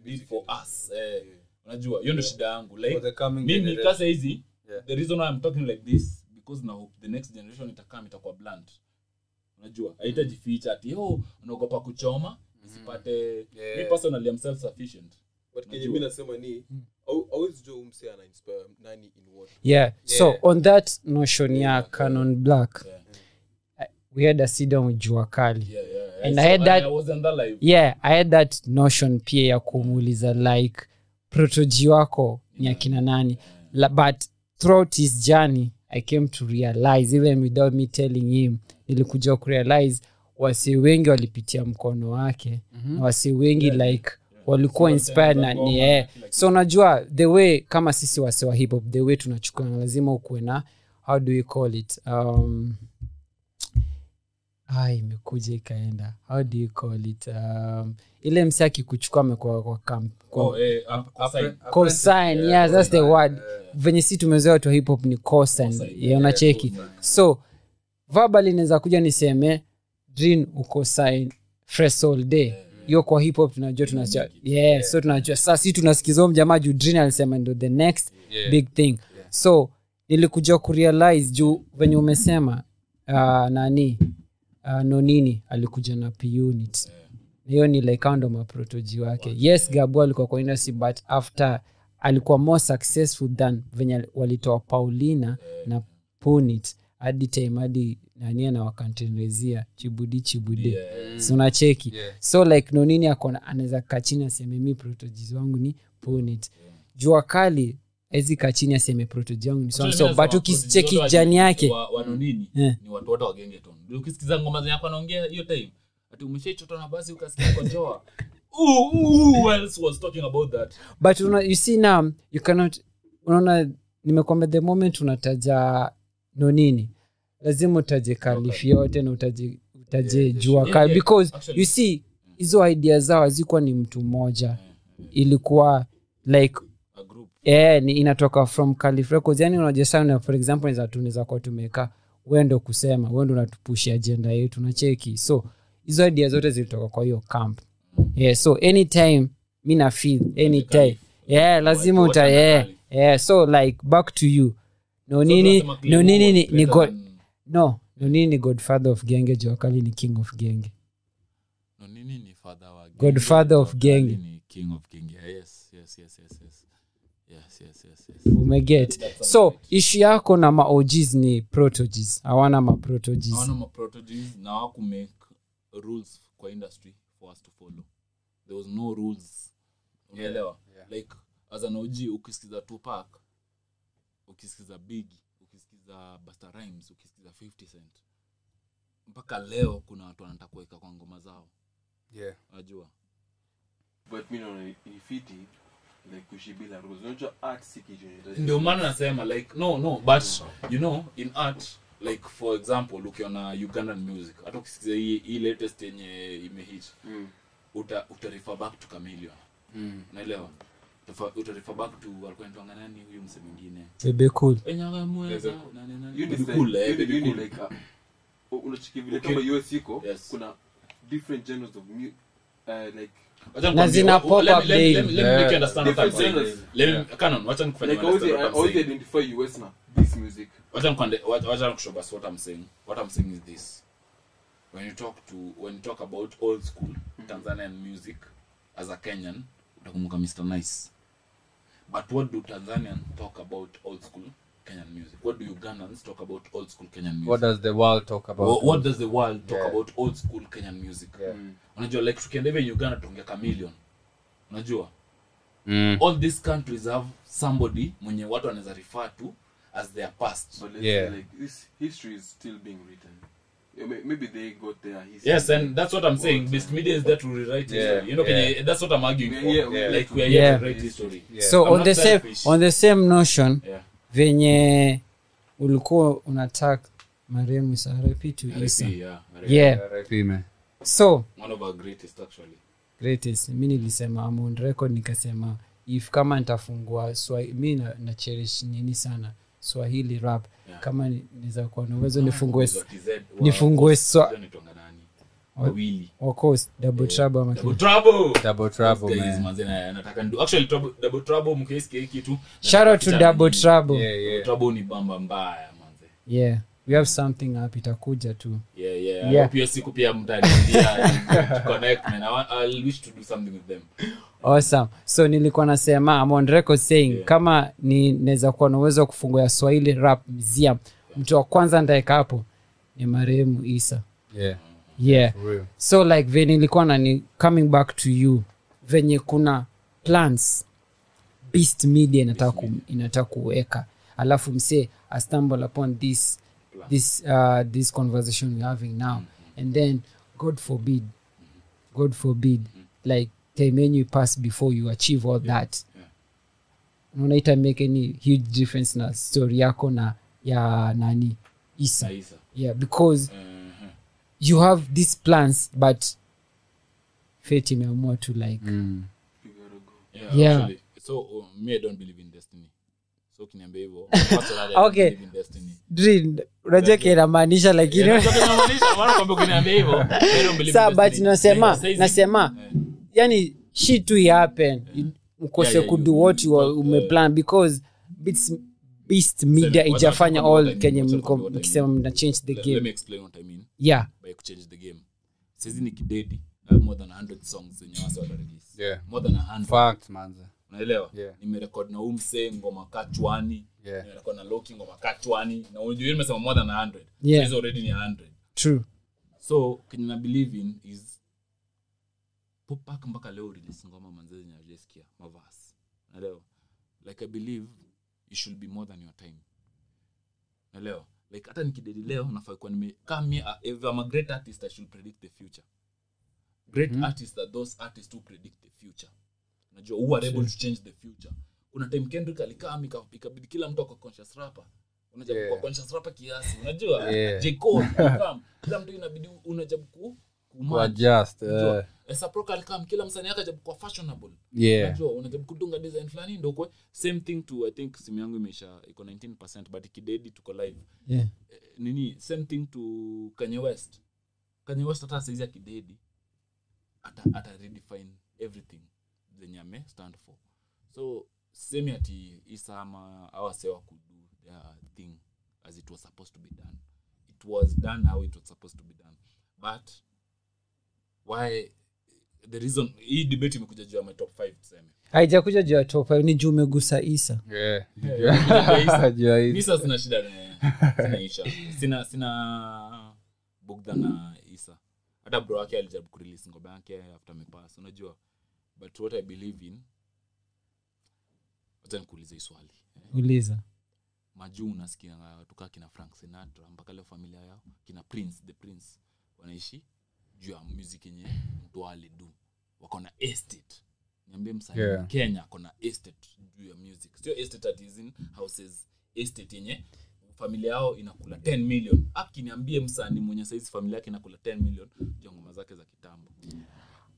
did for us eh, unajua hiyo ndo shida yangu For the like coming mimi generation. kasa hizi Yeah. the reason why i'm talking like this because na hope the next generation itakam itakuwa blunt unajua Mm. haitajificha ati oh unaogopa kuchoma isipate Yeah. me personally i'm self sufficient but kenye Najua. Hmm. mi nasema ni au- hauwezi jua huyu msee anainspire nani in what yeah so on that notion ya canon black Yeah. we had a sidon with jua kali yeah, yeah, yeah. And So I had that- I was on that live yeah i had that notion pia ya kumuuliza like protoji wako ni akina nani La, but throughout his journey i came to realize even without me telling him nilikuja kurealize wasee wengi walipitia mkono wake mm-hmm. na wasee wengi yeah. like walikuwa So inspired wataenda na ngoma ni na eh. kila kitu. so unajua the way kama sisi wase wa hip hop the way tunachukua lazima ukuwe na how do we call it um, ah, imekuja ikaenda how do you call it um, ile msi akikuchukua amekuwa kwa kam- kwa Oh, eh, up- upside. cosign yeah, that's the word venye si tumezoea watu wa hip hop ni cosign Cosign, yeah, unacheki cosign. so verbally inaweza kuja niseme dream uko sign fresh all day hiyo kwa hip hop tunajua tunajua yeah, so tunajua sasa si tunasikiza huyo mjamaa juu dream alisema ndo the next big thing so nilikuja kurealize juu venye umesema uh, nani uh, nonini alikuja na punit hiyo ni like hao ndo maprotoji wake yes gabu alikuwa kwa industry but after alikuwa more successful than venye walitoa paulina na punit hadi time hadi nania na wakantenezia chibudi chibude yeah. sunacheki yeah. so like nonini akona anaweza kaa chini aseme mi protojiz wangu ni punit jua kali awezi kaa chini aseme protoji wangu ni so, so, but ukicheki jani yake wanonini Yeah. ni watu wote wagengeton ukisikiza ngoma zenye ako anaongea hiyo time ati umeshaichota na basi ukasikia kwa joa Ooh, ooh, who else was talking about that? but una, you see now you cannot unaona nimekwambia the moment unataja nonini lazima utaje kalifi yote na utaje, utaje jua yeah, kali yeah, because actually. you see hizo idea zao hazikuwa ni mtu mmoja ilikuwa like A group. yeah, ni inatoka from Calif Records. Yani unajua sana, for example za tunaweza kuwa tumeka wendo kusema wendo unatupushi ajenda yetu na cheki, so hizo idea zote zilitoka kwa hiyo camp Mm. yeah, so anytime mi na feel anytime yeah, lazima Watu uta wote yeah, wanakali. yeah, so like back to you no So nini tunasema Clean no nini was ni, ni better go, than- no no nini ni godfather of genge juakali ni king of genge Nonini ni father wa genge, Godfather of Joa genge. Kali ni king of genge. Yeah, yes, yes, yes, yes, yes. Yes, yes, yes, yes. umeget That's so something. ishu yako na maogs ni protogs hawana maprotogs hawana maprotogies na hawaku make rules kwa industry for us to follow there was no rules unaelewa like as an og ukisikiza tupac ukisikiza big ukisikiza Busta rhymes ukisikiza 50 cent mpaka leo kuna watu wanataka kuweka kwa ngoma zao Yeah. unajua but mi naona ni fiti like kushibila rules unajua art si kitu yenye itashi- ndio maana nasema like no no but you know in art like for example ukiona ugandan music hata ukisikiza hii hii latest yenye imehit Mm. uta, utarefer back to chameleon mm. naelewa Tafa- utarefer back to alikuwa anaitwanga nani huyu mse mwingine bebe cool Enyagamweza, nani, nani. You Baby decide- Cool, eh, you- Baby you need Cool. like a- u- unacheki vile Okay. kama US iko Yes. kuna different genres of mu- uh, like Wacha Na nikwambie, zina wa- wa- pop let up me- let me- let me- let me daily. make you understand what I'm Different saying. genres. Let me- Canon, wacha nikufanye like I always, understand I what I'm saying. always identify US now. This music. Wacha nikwande- wacha- wacha nikushogas what I'm saying. What I'm saying is this. When you talk to- when you talk about old school Mm-hmm. Tanzanian music as a Kenyan, utakumbuka Mr. Nice. But what do Tanzanian talk about old school Kenyan music? What do Ugandans talk about old school Kenyan music? What does the world Mm. talk about? Wha- what does the world talk Yeah. about old school kenyan music Yeah. unajua like tukienda hivi in uganda tuongea chameleon unajua Mm. all these countries have somebody mwenye watu wanaweza refer to as their past But let's Yeah. say like this history is still being written. Yeah, may- Maybe they got their history. yes and that's what i'm saying this media is there to rewrite Yeah, history you know yeah. Kenya, that's what i'm arguing Yeah, for yeah, yeah. like we are here Yeah. to write history Yeah. so I'm on not the, same, selfish. on the same notion yeah venye ulikuwa unatak marehemu sarepi to isa RIP, yeah RIP. yeah R.I.P. man. so one of our greatest actually greatest mi nilisema I'm on record nikasema if kama nitafungua Swa- mi na, na cherish nini sana swahili rap Yeah. kama ni- niza kuwa na uwezo nifungue s- Wa TZ, wa- nifungue Oh. swa Sio nitwanga nani wawili of course double trouble ama double kitu. trouble Double trouble, Guys, man. manze, na- nataka nidu- actually trouble double trouble mkiisikia hii kitu shout out to nataka double nini. trouble Yeah, yeah. yeah. trouble ni bamba mbaya manze we have something up itakuja tu yeah yeah, Yeah. yeah. pia siku pia mtaniambia to connect man I want, I'll wish to do something with them awesome so nilikuwa nasema I'm on record saying Yeah. kama ni naweza kuwa na uwezo wa kufungua ya swahili rap museum mtu wa kwanza ndaeka hapo ni marehemu isa Yeah. yeah For real. so like venye ilikuwa nani coming back to you venye kuna plans beast media inataka ku- inataka kuweka alafu msee I stumble upon this this uh, this conversation we're having now and then god forbid god forbid like time yenyu pass before you achieve all that yeah. unaona ita make any huge difference na story yako na ya nani isa saisa yeah because uh-huh. you have these plans but fate imeamua to like Mm. You gotta go. yeah, Yeah. Actually, so uh, me i don't believe in destiny so ukiniambia hivyo personally, I don't Okay. believe in destiny. dream unajua kinamaanisha like you know, Yeah, so kinamaanisha, maana kwamba ukiniambia hivyo, I don't believe in Sawa, but destiny. nasema- Like, saisi- nasema, eh, yani shi tu happen mkose Yeah, yeah, kudu you- what you are- you- umeplan because bits beast media Sema, ijafanya wacha- all wacha- kenye wacha- mlikuwa wacha- mkisema mna change the le- let me game explain what i mean yeah by kuchange the game saizi ni kidedi I have more than 100 songs zenye wase watarelease Yeah. more than 100 Fact, manza. unaelewa Yeah. nimerekod na umse ngoma kachwani Yeah. nimerekod na loki ngoma kachwani na unajua nimesema more than 100 Yeah. so hizo already ni 100 true so kenye na believe in is popak mpaka leo release ngoma manzee zenye ajesikia mavas naelewa like i believe you should be more than your time naelewa like hata nikidedi leo nafaa kuwa nimekaa mi a- uh, if I'm a great artist i should predict the future great mm-hmm. artists are those artists who predict the future najua who are able to change the future kuna time kendrick alikaa mika- ikabidi kila mtu akwa conscious rapper unajabu Yeah. kwa conscious rapper kiasi unajua Yeah. J. Cole alikam kila mtu inabidi unajabu ku Kwa kumanage just, Unajua, uh, Esa Proc alikam kila msanii yake ajabu kwa fashionable yeah. unajua unajaribu kutunga design fulani ndo kwe same thing to i think simu yangu imeisha iko 19 but ikidedi tuko live yeah eh, nini same thing to kanye west kanye west hata saizi akidedi ata, ata redefine everything zenye ame stand for so semi ati isama awasewa kudu their thing as it was supposed to be done it was done how it was supposed to be done but why the reason hii debate imekuja juu ya my top 5 tuseme haijakuja juu ya top five, ni juu umegusa isa Yeah. Yeah. Jua hii. Nisa sina shida na- sina isha sina sina bugdha na isa hata bro wake alijaribu kurelease ngoma yake after amepass unajua but what i believe in wacha nikuulize hii swali uliza majuu unasikia watu kaa kina frank sinatra mpaka leo familia yao kina prince the prince wanaishi juu ya music yenye mtu alidu wako na estate niambie msanii Yeah. kenya ako na estate juu ya music sio estate at is in houses estate yenye familia yao inakula 10 million akiniambie msanii mwenye saizi familia yake inakula 10 million juu ya ngoma zake za kitambo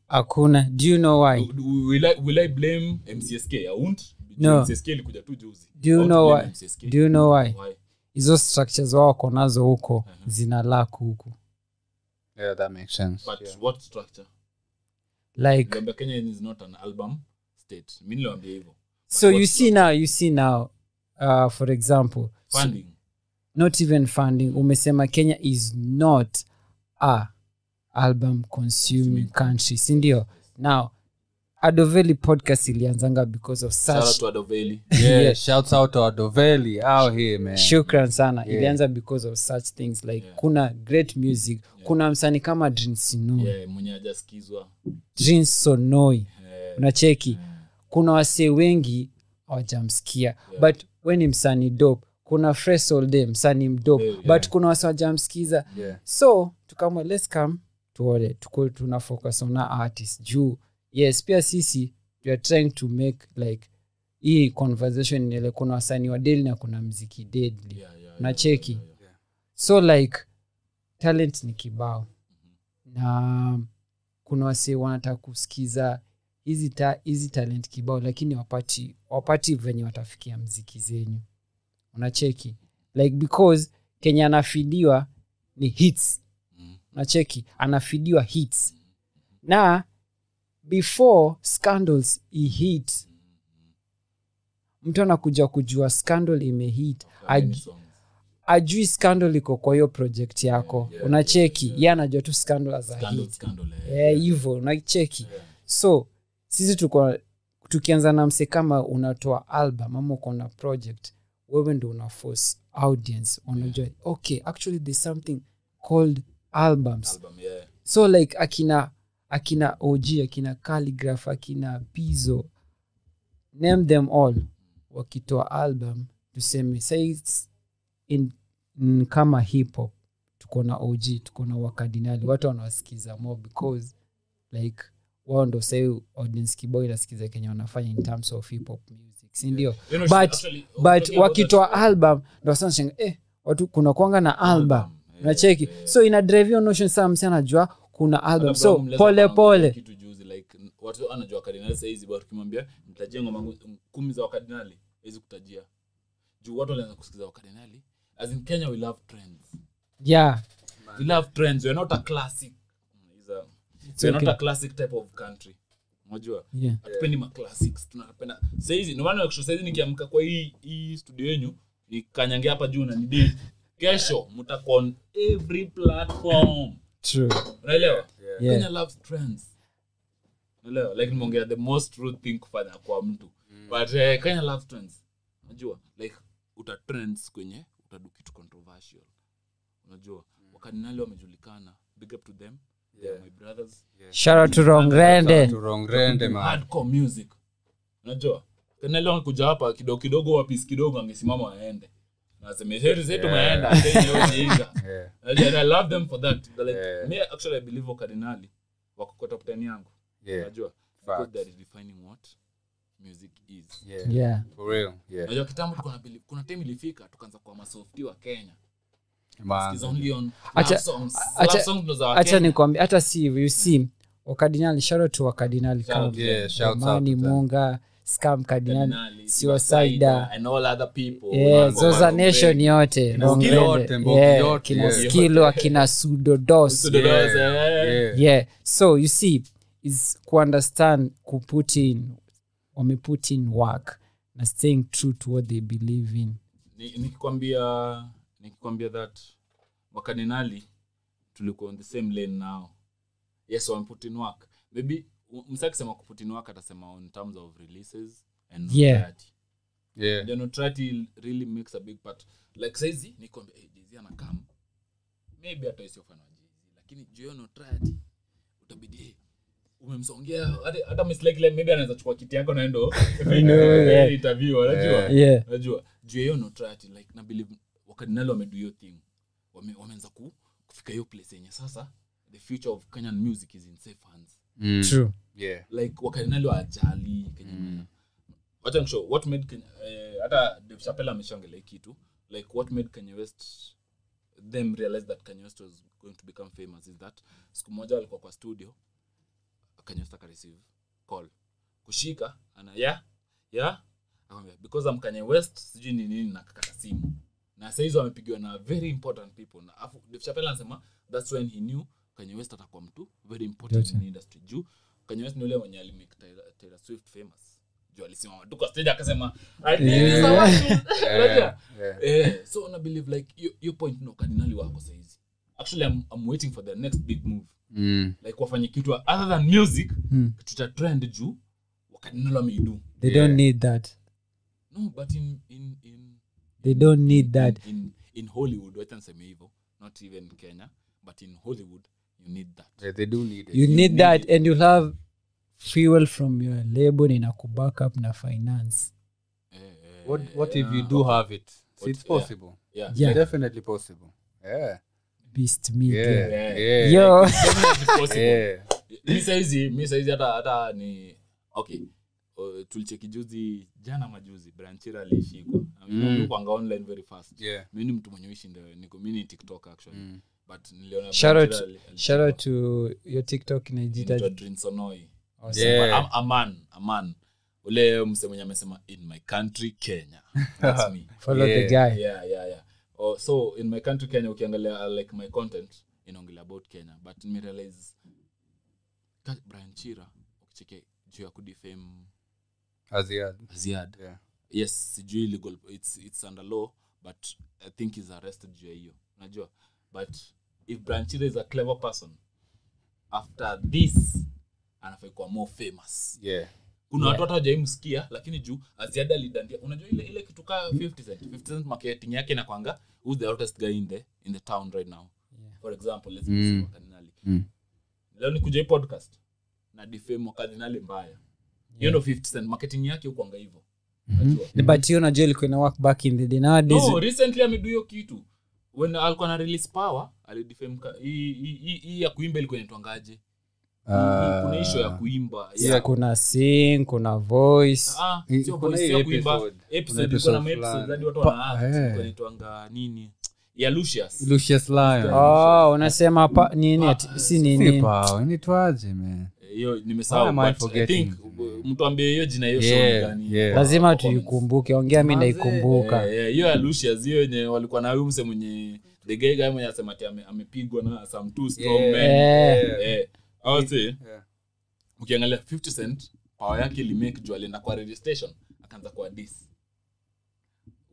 hakuna do you know why will I, will I blame mcsk i won't No. mcsk ilikuja tu juzi Do you I won't know blame why? MCSK. do you know why Why? hizo structures wao wako nazo huko Mhm. zina lak huko Yeah, that makes sense. but Yeah. what structure like Niliambia Kenya is not an album state. Mimi niliwaambia hivyo. so But you what see now you see now uh, for example so- Funding. not even funding umesema kenya is not a album consuming country sindio now adoveli podcast ilianzanga because of Shout out such to Adoveli. Yeah, Yes. shouts out to Adoveli out here, man. shukran sana Yeah. ilianza because of such things like Yeah. kuna great music kuna msani kama drinsono Yeah, mwenye hajasikizwa. drinsonoi Eh, unacheki kuna wasee wengi hawajamsikia but we ni msani dope kuna fresh all day msani mdope Yeah, but kuna wase wajamsikiza Yeah. so tukamwe let's come tuone tuko tuna focus on our artist juu yes pia sisi we are trying to make like hii conversation ile kuna wasanii wa deli na kuna mziki deadly yeah, yeah, yeah, na cheki yeah, yeah. so like talent ni kibao na kuna wase wanataka kusikiza hizi ta, hizi talent kibao lakini wapati wapati venye watafikia mziki zenyu unacheki like because kenya anafidiwa ni hits Mhm. unacheki anafidiwa hits na before scandals ihit mtu anakuja kujua scandal imehit Any aj, songs. ajui scandal iko kwa hiyo project yako Yeah, yeah, unacheki yeah, yeah. ye anajua tu scandal as a Scandal, hit scandal, eh. Eh, hivo unacheki so sisi tuko tukianza na mse kama unatoa album ama uko na project wewe ndo una force audience unajua okay actually there's something called albums Album, yeah. so like akina akina og akina calligraph akina pizo name them all wakitoa album tuseme say it's in, in kama hip hop tuko na og tuko na wakardinali watu wanawasikiza more because like wao ndo sahii audience kibao inasikiza kenye wanafanya in terms of hip hop music sindio You know, But- actually, but talking about wakitoa that- album ndo wasanashanga eh, watu kuna kwanga na album nacheki so ina drive hiyo notion saa msi anajua kuna album Hata so Brown Mleza pole anaongea pole kitu juzi like n- watu anajua kardinali sahizi but ukimwambia mtajia ngoma ngu- kumi za wakardinali hawezi kutajia juu watu walianza kusikiza wakardinali as in kenya we love trends yeah we love trends we're not a classic is a, we're not a classic type of country unajua yeah hatupendi maclassics tunapenda saizi ndomana kesho saizi nikiamka kwa hii hii studio yenyu nikanyangia hapa juu na nidi kesho mtakuwa on every platform true unaelewa Yeah. kenya loves trends unaelewa like nimeongea the most true thing kufanya kwa mtu Mm. but eh, kenya loves trends unajua like uta trends kwenye utadu kitu controversial unajua Mm. wakardinali wamejulikana big up to them they are my brothers shout out to rongrende To Rongrende, man. hardcore music unajua kanali kuja hapa kidogo kidogo wapis kidogo angesimama waende nasemesheri zetu Yeah. maenda atenyeojiiga Yeah. and i love them for that They're like, Yeah. me actually i believe wakardinali wako kwa top 10 yangu Yeah. unajua Facts. because they are defining what music is Yeah. yeah For real. Yeah. unajua kitambo tulikuwa na believe- kuna time ilifika tukaanza kwa masofti wa kenya Man. Sikiza only on Ah, Acha- love songs acha- love songs ndo za hacha wakenya nikwambia hata si hivi, you see wakardinali shout to wakardinali Shout out, kama Yeah. Shouts out Romani to them. munga scam kardinali Kardinali, Siwa Saida. and all other people Yeah, Mambo, zoza mambo nation mengi. yote Mbogi Rongrende. yote, Mbogi Yeah, yote, kina yeah. skilo akina sudodos Sudo Yeah. Dose, eh. Yeah. yeah so you see is kuunderstand kuput in wameput in work na staying true to what they believe in Ni- nikikwambia nikikwambia that wakadinali tulikuwa on the same lane now yes wameputin work maybe msa akisema kuputin work atasema on terms of releases and Yeah. notoriety. Yeah. The notoriety really makes a big part like saizi eh, nikwambia hey, jz anakam maybe hata isiofana jz lakini juu hiyo notoriety utabidi hey, umemsongea hata- hata mislikely maybe anaweza chukua kiti yako naendo yeah. interview anajua yeah najua juu ya hiyo notrati like na believe wakardinali wamedu hiyo thing Wame- wameanza ku, kufika hiyo place yenye sasa the future of kenyan music is in safe hands Mm. true Yeah. like wakardinali waajali kenya wacha nisho what made Kenya- eh, hata Dave Chappelle ameshaongelea hii kitu like what made kenya west them realize that kenya west was going to become famous is that siku moja walikuwa kwa studio kenya west akareceive call kushika ana ya ya akamwambia because I'm kanye west sijui ni nini na kakata simu na saizi wamepigiwa na very important people na afu Dave Chappelle anasema that's when he knew kanye west atakuwa mtu very important in the industry juu kanye west ni yule mwenye alimake Taylor, Taylor swift famous juu alisimama tu kwa stage akasema I need yeah. Yeah. Yeah. Eh, so na believe like hiyo- hiyo point ndo kardinali wako saizi actually I'm, I'm waiting for the next big move Mm. like wafanye kitu other than music kitu cha trend juu wakardinali wameidu Hmm. they Yeah. don't need that no but in in in they don't need that in, in, in hollywood wacha niseme hivyo not even kenya but in hollywood you need that Yeah, They do need it. you need that and you'll have fuel from your label inakuback up na finance eh, eh, What What if you yeah. do have it? See, it's yeah. possible. yeah. Yeah. Definitely possible. Yeah. beast media Yeah. Yeah. Yeah. yo Definitely possible. Yeah. mi saizi mi saizi hata hata ni okay uh, tulicheki juzi jana majuzi branchira alishikwa Mm. mm. kwanga online very fast Yeah. mi ni mtu mwenye uishi ndio niko mi ni tiktok actually Mm. but niliona Shout out- Branchira ali- alishikwa. shout out to your tiktok Inaitwa inajita Drinsonoi. Awesome. Yeah. Am- aman aman ule mse mwenye amesema in my country kenya That's me. follow the Yeah. guy yeah, yeah, yeah. Oh, so in my country kenya ukiangalia uh, like my content inaongelea about kenya but nimerealize ka- brian chira ukicheke juu ya kudifame As he had. ziad Yeah. yes sijui legal it's, it's under law but i think is arrested juu ya hiyo unajua but if brian chira is a clever person after this anafai kuwa more famous Yeah. kuna watu hata wajaimsikia lakini juu aziada alidandia unajua ile ile kitu kaa 50 cent 50 cent marketing yake inakwanga who's the hottest guy in the in the town right now for example let's mm. kardinali Mm. leo nikuja hii podcast na defame wa kardinali mbaya hiyo ndo 50 cent marketing yake hukwanga hivyo Mhm. unajua but hiyo najua ilikuwa ina work back in the day nowadays no recently amedu hiyo kitu when alikuwa na release power alidefame ka- hii- hii hii- hii ya kuimba ilikuwa inaitwangaje Ah, kuna isho ya kuimba yeah. kuna sing kuna voice Ah, I- sio kuna voice, hii sio kuimba. episode. Episode, Kuna ilikuwa na episode ma-episodes, fulani. hadi watu Pa- wana act, eh. ilikuwa inaitwanga nini ya lucius lucius lion oh unasema pa nini Ah, ati- si Si nini power, inaitwaje, man? Eh, hiyo Why nimesahau am I but I forgetting? think mtu ambie hiyo jina hiyo show ni Yeah, gani. yeah. lazima tuikumbuke ongea mi naikumbuka Eh, eh, hiyo ya lucius hiyo yenye walikuwa na huyu mse mwenye the gay guy mwenye asema ati ame- amepigwa na some two strong Yeah. men Eh, Eh, au si, Yeah. ukiangalia 50 cent power yake ilimake juu alienda kwa radio station akaanza kwa dis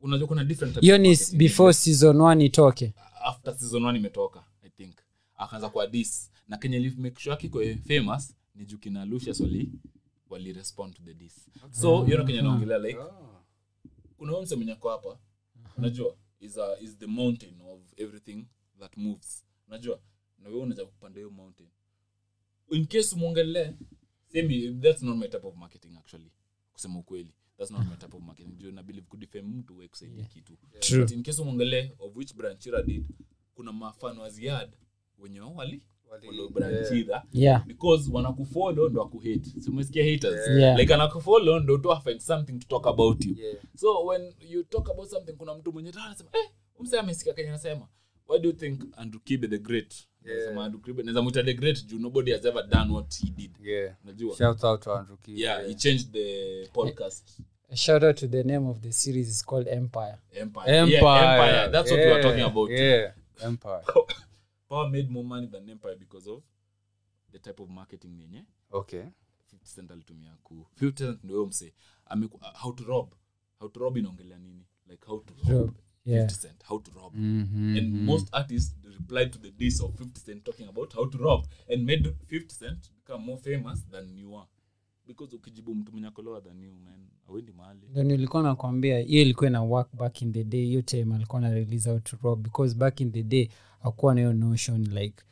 unajua kuna different type hiyo of ni marketing. before season one itoke after season 1 imetoka i think akaanza kwa dis na kenye limake sure yake ikuwe famous ni juu kina lucius wali wali respond to the dis so yona kenye naongelea Mm-hmm. like kuna huyo msee mwenye ako hapa unajua is, a, is the mountain of everything that moves unajua na wewe unaja kupanda hiyo mountain in case umwongelee semi that's not my type of marketing actually kusema ukweli that's not my type of marketing juu nabelieve kudefame mtu we kusaidia kitu True. But in case umwongelee of which branchira did kuna mafano wa ziada wenye wali Eh, follow branchira yeah because wanakufollow ndo akuhate so umesikia haters Yeah. like anakufollow ndo to find something to talk about you so when you talk about something kuna mtu mwenye tu anasema eh umse amesikia kenye anasema what do you think andrew kibe the great yeah. andrew kibe naweza muita the great juu nobody has ever done what he did Yeah. unajua Shout out to Andrew Kidd. yeah, he changed the podcast A shout out to the name of the series is called empire empire Empire. yeah, empire. that's what we were Yeah, talking about Yeah. Empire. power made more money than empire because of the type of marketing yenye Okay. 50 cent alitumia ku 50 cent ndio huyo msee ameku uh, how to rob how to rob inaongelea nini like how to rob Rob, yeah. 50 cent how to rob Mm-hmm. and most artists replied to the diss of 50 cent talking about how to rob and made 50 cent become more famous than you are because ukijibu mtu mwenye ako lower than you man awendi mahali ndo nilikuwa nakwambia hiyo ilikuwa na work back in the day hiyo time alikuwa na release out to rob because back in the day hakuwa na hiyo notion like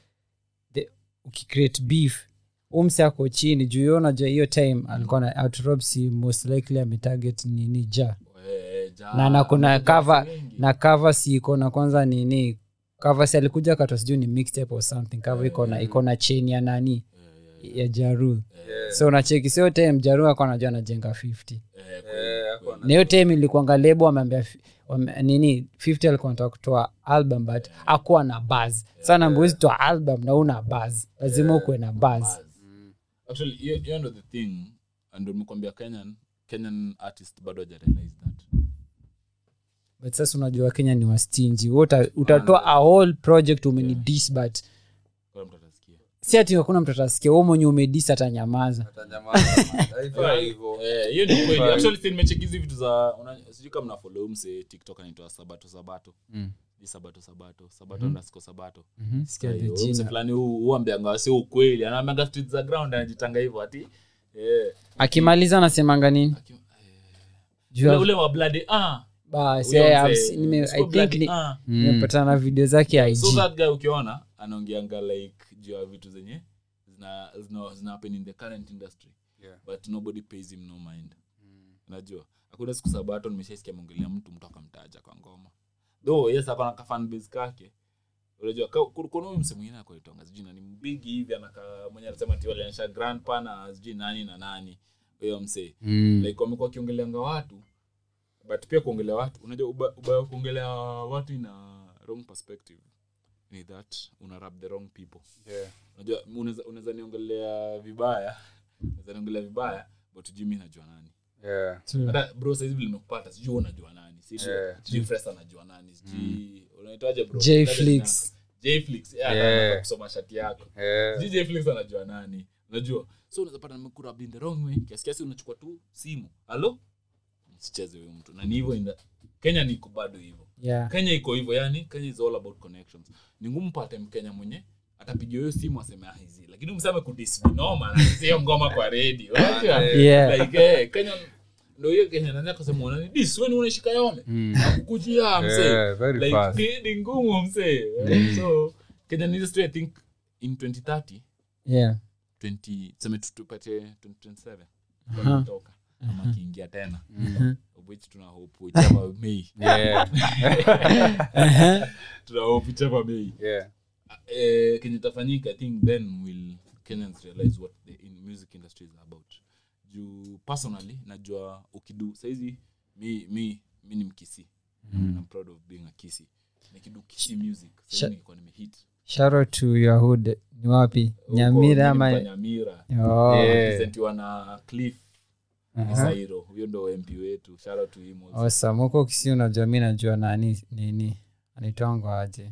the, ukicreate beef umse ako chini juu yeye unajua hiyo time alikuwa na out rob si most likely ametarget nini ja Eh, ja- na na kuna watu cover wengi. na cover si iko na kwanza nini cover si alikuja katwa sijui ni mixtape or something cover iko na iko na chain ya nani Eh, ya jaru so unacheki sio time jaru ako anajua anajenga 50 Eh, kweli, kweli. Yeah. na hiyo time ilikuanga lebo wameambia wame, nini 50 alikuwa anataka kutoa album but Eh. akuwa na buzz sana mbuwezi toa album na una buzz Eh, lazima ukuwe na buzz Mm. actually hiyo- hiyo ndo the thing ndo nimekwambia kenyan kenyan artist bado hajarealize that but sasa unajua kenya ni wastinji Wewe uta, utatoa a whole project umeni dis but Kwa mtu atasikia si ati hakuna mtu atasikia wewe mwenye umedis atanyamaza Eh, hiyo ni kweli actually si nimecheki hizi vitu za una- sijui kama mnafollow mse tiktok anaitwa sabato sabato Mm. Ni sabato sabato sabato underscore sabato Sikia Mm-hmm. Sikia the hiyo, jina. mse fulani huu- huambianga sio ukweli anaambianga streets za ground anajitanga hivyo ati eh, akimaliza anasemanga nini aki- Juu ule ya- ule wa bloody ah basi huyo eh, I've mse, seen- nime- sio I think bloody ni- Mm. ah. Mm-hmm. nimepatana na video zake ya so IG that guy ukiona anaongeanga like juu ya vitu zenye zina zina, zina happen in the current industry Yeah. but nobody pays him no mind unajua hakuna siku sabato nimeshaisikia ameongelea mtu mtu akamtaja kwa ngoma though yes akona ka fan base kake unajua ka- ku- kuna huyu msee mwingine akoitonga sijui nani mbigi hivi anaka mwenye anasema ati walianisha grandpa na sijui nani na nani huyo msee Mm. like wamekuwa wakiongeleanga watu but pia kuongelea watu unajua uba- ubaya wa kuongelea watu ina wrong perspective ni that una rub the wrong people unajua unaweza- unaweza niongelea vibaya unaweza niongelea vibaya but hujui mi najua nani Yeah. hata bro saizi vile nimekupata sijui wewe unajua nani sijui Yeah. sijui Fresa anajua nani sijui unaitwaje bro J Dada Flix. zina- J Flix yeah, Yeah. anataka kusoma shati yako Yeah. sijui J Flix anajua nani unajua so unaweza pata nimekura in the wrong way kiasi kiasi unachukua tu simu halo sicheze huyo mtu na ni hivyo ina- Kenya niko bado hivyo yeah. kenya iko hivyo yani kenya is all about connections ni ngumu pate mkenya mwenye atapigia huyo simu aseme "Ah, hizi lakini msame kudisbinoma hiyo ngoma kwa redio Unajua? Yeah. like eh, kenya ndo hiyo kenya naanza kusema unani dis weni unaishika yole Mm-hmm. kukujia msee Yeah, very like fast. Mm. ni- ni ngumu msee so kenya ni just i think in 2030 Yeah. 20 sema tu- tupate 2027 Aha. Mhm. toka ama kiingia tena of which tuna hope whichever may Yeah. tuna hope whichever may Yeah. eh, kenye itafanyika i think then will kenyans realize what the in music industry is about juu personally najua ukidu saizi mi, mi, mi ni mkisi mm. I'm proud of being a kisi nikidu kisi music Sha- saizi nilikuwa nimehit sharo to your hood ni wapi nyamira Huko, mi ama nilikuwa nyamira Oh, uh-huh. representiwa na cliff isairo huyo ndo mp wetu shara tu awesome huko kisi unajua mi najua nani nini anitwangwa aje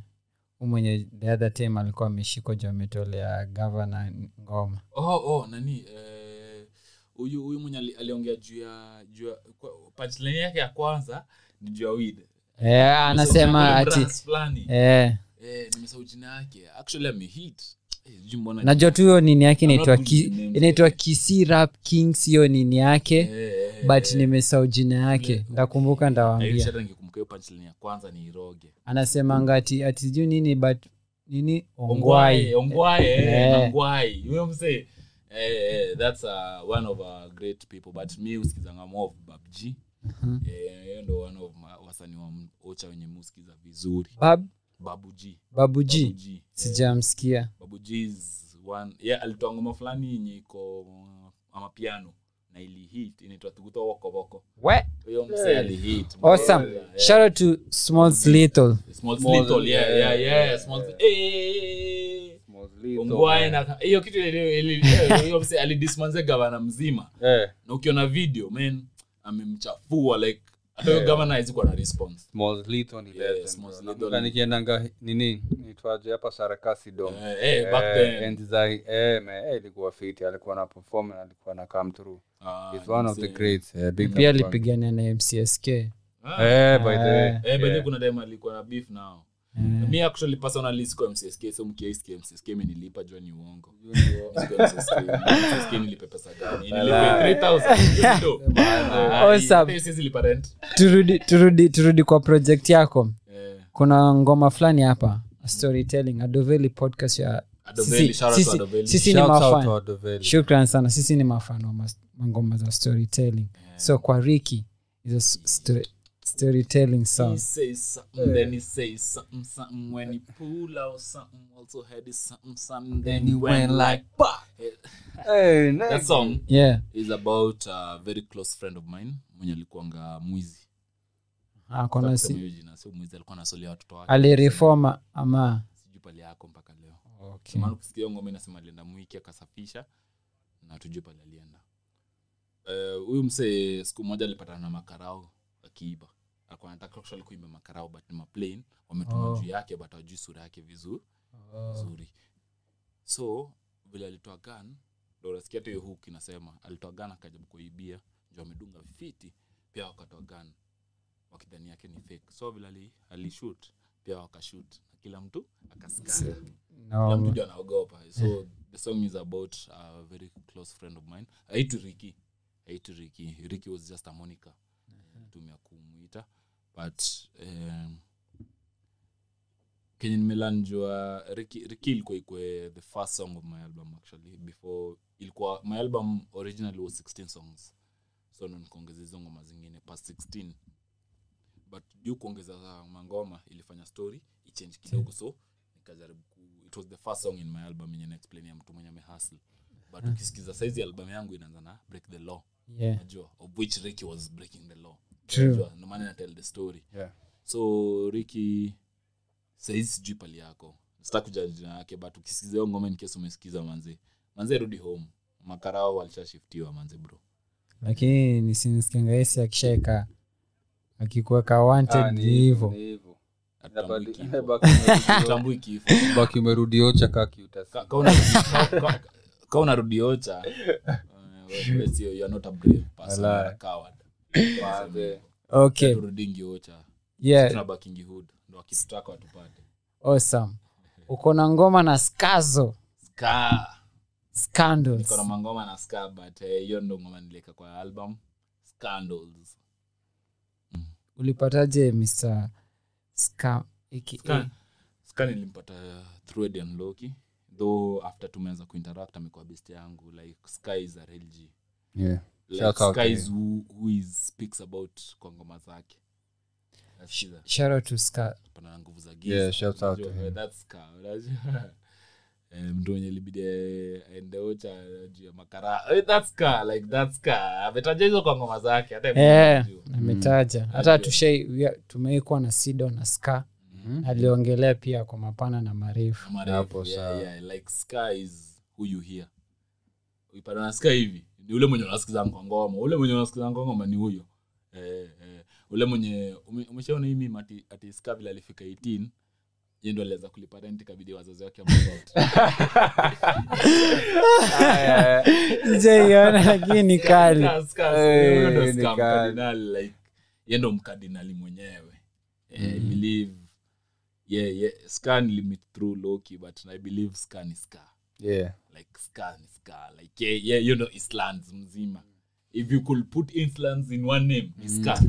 Huyu mwenye the other time alikuwa ameshikwa juu ametolea gavana ngoma oh, oh, nani eh, huyu huyu mwenye ali- aliongea juu ya juu ya kwa- punchline yake ya kwanza ni juu ya weed eh, anasema Kuna ati brands fulani eh, eh, nimesahau jina yake actually amehit Eh, sijui mbona- najua tu hiyo nini yake I'm not inaitwa good ki- with names, inaitwa eh. kisi rap kings hiyo nini yake Eh, eh, but eh. nimesahau jina yake Ule- ndakumbuka I wish ndawambia hata ningekumbuka hiyo punchline ya kwanza ni iroge anasemanga ati ati sijui nini but nini ongwai ongwae ongwae eh, Eh. na ngwai huyo msee eh, eh, that's uh, one of our great people but mi usikizanga more of babg Eh, hiyo ndo one of ma- wasanii wa m- ocha wenye musikiza vizuri Bab, babuji babuji babuji sijamsikia babuji is one yeah, alitoa ngoma fulani yenye iko amapiano na ilihit inaitwa tuguta wokowoko we huyo msee alihit awesome Yeah, yeah. shout out to small little Small Small- Little, yeah, yeah, yeah, yeah, Small- Eh, eh, eh, eh. Ongwae na- hiyo kitu ili- ili- hiyo msee alidismanze gavana mzima Yeah. na ukiona video man amemchafua like hata Eh. huyo gavana hawezi kuwa na response Yeah, Smalls Little ni- nikiendanga nini nitwaje hapa sarakasi dom Eh, eh, back Eh, then enzi za- eh, me- eh, ilikuwa fiti alikuwa na perform na alikuwa na come through Ah, He's one of the msee. greats eh, big pia number one. alipigania na mcsk Ah, eh by the way Eh, eh, by the way, yeah. kuna time alikuwa na beef nao mi actually personally sikuwa mcsk so mkiaiski mcsk imenilipa jua ni uongo Sikuwa MCSK. MCSK nilipe pesa gani nilipe 3000 Ndio. Ah, Awesome. hii siwezi lipa rent turudi turudi turudi kwa project yako Eh, kuna ngoma fulani hapa a storytelling adoveli podcast ya Adoveli, sisi- shout out to sisi- Adoveli. sisi ni Shout out to mafan Adoveli. shukran sana sisi ni mafano wa mas- mangoma za storytelling so kwa riki is a s- sto- storytelling He song says something, then he says something, something. When he pull out something, also had his something, something. Then he went like, "Bah!" Eh, ne- That song yeah is about a very close friend of mine mwenye alikuanga mwizi. akona Sasa Ah, si kusema hiyo jina, sio mwizi, alikuwa anasolia watoto wake. alirefoma ama Mm. Sijui pale yako mpaka leo. Maana ukisikia hiyo ngoma inasema alienda mwiki akasafisha na tujue pale alienda. Eh, Huyu msee siku moja alipatana na makarao akiiba. Alikuwa anataka actually kuiba makarao but ni maplain wametuma Oh. juu yake but hawajui sura yake vizuri. Ah. nzuri so vile alitoa gan ndo unasikia tu hiyo hook inasema alitoa gan akajabu kuibia ndio amedunga fiti pia wakatoa gan wakidhani yake ni fake so vile ali, alishut pia wakashut na kila mtu akasikia kila mtu no. ndio anaogopa so the song is about a very close friend of mine aitu riki aitu riki riki was just a monica tumia kumwita but um, kenye nimelanjua riki Riki ilikuwa ikwe the first song of my album actually before ilikuwa my album originally was 16 songs so ndo nikaongeza hizo ngoma zingine past 16 but juu kuongeza ah, mangoma ilifanya story ichange kidogo so nikajaribu ku it was the first song in my album yenye naexplain ya mtu mwenye amehasl but ukisikiza saizi album yangu inaanza na break the law yeah najua of which ricky was breaking the law true Unajua, ndo maana na tell the story Yeah. so riki saizi sijui pali yako sitaki kuja jina yake but ukisikiza hiyo ngoma in case umesikiza manze manze rudi home makarao walishashiftiwa manze bro lakini nisinisikiangaesi akishaeka akikuweka Ah, wanted ni ni hivyo, hivo ni hivyo. Hatutambui Inabadi- kifo. baki umerudi- Hatutambui kifo baki umerudi ocha kaki utasi- Ka- ka unarudi- ka- ka- ka unarudi ocha eh, we- we sio- you are not a brave person, you are a coward. Manze. okay turudingi ocha yeah tunabakingi hood ndo wakitutaka watupate awesome uko na ngoma na skazo Ska. scandals niko na mangoma na ska but eh, hiyo ndo ngoma nilieka kwa album scandals ulipataje mr scam aka Ska- Eh, ska nilimpata through Eddie and loki though after tumeanza kuinteract amekuwa best yangu like sky is a real G. Yeah. like, Shout out to sky is him. who, who is speaks about kwa ngoma zake Nasikiza, eh, shout out to Ska, ako na nguvu za Yeah, shout out to Unajua, him. that's ka- unajua. Eh, mtu wenye libidi ae- aende ocha juu ya makara Eh, that's ka, like that's ka. ametaja hizo kwa ngoma zake hata Eh, mtu anajua. ametaja hata Ajua. tushai we- tumeikuwa na sido na ska Mhm. aliongelea pia kwa mapana na marefu Marefu, Hapo yeah, sawa. yeah, like Sky is who you hear Ukipatana na Sky hivi ni ule mwenye unasikiza kwa ngoma ule mwenye unasikiza kwa ngoma ni huyo eh, eh, ule mwenye ume- umeshaona hii meme ati, ati Sky vile alifika 18 yeye ndo aliweza kulipa rent ikabidi wazazi wake wame- sijaiona lakini ni kali Scar, Scar, Scar, huyo ndo Eh, ni Scar kali. mkardinali, like, yeye ndo mkardinali mwenyewe Eh, I Mm. believe yeah, yeah, Scar nilimit through Loki, but I believe Scar ni Scar. yeah like scar ni scar like yeah, yeah, you know islands mzima if you could put islands in one name ni Mm. scar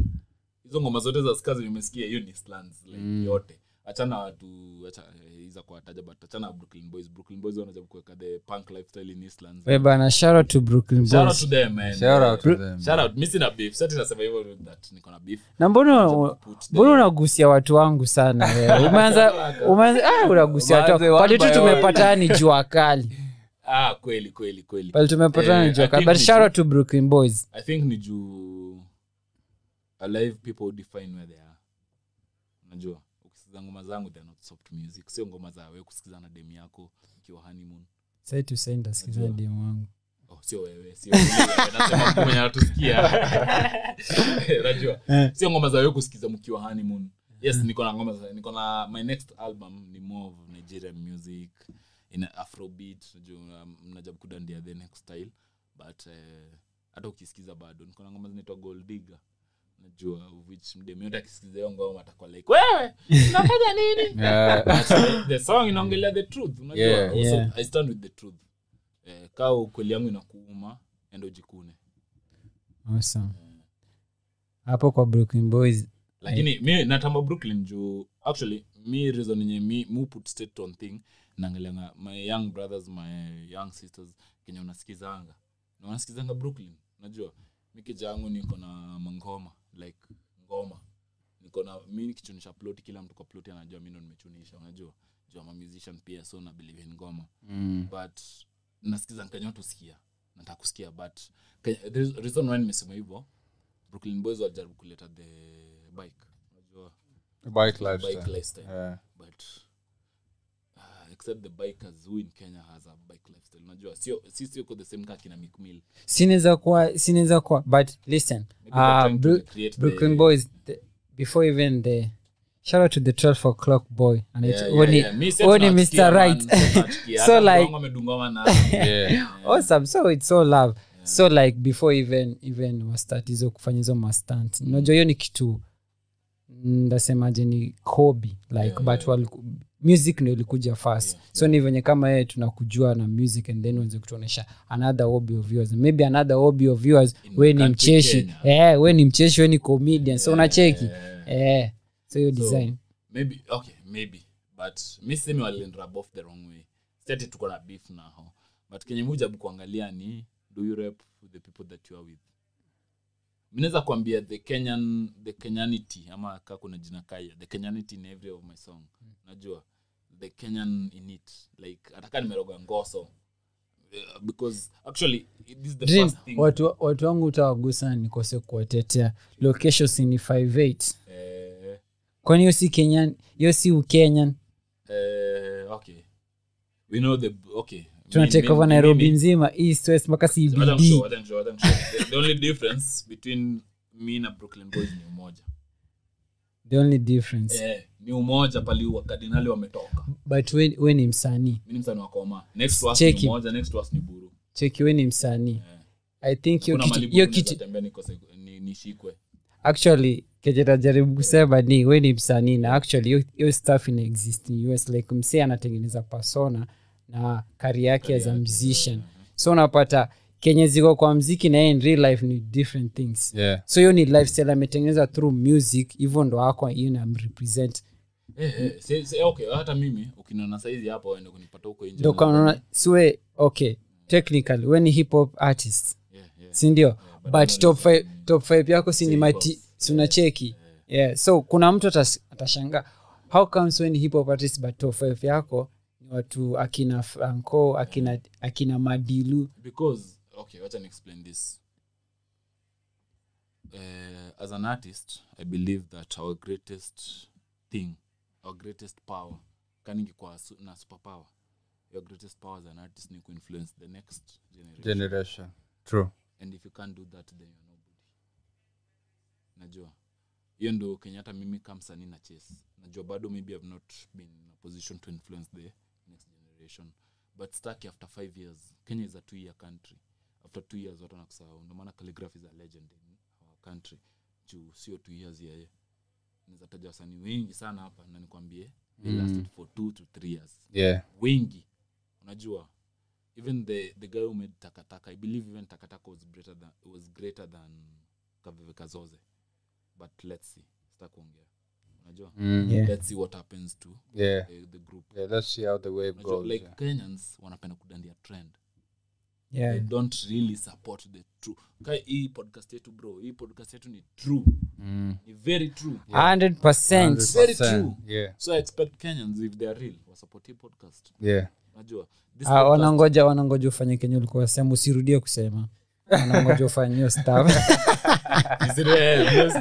hizo ngoma zote za scar zimesikia hiyo ni islands like Mm. yote achana watu acha eh, iza kuwataja but achana na brooklyn boys brooklyn boys wanajaribu kuweka the punk lifestyle in islands we Eh, bana shout out to brooklyn shout out to boys them man shout out to Bro- them shout out missing a beef sasa tunasema hivyo with that niko na beef na mbona u- Put them- mbona unagusia watu wangu sana wewe? umeanza umeanza ah, unagusia watu wangu. pale tu tumepatana ni jua kali ah kweli kweli kweli pale tumepatana ni Eh, jua I kali think but ni shout jua- out to brooklyn boys I think ni juu alive people define where they are. Unajua, ukisikiza ngoma zangu they are not soft music, sio ngoma za wewe kusikiza na demu yako ukiwa honeymoon. sasa tu sasa ndasikizana Najua. demu wangu Oh, sio wewe, sio wewe. Nasema mtu mwenye anatusikia. Unajua, sio ngoma za wewe kusikiza mkiwa honeymoon. Yes, niko na ngoma za niko na my next album ni more of Nigerian music in afrobeat, unajua mnajabu kudandia the next style but eh, hata ukisikiza bado niko na ngoma zinaitwa gold digger najua which mdemu yote akisikiza hiyo ngoma atakuwa like wewe unafanya nini yeah the song inaongelea the truth unajua Yeah. Also, Yeah. i stand with the truth eh, kaa ukweli yangu inakuuma endo jikune awesome hapo kwa brooklyn boys lakini mi natamba brooklyn juu actually mi reason yenye mi mu put state on thing naangalianga my young brothers my young sisters kenye unasikizanga na unasikizanga brooklyn unajua mi kija yangu niko na mangoma like ngoma niko na mi nikichunisha ploti kila mtu kwa ploti anajua mi ndo nimechunisha unajua jua ma musician pia so na believe in ngoma Mm. but nasikiza kenya watu sikia nataka kusikia but Ke- there is- reason why nimesema hivyo brooklyn boys walijaribu kuleta the bike unajua bike bike lifestyle lifestyle yeah but ah, except the bikers who in kenya has a bike lifestyle unajua sio sisi uko the same kaki na mikmil sinaweza kuwa sinaweza kuwa but listen uh, Bru- brooklyn boys the, before even the shout out to the 12 o'clock boy and it, oni, oni mr right So like- yeah awesome Oh, so it's all love so like before even even wastat hizo kufanya hizo mastant Mm. unajua hiyo ni kitu ndasemaje ni hobby like Yeah, but yeah. waliku- music ndio ilikuja fast Yeah, so ni venye kama yeye tunakujua na music and then wenze kutuonyesha another hobby of yours maybe another hobby of yours In we ni country mcheshi Kenya. eh, we ni mcheshi we ni comedian so unacheki eh, so hiyo So, design maybe okay maybe but mi sisemi waliendra both the wrong way sati tuko na beef naho but kenye mujabu kuangalia ni do you rep with the people that you are with minaweza kuambia the kenyan the kenyanity ama ka kuna jina kaya the kenyanity in every of my song najua the kenyan in it like ataka nimeroga ngoso Eh, because actually this is the Dream, first thing watu, watu wangu utawagusa nikose kuwatetea location ni 58 eh, kwani hiyo si kenyan hiyo si ukenyan eh, okay we know the okay tuna Mi- mi- take over mi- nairobi mi- nzima east west mpaka Wacha cbd nishow, wacha nishow, wacha nishow. The- the only difference between me na brooklyn boys ni umoja the only difference eh, ni umoja pali wakardinali wametoka but we, we ni msanii mi ni msani wakoma next to us Cheki. ni umoja next to us ni buru cheki we ni msanii i think hiyo Hakuna kitu- mahali hiyo buru kitu naweza tembea nikose- ni- nishikwe actually kejetajaribu kusema ni we ni msanii na actually hiyo- hiyo staff ina exist in us like msee anatengeneza persona na kari yake as a musician so unapata kenye ziko kwa mziki na yeye in real life ni different things yeah so hiyo ni lifestyle ametengeneza through music hivyo ndo ako hiyo namrepresent eh, eh, si- si- okay hata mimi ukiniona saizi hapo waende kunipata huko nje ndo kanaona siwe okay technically we ni hip hop artist Yeah, yeah. sindio but bado top five, top five yako si ni Hip hop. mati si unacheki yeah. so kuna mtu atas- atashangaa how comes when hip hop artists but top five yako ni watu akina franco akina akina madilu because okay wacha ni explain this uh, as an artist i believe that our greatest thing our greatest power kaningikuwa na superpower your greatest power as an artist ni kuinfluence the next generation generation true and if you can't do that then you're nobody najua hiyo ndo kenye hata mimi kamsani na chase najua bado maybe i've not been in a position to influence the next generation but staki after five years kenya is a two year country after two years watu wanakusahau ndo maana calligraphy is a legend in our country juu sio two years yeye naweza taja wasanii wengi sana hapa na nikwambie they lasted for two to three years yeah wengi unajua even the, the guy who made takataka i believe even takataka was greater than, was greater than kaveve kazoze but let's see sita kuongea unajua mm. Yeah. let's see what happens to eh, yeah the, the group yeah let's see how the wave unajua goes like yeah. kenyans wanapenda kudandia trend they yeah. don't really support the true ka hii podcast yetu bro hii podcast yetu ni true Mm. ni very true 100% 100%. true. yeah so i expect kenyans if they are real wasupport hii podcast yeah unajua this Ah, podcast- wanangoja wanangoja ufanye kenye ulikuwa sehemu usirudie kusema wanangoja ufanye hiyo staff Eh,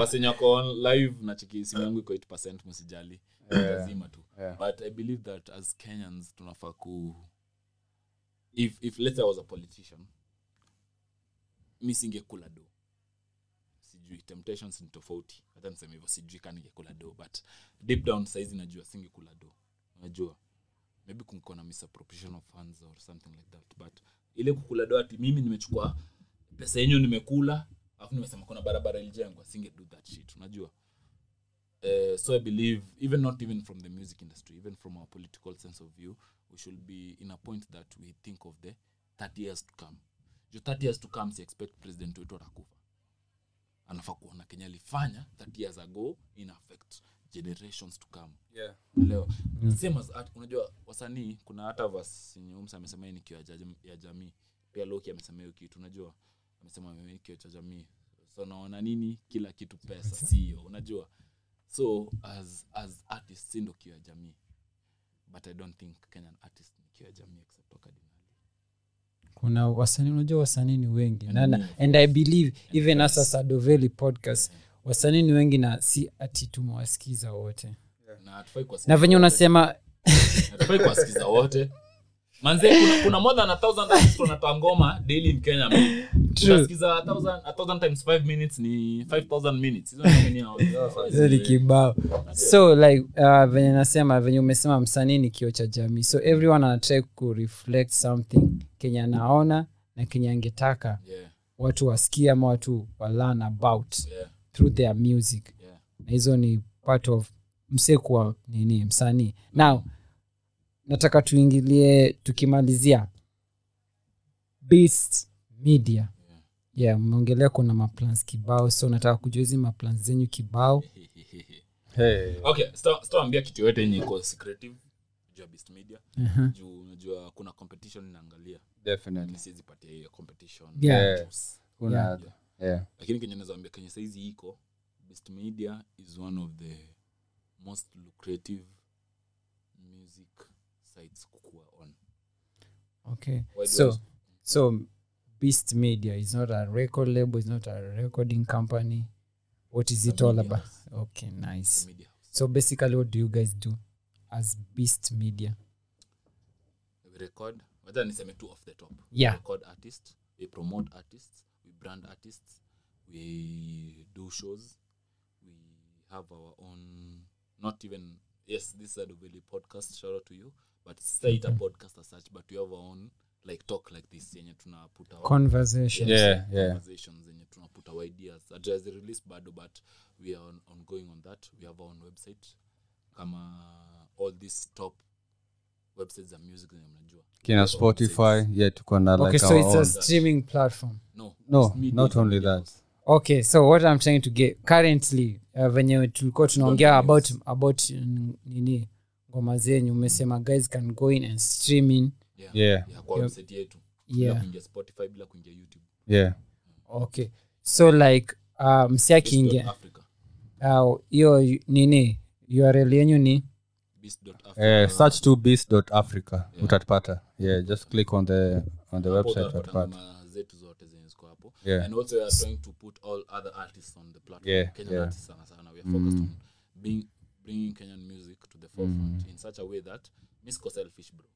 wasenyako live nachiki simu yangu iko 8 msijali lazima tu Yeah. but i believe that as kenyans tunafaa ku if, if let's say i was a politician mi singekula do sijui temptations ni tofauti hata niseme hivyo sijui ka ningekula do but deep down saizi najua singekula do najua maybe kuniko na misappropriation of funds or something like that but ile kukula do ati mimi nimechukua pesa yenyu nimekula alafu nimesema kuna barabara ilijengwa singe do that shit unajua uh, so i believe even not even from the music industry even from our political sense of view we should be in a point that we think of the 30 years to come jo 30 years to come si expect president wetu atakufa anafaa kuona kenya alifanya 30 years ago in affect generations to come yeah leo same as art unajua wasanii kuna hata vas yenye Umsa amesema hii ni kioo ya jam- ya jamii pia loki amesema hiyo kitu unajua amesema hii ni kioo cha jamii so naona nini kila kitu pesa sio unajua so as as artist si ndo kioo ya jamii but i don't think kenyan artist ni kioo ya jamii except wakadinali kuna wasanii unajua wasanii ni wengi And na, na, ni- and i believe even hasa sadoveli podcast wasanii ni wengi na si ati tumewasikiza wote na hatufai kuwasikiza na venye wote. unasema Hatufai kuwasikiza wote manze kuna, kuna more than a thousand artists wanatoa ngoma daily in kenya man. True. Unasikiza a thousand- a thousand times five minutes ni 5000 minutes Hizo ni nini hao? hizo ni kibao so like uh, venye nasema venye umesema msanii ni kio cha jamii so everyone anatrai kureflect something kenye anaona na kenye angetaka Yeah, watu wasikie ama watu walearn about yeah, through their music yeah. na hizo ni part of msee kuwa nini msanii now nataka tuingilie tukimalizia Beast media yeah mmeongelea kuna maplans kibao so nataka kujua hizi maplans zenyu kibao hey okay sita- sitawaambia kitu yoyote yenye iko secretive juu ya Beast media Uh-huh. juu unajua kuna competition inaangalia definitely Mimi siwezi patia hiyo competition Yeah. Juice. kuna Yeah. yeah lakini kenye nazaambia kenye saizi iko best media is one of the most lucrative music sites kukua on okay Why do so I- so beast media is not a record label is not a recording company what is it a all media about house. okay nice media house. so basically what do you guys do as beast media we record wacha niseme two off the top Yeah. we record artists we promote artists we brand artists we do shows we have our own not even yes this is a Doveli podcast shout out to you but it's not Mm-hmm. a podcast as such but we have our own like talk like this yenye tuna put our conversation Yeah, yeah. conversations zenye tunaputa our ideas hatujazi release bado but we are on, ongoing on that we have our own website kama all these top websites za music zenye mnajua kina spotify yeah tuko na like okay so our it's a own. streaming platform no No, it's media, not only media that. house. okay so what i'm trying to get currently uh, venye tulikuwa tunaongea Tunaongea about about mm, nini ngoma zenyu umesema guys can go in and stream in yeah, Yeah. yeah, kwa Yeah. website yetu bila yeah kuingia spotify bila kuingia youtube yeah okay so like uh, msi It's dot akiingia africa au hiyo nini url yenyu ni beast.africa. Eh, search to beast.africa Yeah. utatupata yeah just click on the on the Hapo website utapata utatupata ngoma zetu zote zenye ziko hapo Yeah. and also we are trying to put all other artists on the platform Yeah, kenyan yeah. Mm. artists sana sana we are focused on being, bringing kenyan music to the Mm. forefront in such a way that mi siko selfish bro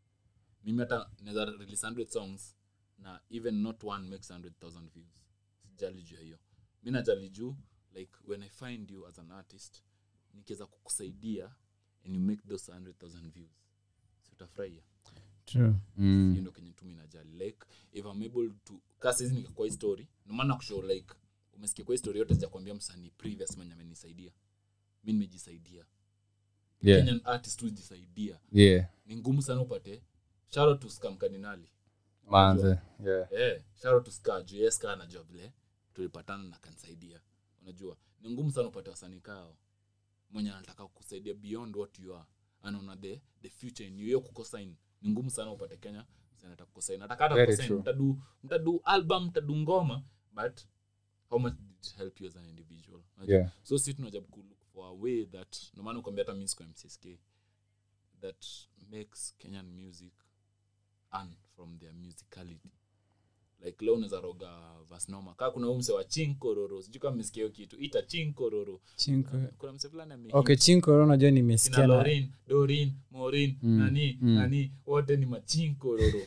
mimi hata naweza release 100 songs na even not one makes 100000 views sijali juu ya hiyo mi najali juu like when i find you as an artist nikiweza kukusaidia and you make those 100000 views si utafurahia Mm. hiyo ndo kenye tu minajali like if I'm able to kasizi nikakwa story ndomaana kushow like umesikia kwa story yote sijakwambia msanii previous mwenye amenisaidia mi nimejisaidia yeah kenyan artist hujisaidia yeah ni ngumu sana upate sharo to scam kardinali manze yeah eh sharo to ska juu yes kaa anajua vile tulipatana na kanisaidia unajua ni ngumu sana upate wasanii kao mwenye anataka kukusaidia beyond what you are anaona the the future in you hiyo kukosain ni ngumu sana upate kenya anataka kukosain Very true. mtadu mtadu album mtadu ngoma but how much did it help you as an individual Unajua? yeah so si tunajaribu ku look for a way that ndomana kuambia hata mi siko mcsk that makes kenyan music earn from their musicality like leo unaweza roga vasnoma kaa kuna umse wa chinkororo sijui kama mesikia hiyo kitu ita chinkororo chinko kuna mse fulani ame- okay chinko unajua kina nimesikia na- Mm, lorin dorin morin nani nani wote ni machinkororo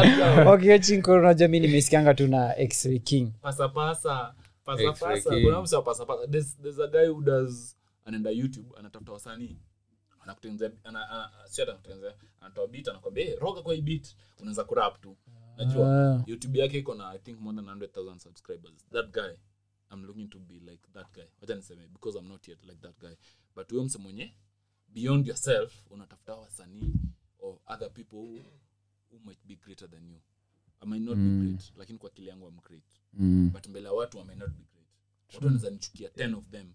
okay hiyo chinko unajua mi nimesikianga tu na x-ray king pasapasa pasapasa Exactly. kuna mse wa pasapasa there's, there's a guy who does anaenda youtube anatafuta wasanii anakutengenezea ana, ana, sio ati anakutengenezea anatoa beat anakwambia hey, roga kwa hii beat unaweza kurap tu najua Ah. youtube yake iko na i think more than 100000 subscribers that guy i'm looking to be like that guy wacha niseme because i'm not yet like that guy but huyo mse mwenye beyond yourself unatafuta wasanii or other people who, who might be greater than you i might not be great lakini kwa kile yangu i'm great mm. but mbele ya watu I may not be great watu wanaweza nichukia 10 of them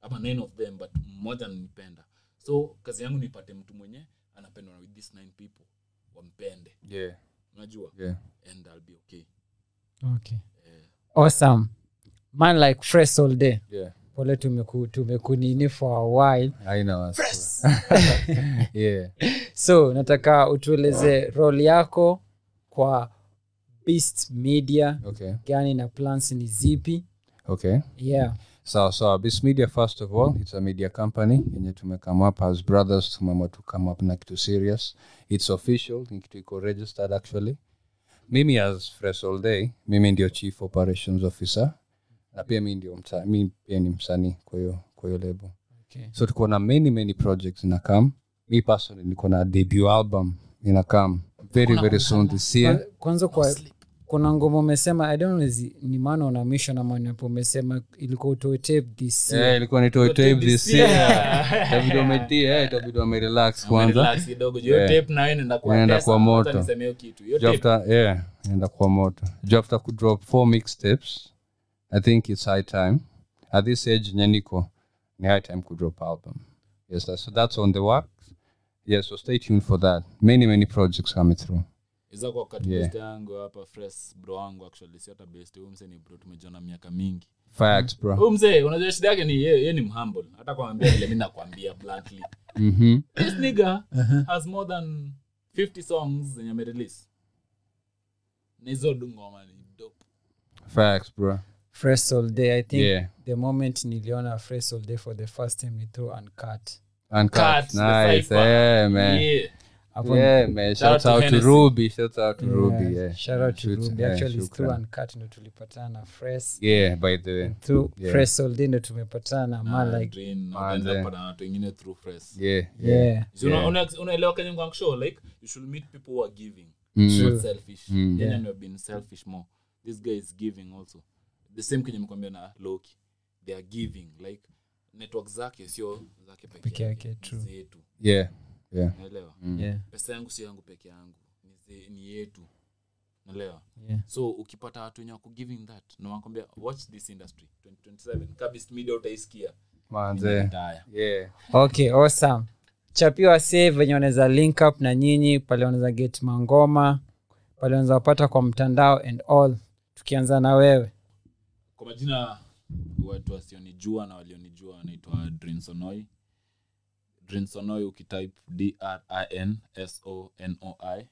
ama 9 of them but mmoja ananipenda so kazi yangu nipate mtu mwenye anapendwa na with these 9 people wampende yeah unajua yeah and I'll be okay okay. awesome man like fresh all day yeah pole tumeku tumekunini for a while i know us yeah so nataka utueleze role yako kwa beast media okay gani na plans ni zipi okay yeah sawa sawa bis media first of all its a media company yenye tumekame up as brothers tumeamua to come up na kitu serious its official ni kitu iko registered actually mimi as fresh all day mimi ndio chief operations officer na pia mi ndio msa, mi pia ni msanii kwa hiyo kwa hiyo lebo okay. so tuko na many many projects ina kam mi personally niko na debut album ina kam very very soon this year Kwa- kwanza kwa kuna ngoma umesema i don't know zi- ni maana una misho na maana hapo umesema ilikuwa utoe tape this year. Eh, ilikuwa ni Toy Tape this year. Itabidi wametia, eh, itabidi wamerelax kwanza Relax kidogo juu hiyo Yeah. tape nayo inaenda kuwa Inaenda pesa, kuwa wacha moto. niseme hiyo kitu hiyo Juu tape after yeah naenda kuwa moto Juu after kudrop four mixtapes i think its high time at this age yenye niko ni high time kudrop album yes that- so that's on the works yeah so stay tuned for that many many projects coming through iza kwa wakati Yeah. best yangu hapa fresh bro wangu actually si hata best huyu mse ni bro tumejiona miaka mingi facts bro huyu mse unajua shida yake ni yeye yeye ni mhumble hata kwambia vile mimi nakwambia bluntly mhm this nigga Uh-huh. has more than 50 songs zenye amerelease na hizo du ngoma ni dope facts bro fresh all day i think Yeah. the moment niliona fresh all day for the first time ni through uncut and Cut, cut the nice cipher. yeah man Yeah. hapo Yeah, man. Shout Shout, out to out to Hennessy. Ruby. Shout out to Ruby. Yeah. shout out to Shoot, Ruby. yeah, actually it's through shukran. uncut ndo tulipatana na fresh Yeah, by the way. through Yeah. fresh all day ndo tumepatana na man Na like Adrian, na Man, utaanza yeah. kupata na watu wengine through friends. Yeah. yeah So una- Yeah. una- unaelewa kenye niko show like you should meet people who are giving Mm. not selfish Mm. Kenyan Yeah. have been selfish more this guy is giving also the same kenye mkwambia na Loki they are giving like network zake sio zake Peke peke yake, true. zetu Yeah. Yeah. naelewa Mm. yeah pesa yangu sio yangu peke yangu ni, ze- ni yetu naelewa Yeah. so ukipata watu wenye wako giving that na wanakwambia watch this industry 2027 kabist media utaisikia Manze. Taya. Yeah. okay awesome chapiwa se venye wanaweza link up na nyinyi pale wanaweza get mangoma pale wanaweza wapata kwa mtandao and all tukianza na wewe kwa majina watu wasionijua na walionijua wanaitwa drinsonoi drinsonoi ukitype drinsonoi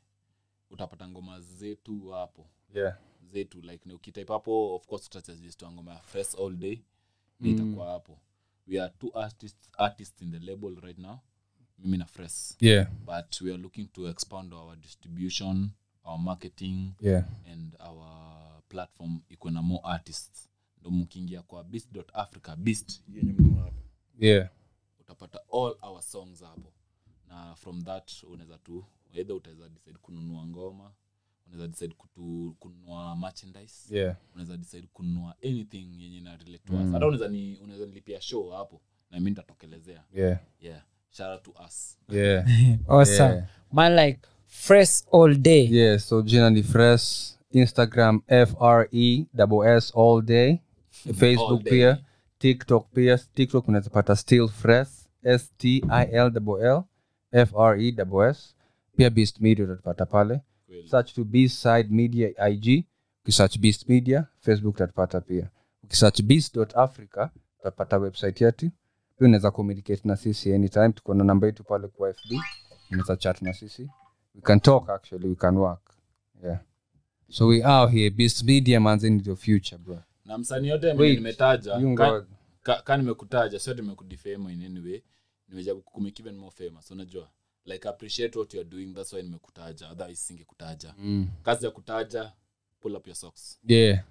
utapata ngoma zetu hapo yeah zetu like ni ukitype hapo of course utachajistwa ngoma ya fresh all day mm. itakuwa hapo we are two artists, artists in the label right now mimi na fresh yeah but we are looking to expand our distribution our marketing yeah and our platform iko na more artists ndo mkiingia kwa beast.africa beast yenye mko hapo yeah utapata all our songs hapo na from that unaweza tu either utaweza decide kununua ngoma unaweza decide kutu, kununua merchandise yeah unaweza decide kununua anything yenye na relate to us Mm. hata unaweza ni unaweza nilipia show hapo na mimi nitatokelezea yeah yeah shout out to us yeah awesome Yeah. man like fresh all day yeah so jina ni fresh instagram fre double s all day All facebook day. pia tiktok pia tiktok unazipata still fresh stil double l fre double s pia beast media utatupata pale Kweli. search to beast side media ig ukisearch beast media facebook utatupata pia ukisearch beast africa utapata website yetu pia unaweza communicate na sisi anytime tuko na namba yetu pale kwa fb unaweza chat na sisi we can talk actually we can work yeah so we are here beast media manzini the future bro na msanii yote mwenye Wait, nimetaja you ka- go- ka, ka nimekutaja sio nimekudifame in any way nimejaribu kukumake even more famous unajua like appreciate what you are doing that's why nimekutaja otherwise singekutaja Mm. kazi ya kutaja pull up your socks yeah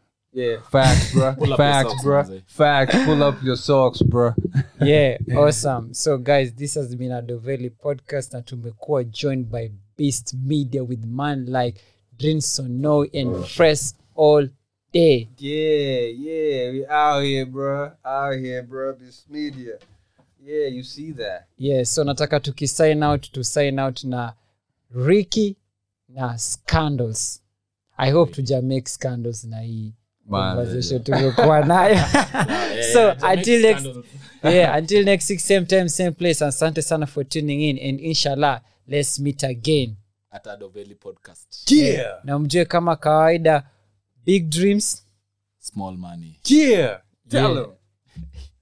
Facts, bro. Pull up your Facts, socks, bro. manze. Facts. Pull up your socks, bro. yeah awesome so guys this has been a doveli podcast na tumekuwa joined by beast media with man like drinsono and fresh all day Yeah, yeah, we out here, bro. Out here, bro. This media. Yeah, you see that. yeah so nataka tukisign out to sign out na ricky na scandals i hope tuja make scandals na hii conversation tumekuwa nayo so until next yeah, until next week, same time, same place. Asante sana for tuning in, and inshallah, let's meet again. atadoveli podcast Yeah, Na mjue kama kawaida, big dreams. small money yeah. Tell 'em.